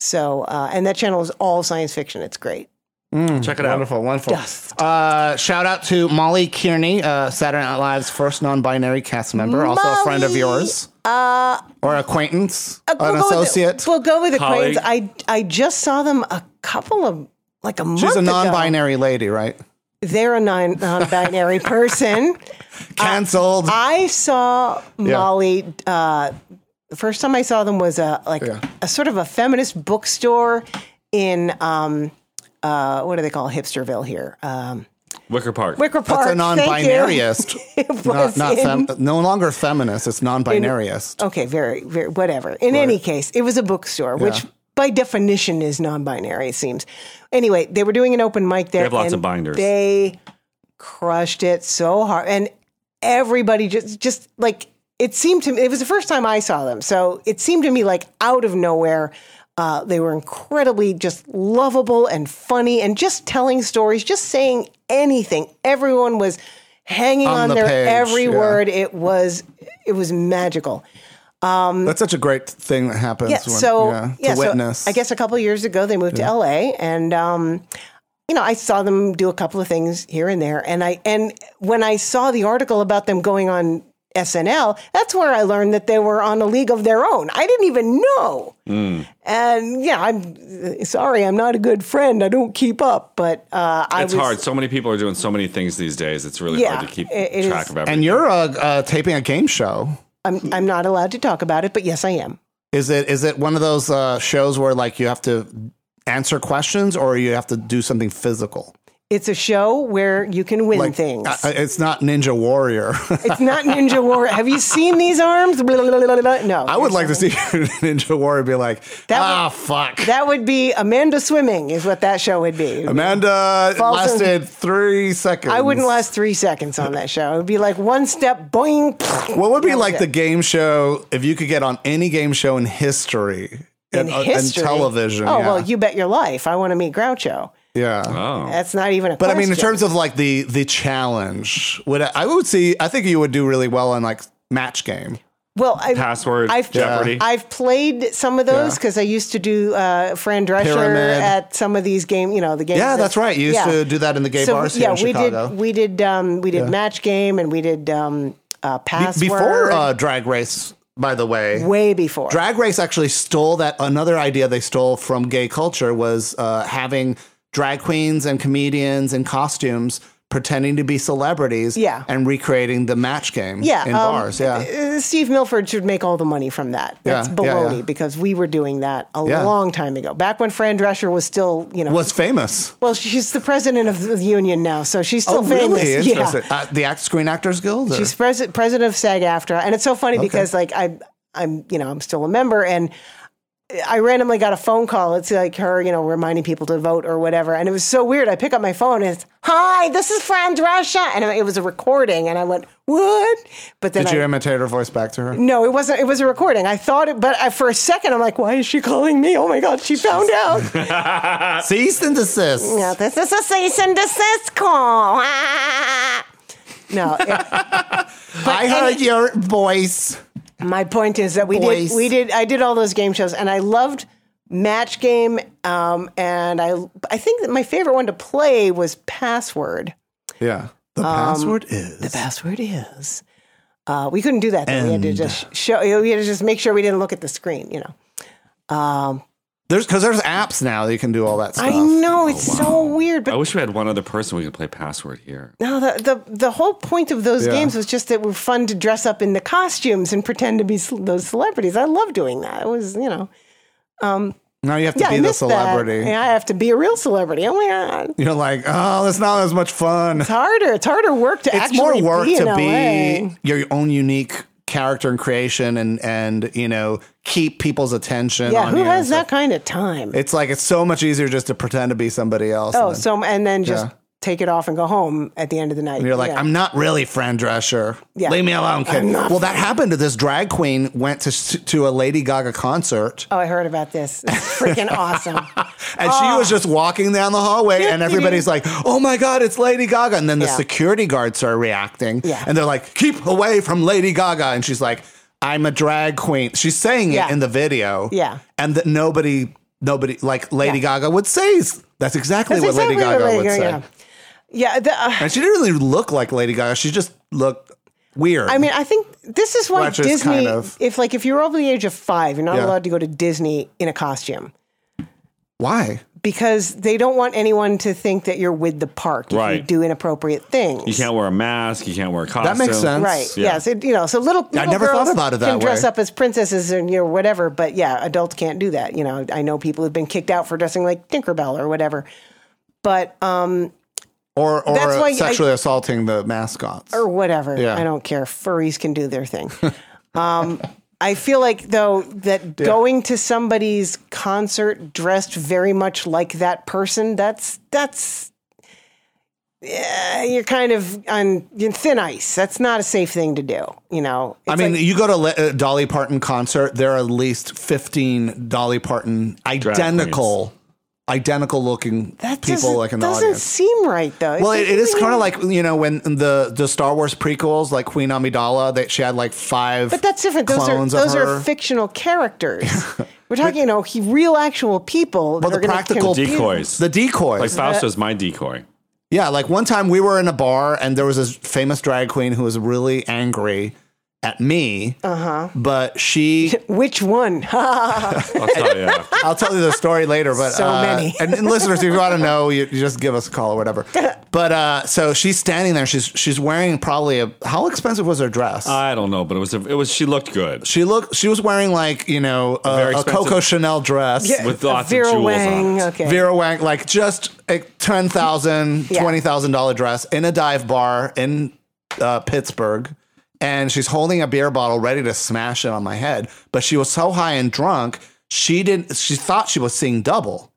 S4: So, uh, and that channel is all science fiction. It's great.
S2: Check it out.
S1: Wonderful, wonderful. Uh, shout out to Molly Kearney, uh, Saturday Night Live's first non-binary cast member, also a friend of
S4: Molly!
S1: yours,
S4: Uh,
S1: or acquaintance, an
S4: go with the-
S1: associate.
S4: Uh, we'll go with
S2: Colleague.
S4: acquaintance. I I just saw them a couple of like a month.
S1: She's a
S4: ago. Uh,
S1: non-binary lady, right?
S4: They're a non non-binary person.
S1: Cancelled.
S4: I saw Molly. Uh, the first time I saw them was a like
S1: Yeah.
S4: a sort of a feminist bookstore in um uh what do they call hipsterville here um
S2: Wicker Park.
S4: Wicker Park.
S1: That's a
S4: thank you.
S1: non-binariest.
S4: It
S1: not
S4: was
S1: not fem-
S4: in-
S1: no longer feminist. It's non-binariest.
S4: Okay, very, very, whatever. In any case, it was a bookstore, which
S1: Yeah.
S4: by definition is non-binary. It seems. Anyway, they were doing an open mic there.
S2: have lots
S4: and
S2: of binders.
S4: They crushed it so hard, and everybody just, just like it seemed to me. It was the first time I saw them, so it seemed to me like out of nowhere. Uh, they were incredibly just lovable and funny, and just telling stories, just saying anything. Everyone was hanging
S1: On
S4: on,
S1: the
S4: their
S1: page,
S4: every
S1: yeah.
S4: word. It was, it was magical.
S1: That's such a great thing that happens.
S4: um, Yeah.
S1: when,
S4: so
S1: yeah,
S4: yeah.
S1: to witness.
S4: So I guess a couple of years ago they moved to LA, and um, you know I saw them do a couple of things here and there, and I and when I saw the article about them going on SNL, that's where I learned that they were on a league of their own. I didn't even know.
S1: Mm.
S4: And yeah, I'm uh, sorry, I'm not a good friend. I don't keep up, but uh, I
S2: It's
S4: was,
S2: hard. So many people are doing so many things these days. It's really
S4: Yeah,
S2: hard to keep
S4: it- it
S2: track
S4: is.
S2: of everything.
S1: and you're uh, uh, taping a game show.
S4: I'm I'm not allowed to talk about it, but yes, I am.
S1: Is it is it one of those uh, shows where like you have to answer questions or you have to do something physical?
S4: It's a show where you can win
S1: Like
S4: things.
S1: I- I- it's not Ninja Warrior.
S4: It's not Ninja War. Have you seen these arms? Blah, blah, blah, blah, blah. No.
S1: I would like to see Ninja Warrior be like,
S4: That would-
S1: ah, fuck.
S4: That would be Amanda swimming, is what that show would be.
S1: Amanda
S4: False
S1: lasted three seconds.
S4: I wouldn't last three seconds on that show. It would be like one step, boing. pfft.
S1: What would be
S4: That was
S1: like
S4: it.
S1: the game show if you could get on any game show in history?
S4: in
S1: uh,
S4: history?
S1: television.
S4: Oh
S1: yeah.
S4: well, you bet your life. I want to meet Groucho.
S1: yeah.
S2: oh.
S4: That's not even a.
S1: But I mean, in terms of like the the challenge, would I, I would see? I think you would do really well on like match game.
S4: well, I,
S2: Password,
S4: I've,
S2: Jeopardy.
S4: I've played some of those
S1: Yeah.
S4: because I used to do uh, Fran Drescher
S1: Pyramid.
S4: at some of these game. You know the games.
S1: Yeah,
S4: that-
S1: that's right. You used
S4: Yeah.
S1: to do that in the gay bars here in
S4: we
S1: Chicago.
S4: did we did um, we did match game and we did um, uh, password
S1: Before uh, Drag Race, by the way,
S4: way before.
S1: Drag Race actually stole that. Another idea they stole from gay culture was uh, having drag queens and comedians in costumes pretending to be celebrities
S4: Yeah.
S1: and recreating the match game
S4: yeah,
S1: in
S4: um,
S1: bars. Yeah.
S4: uh, Steve Milford should make all the money from that. That's
S1: Yeah, yeah,
S4: baloney
S1: yeah.
S4: because we were doing that a
S1: Yeah.
S4: long time ago, back when Fran Drescher was still, you know,
S1: was famous.
S4: well, she's the president of the union now, so she's still
S1: oh,
S4: famous.
S1: really? Interesting.
S4: Yeah.
S1: Uh, the Act Screen Actors Guild? or-
S4: She's pres- president of SAG-AFTRA, and it's so funny because like I, I'm you know I'm still a member, and I randomly got a phone call. It's like her you know reminding people to vote or whatever, and it was so weird. I pick up my phone and it's hi, this is Fran Russia, and it was a recording, and I went what? But then
S1: Did you
S4: I,
S1: imitate her voice back to her?
S4: no, it wasn't. It was a recording. I thought it, but I, for a second, I'm like, why is she calling me? Oh my god, she found out.
S1: Cease and desist.
S4: No, this is a cease and desist call. Ah. No, it-
S1: I heard your voice.
S4: My point is that we
S1: Boys.
S4: did we did I did all those game shows and I loved Match Game um, and I I think that my favorite one to play was Password.
S1: Yeah. The
S4: Um,
S1: password is.
S4: Password is. Uh, we couldn't do that. Though. We had to just show. We had to just make sure we didn't look at the screen. You know.
S1: There's because there's apps now that you can do all that stuff.
S4: I know it's so weird,
S2: I
S4: but
S2: wish we had one other person we could play password here.
S4: no. The, the the whole point of those
S1: Yeah.
S4: games was just that were fun to dress up in the costumes and pretend to be ce- those celebrities. I love doing that. It was you know. Um,
S1: Now you have to
S4: Yeah, I
S1: be the
S4: missed
S1: celebrity.
S4: that. Yeah, I have to be a real celebrity. Oh my god,
S1: You're like, oh, that's not as much fun.
S4: it's harder. It's harder work to
S1: It's
S4: actually
S1: more work
S4: be in
S1: to
S4: LA.
S1: be your own unique character and creation, and and you know keep people's attention.
S4: Yeah,
S1: on
S4: who
S1: you and
S4: has
S1: stuff.
S4: that kind of time?
S1: It's like it's so much easier just to pretend to be somebody else.
S4: oh,
S1: and then-
S4: so and then just
S1: Yeah.
S4: take it off and go home at the end of the night.
S1: And you're like,
S4: Yeah.
S1: I'm not really Fran Drescher.
S4: Yeah.
S1: Leave me alone, kid.
S4: I'm not
S1: Well, that happened to this drag queen went to s- to a Lady Gaga concert,
S4: Oh, I heard about this. It's freaking awesome.
S1: and she
S4: Ah.
S1: was just walking down the hallway, and everybody's like, "Oh my god, it's Lady Gaga!" And then the
S4: Yeah.
S1: security guards are reacting,
S4: Yeah.
S1: and they're like, "Keep away from Lady Gaga!" And she's like, "I'm a drag queen." She's saying
S4: Yeah.
S1: it in the video,
S4: Yeah.
S1: and that nobody, nobody like Lady Gaga would say. s- That's exactly
S4: That's
S1: what
S4: exactly
S1: Lady
S4: what
S1: Gaga
S4: Lady
S1: would
S4: Gaga-
S1: say,
S4: yeah. Yeah, the, uh,
S1: and she didn't really look like Lady Gaga. She just looked weird.
S4: I mean, I think this is why
S1: Which is
S4: Disney.
S1: kind of-
S4: If like if you're over the age of five, you're not
S1: Yeah.
S4: allowed to go to Disney in a costume
S1: why?
S4: because they don't want anyone to think that you're with the park if you
S2: Right.
S4: do inappropriate things.
S2: You can't wear a mask. You can't wear a
S1: That
S2: costume.
S1: makes sense.
S4: Right.
S2: Yeah.
S4: Yes. It, you know, so little, little
S1: never
S4: girls
S1: thought about it that
S4: can dress
S1: way.
S4: up as princesses and you know whatever, but yeah, adults can't do that. You know, I know people who've been kicked out for dressing like Tinkerbell or whatever. But um
S1: or or
S4: That's why I-
S1: sexually assaulting the mascots.
S4: or whatever.
S1: Yeah.
S4: I don't care. Furries can do their thing. um I feel like though that going to somebody's concert dressed very much like that person, that's that's yeah, you're kind of on in thin ice. That's not a safe thing to do, you know.
S1: I
S4: It's
S1: mean,
S4: like-
S1: you go to Le- uh, Dolly Parton concert. There are at least fifteen Dolly Parton identical, identical looking people
S4: doesn't-
S1: like in the
S4: doesn't
S1: audience.
S4: seem right though.
S1: Well, it, it is
S4: doesn't
S1: kind of
S4: even-
S1: like you know when the the Star Wars prequels, like Queen Amidala, that she had like five.
S4: but that's different. Those are
S1: clones of
S4: those
S1: her.
S4: are fictional characters. We're talking, you know, he, real actual people.
S1: Well,
S4: that are
S1: the
S4: gonna
S1: practical
S4: compete-
S2: Decoys.
S1: The decoys,
S2: Like Fausto's my decoy.
S1: Yeah, like one time we were in a bar and there was this famous drag queen who was really angry at me. Uh-huh. But she
S4: Which one?
S2: I'll tell you. after.
S1: I'll tell you the story later, but
S4: So
S1: uh,
S4: many.
S1: and, and listeners, if you want to know, you, you just give us a call or whatever. But uh, so she's standing there. She's she's wearing probably a how expensive was her dress?
S2: I don't know, but it was a, it was she looked good
S1: she looked. She was wearing like you know
S2: very
S1: a, a
S2: expensive-
S1: Coco Chanel dress.
S2: with lots
S4: Vera
S2: of jewels on.
S4: Wang.
S2: It.
S4: Okay.
S1: Vera Wang, like just a ten thousand,
S4: Yeah.
S1: twenty thousand dollar dress in a dive bar in uh, Pittsburgh, and she's holding a beer bottle ready to smash it on my head. But she was so high and drunk, she didn't. She thought she was seeing double,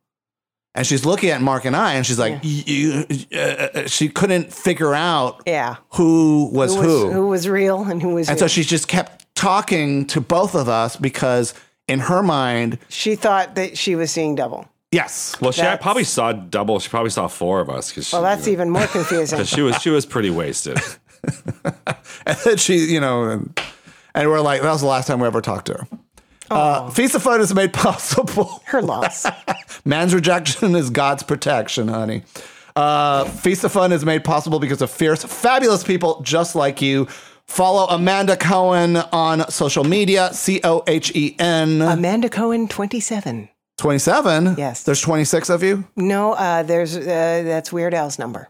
S1: and she's looking at Mark and I, and she's like, "You." uh, uh," she couldn't figure out
S4: yeah.
S1: who was who,
S4: was, who was real and who was?
S1: and so
S4: real.
S1: she just kept talking to both of us because in her mind,
S4: she thought that she was seeing double.
S1: yes,
S2: Well, she
S4: That's-
S2: probably saw double. She probably saw four of us because
S4: Well, that's even more confusing.
S2: she was she was pretty wasted.
S1: And then she, you know, and, and we're like, that was the last time we ever talked to her. Uh, Feast of Fun is made possible.
S4: Her loss.
S1: Man's rejection is God's protection, honey. Uh, Feast of Fun is made possible because of fierce, fabulous people just like you. Follow Amanda Cohen on social media, C O H E N
S4: Amanda Cohen, twenty-seven.
S1: 27.
S4: Yes.
S1: There's 26 of you.
S4: No, uh, there's uh, that's Weird Al's number.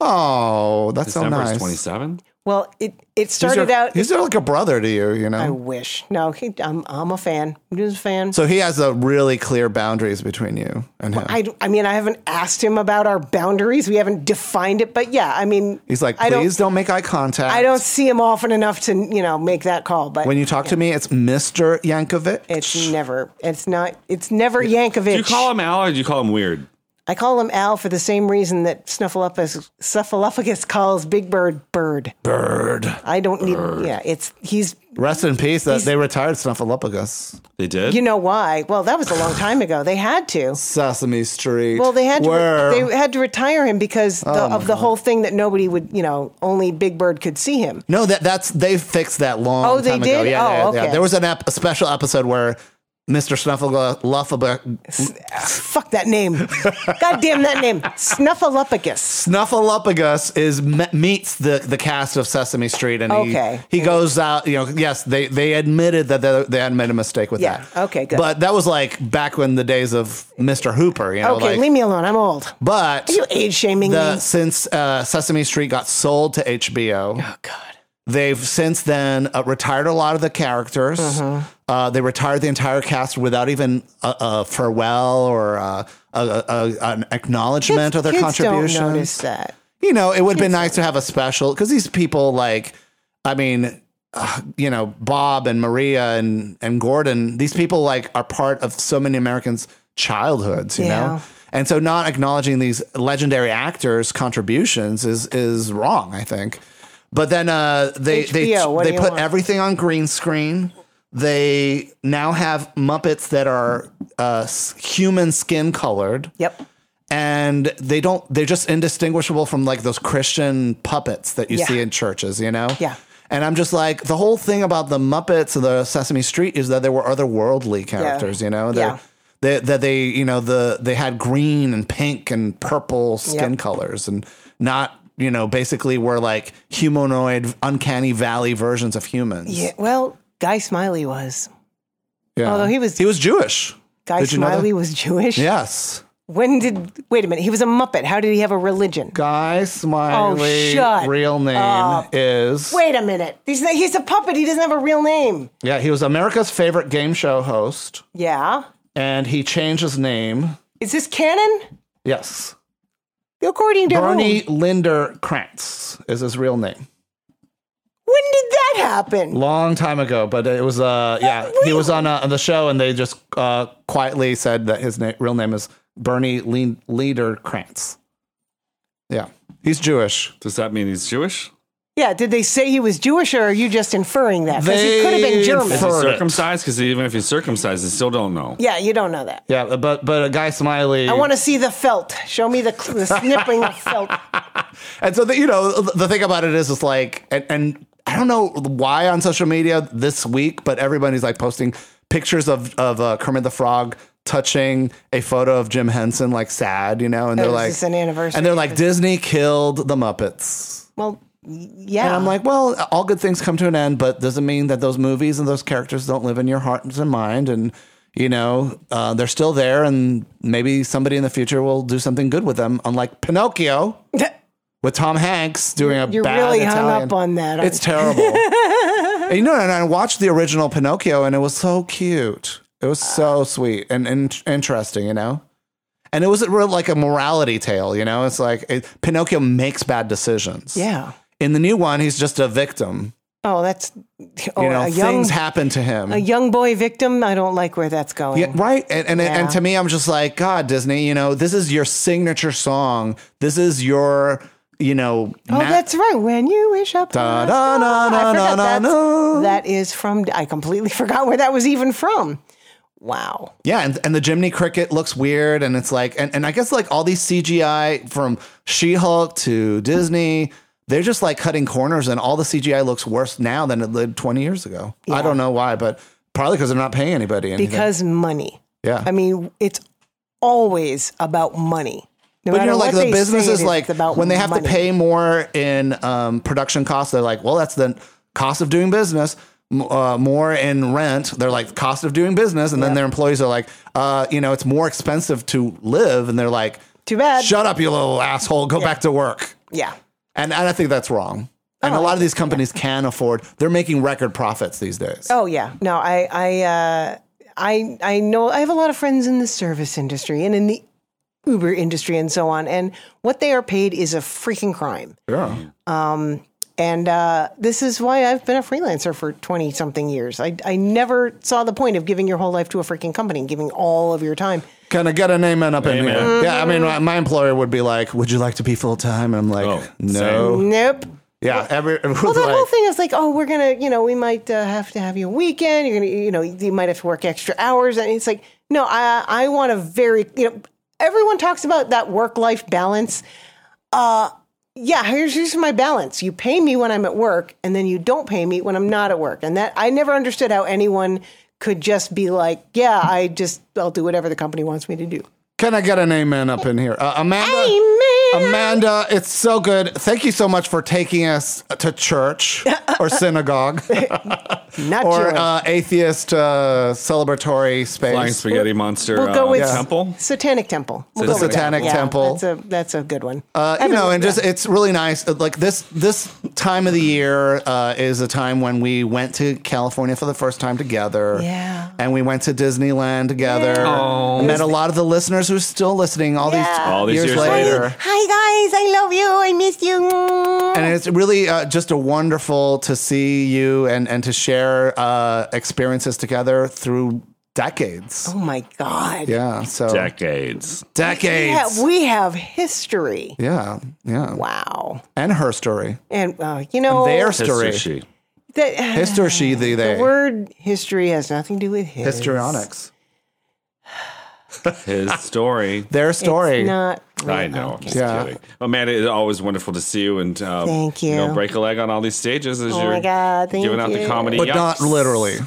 S1: Oh, that's so
S2: December
S1: nice.
S2: twenty seven.
S4: Well, it it
S1: He's
S4: started
S1: your-
S4: out.
S1: He's your like a brother to you, you
S4: I
S1: know?
S4: wish. No, he, I'm I'm a fan. I'm just a fan.
S1: so he has a really clear boundaries between you and him.
S4: I, I mean, I haven't asked him about our boundaries. We haven't defined it, but yeah, I mean,
S1: He's like,
S4: I
S1: please
S4: don't-
S1: don't, make eye contact.
S4: I don't see him often enough to you know make that call. But
S1: When you talk to me, it's Mr. Yankovic.
S4: it's never, it's not, it's never Yankovic.
S2: Do you call him Al or do you call him weird?
S4: I call him Al for the same reason that Snuffleupagus Snuffleupagus calls Big Bird Bird.
S1: bird.
S4: I don't need. Yeah, it's he's.
S1: Rest in peace. That they retired Snuffleupagus.
S2: They did.
S4: You know why? Well, that was a long time ago. They had to.
S1: Sesame Street.
S4: Well, they had to
S1: Where Oh
S4: they had to retire him because the, of the whole thing that nobody would, you know, only Big Bird could see him.
S1: no, that that's they fixed that long.
S4: Oh, they
S1: time Ago.
S4: did?
S1: Yeah,
S4: Oh,
S1: yeah,
S4: okay.
S1: yeah. There was an ep- a special episode where Mr. Snuffleupagus
S4: Fuck that name. God damn that name. Snuffleupagus.
S1: Snuffleupagus is me- meets the, the cast of Sesame Street, and
S4: Okay.
S1: he, he goes out. You know, yes, they they admitted that they, they had made a mistake with
S4: Yeah,
S1: that.
S4: okay, good.
S1: But that was like back when the days of Mr. Hooper. You know,
S4: Okay,
S1: like,
S4: leave me alone. I'm old.
S1: but
S4: Are you age shaming
S1: the
S4: me?
S1: since uh, Sesame Street got sold to HBO,
S4: Oh God.
S1: They've since then uh, retired a lot of the characters.
S4: Mm-hmm.
S1: Uh, they retired the entire cast without even a, a farewell or uh, a, a, a, an acknowledgement of their
S4: kids
S1: contributions
S4: Don't notice that.
S1: you know, it would have been nice to have a special because these people, like, I mean, uh, you know, Bob and Maria and and Gordon, these people like are part of so many Americans' childhoods, you
S4: Yeah.
S1: know. And so, not acknowledging these legendary actors' contributions is is wrong, I think. But then uh, they
S4: HBO, what
S1: they
S4: do
S1: they
S4: you
S1: put
S4: want?
S1: everything on green screen. They now have Muppets that are uh, s- human skin colored
S4: Yep.
S1: and they don't they're just indistinguishable from like those christian puppets that you
S4: Yeah.
S1: see in churches you know
S4: Yeah.
S1: and i'm just like the whole thing about the muppets and the sesame street is that there were otherworldly characters you know They're-
S4: Yeah.
S1: they, that they you know the they had green and pink and purple skin
S4: Yep.
S1: colors and not you know basically were like humanoid uncanny valley versions of humans
S4: Yeah. Well, Guy Smiley was.
S1: Yeah.
S4: although he was-
S1: he was jewish
S4: Guy
S1: Did you know that?
S4: Smiley was Jewish.
S1: yes
S4: When did? Wait a minute. He was a Muppet. How did he have a religion?
S1: guy smiley
S4: Oh, shut
S1: real name
S4: up.
S1: is
S4: Wait a minute. He's he's a puppet. He doesn't have a real name.
S1: Yeah, he was America's favorite game show host,
S4: Yeah.
S1: and he changed his name.
S4: Is this canon?
S1: Yes,
S4: According to
S1: Bernie
S4: whom?
S1: Linder Krantz is his real name.
S4: When did that happen?
S1: Long time ago, but it was uh yeah he was on, uh, on the show, and they just uh, quietly said that his na- real name is Bernie Le- Linder Krantz. Yeah, he's Jewish.
S2: Does that mean he's Jewish?
S4: Yeah. Did they say he was Jewish, or are you just inferring that? Because he could have been
S1: They
S4: German.
S2: Is he
S1: Heard it.
S2: circumcised? Because even if he's circumcised, they still don't know.
S4: yeah. You don't know that.
S1: Yeah, but but a guy Smiley.
S4: I want to see the felt. Show me the, the snipping of felt.
S1: And so, the, you know, the- the thing about it is, it's like, and, and I don't know why on social media this week, but everybody's like posting pictures of of uh, Kermit the Frog touching a photo of Jim Henson, like sad, you know, and they're
S4: this
S1: like,
S4: Oh, is an anniversary.
S1: and they're like, Disney killed the Muppets.
S4: Well, yeah.
S1: And I'm like, well, all good things come to an end, but doesn't mean that those movies and those characters don't live in your hearts and mind. And, you know, uh, they're still there, and maybe somebody in the future will do something good with them, unlike Pinocchio with Tom Hanks doing a
S4: You're
S1: bad
S4: really hung
S1: Italian.
S4: up on that, aren't
S1: It's terrible. And you know, and I watched the original Pinocchio, and it was so cute. It was
S4: Ah.
S1: so sweet and, and interesting, you know. And it was real like a morality tale, you know. It's like it, Pinocchio makes bad decisions.
S4: yeah.
S1: In the new one, he's just a victim.
S4: Oh, that's oh,
S1: You know,
S4: a young
S1: things happen to him.
S4: a young boy victim. I don't like where that's going.
S1: Yeah, right. And and,
S4: Yeah.
S1: and to me, I'm just like, God, Disney, you know, this is your signature song. This is your, you know,
S4: Oh,
S1: ma-
S4: that's right. When you wish up,
S1: Da, da, na, na, na, na, na.
S4: That is from. I completely forgot where that was even from. Wow.
S1: Yeah, and, and the Jiminy Cricket looks weird, and it's like, and, and I guess like all these CGI from She Hulk to Disney, they're just like cutting corners, and all the CGI looks worse now than it did 20 years ago. I don't know why, but probably because they're not paying anybody anything.
S4: Because money.
S1: yeah.
S4: I mean, it's always about money.
S1: but
S4: No
S1: you
S4: matter
S1: know, like
S4: what
S1: the
S4: they say it
S1: businesses,
S4: is,
S1: like
S4: it's about
S1: when they have
S4: money.
S1: to pay more in um, production costs, they're like, well, that's the cost of doing business. M- Uh, more in rent, they're like cost of doing business, and then their employees are like, uh, you know, it's more expensive to live, and they're like,
S4: Too bad.
S1: Shut up, you little asshole. Go back to work.
S4: Yeah.
S1: And, and I think that's wrong. And
S4: Oh,
S1: a lot of these companies can afford, they're making record profits these days.
S4: Oh yeah. No, I I uh, I I know I have a lot of friends in the service industry and in the Uber industry and so on, and what they are paid is a freaking crime.
S1: Yeah.
S4: And uh, this is why I've been a freelancer for 20 something years. I, I never saw the point of giving your whole life to a freaking company and giving all of your time.
S1: Can I get an amen up in
S2: Amen.
S1: here? Yeah, I mean,
S4: Mm-hmm.
S1: my, my employer would be like, Would you like to be full time? And I'm like,
S2: Oh,
S1: No.
S4: Nope.
S1: Yeah. Every, everyone's
S4: Well, the
S1: like,
S4: whole thing is like, oh, we're going to, you know, we might uh, have to have you a weekend. You're going to, you know, you might have to work extra hours. And it's like, no, I, I want a very, you know, everyone talks about that work life balance. Uh, yeah, here's, here's my balance. You pay me when I'm at work, and then you don't pay me when I'm not at work. And that I never understood how anyone could just be like, yeah, I just, I'll do whatever the company wants me to do.
S1: Can I get an amen up in here? Uh, Amanda.
S4: Amen.
S1: Amanda, it's so good. Thank you so much for taking us to church or synagogue.
S4: Not
S1: or
S4: Jewish.
S1: uh, atheist uh, celebratory space.
S2: Flying spaghetti monster
S4: we'll go
S2: uh,
S4: with
S2: temple.
S4: Satanic Temple. We'll
S2: The
S4: go with that.
S1: Satanic
S4: Yeah,
S1: Temple.
S4: That's a that's a good one.
S1: Uh, you
S4: Every-
S1: know, and
S4: yeah.
S1: just it's really nice. Uh, Like this, this time of the year uh, is a time when we went to California for the first time together.
S4: Yeah.
S1: and we went to Disneyland together.
S4: Yeah.
S1: Met a lot of the listeners who are still listening all these
S4: Yeah.
S2: All these
S1: years,
S2: years
S1: later.
S2: later.
S4: Hi guys, I love you. I miss you.
S1: And it's really uh, just a wonderful to see you and and to share uh, experiences together through decades.
S4: Oh my god.
S1: Yeah, so
S2: Decades.
S1: decades.
S4: Yeah, we have history.
S1: yeah, yeah,
S4: Wow.
S1: and her story,
S4: And uh, you know
S1: their
S2: History.
S1: story,
S2: She.
S4: that-
S1: history, she, the, they,
S4: the word history has nothing to do with his.
S1: histrionics.
S2: His story.
S1: Their story.
S4: It's not real.
S2: I know. I'm just
S1: Yeah.
S2: kidding. Amanda, it's always wonderful to see you and uh,
S4: Thank
S2: You know,
S4: you.
S2: break a leg on all these stages as
S4: Oh
S2: you're
S4: my God, thank
S2: giving out the
S4: you.
S2: comedy.
S1: but not
S2: yucks.
S1: literally.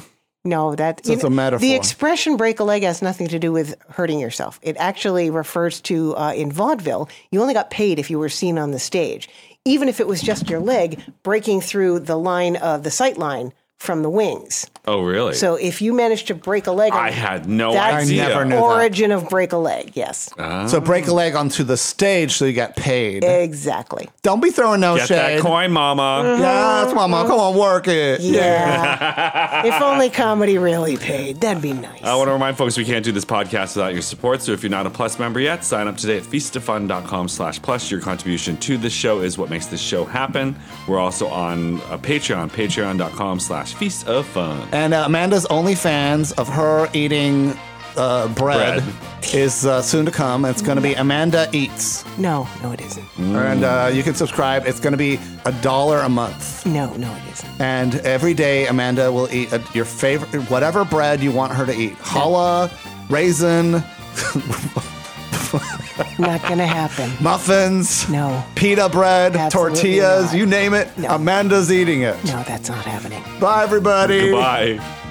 S4: No, that
S1: So it's a metaphor.
S4: The expression "break a leg" has nothing to do with hurting yourself. It actually refers to uh, in vaudeville, you only got paid if you were seen on the stage, even if it was just your leg breaking through the line of the sight line from the wings.
S2: Oh, really?
S4: So if you managed to break a leg, on-
S2: I had no
S4: that's
S2: idea.
S1: I never
S4: the
S1: knew that.
S4: origin of break a leg. Yes,
S2: Ah.
S1: So break a leg onto the stage so you get paid.
S4: exactly.
S1: Don't be throwing no
S2: Get
S1: shade.
S2: that coin,
S4: Mm-hmm.
S2: mama.
S1: Yes, mama, come on, work it.
S4: Yeah. if only comedy really paid, that'd be nice.
S2: I want to remind folks we can't do this podcast without your support. So if you're not a Plus member yet, sign up today at feastofun.com slash plus. Your contribution to this show is what makes this show happen. We're also on uh Patreon, patreon.com slash feast of fun.
S1: And uh, Amanda's only fans of her eating uh, bread,
S2: Bread.
S1: is uh, soon to come. It's going to be Amanda Eats.
S4: no, no, it isn't.
S1: And uh, you can subscribe. It's going to be a dollar a month.
S4: No, no, it isn't.
S1: And every day, Amanda will eat a, your favorite, whatever bread you want her to eat. Challah, raisin,
S4: Not gonna happen.
S1: muffins.
S4: No.
S1: Pita bread,
S4: Absolutely
S1: tortillas,
S4: not.
S1: you name it.
S4: No.
S1: Amanda's eating it.
S4: No, that's not happening.
S1: Bye, everybody.
S2: Goodbye.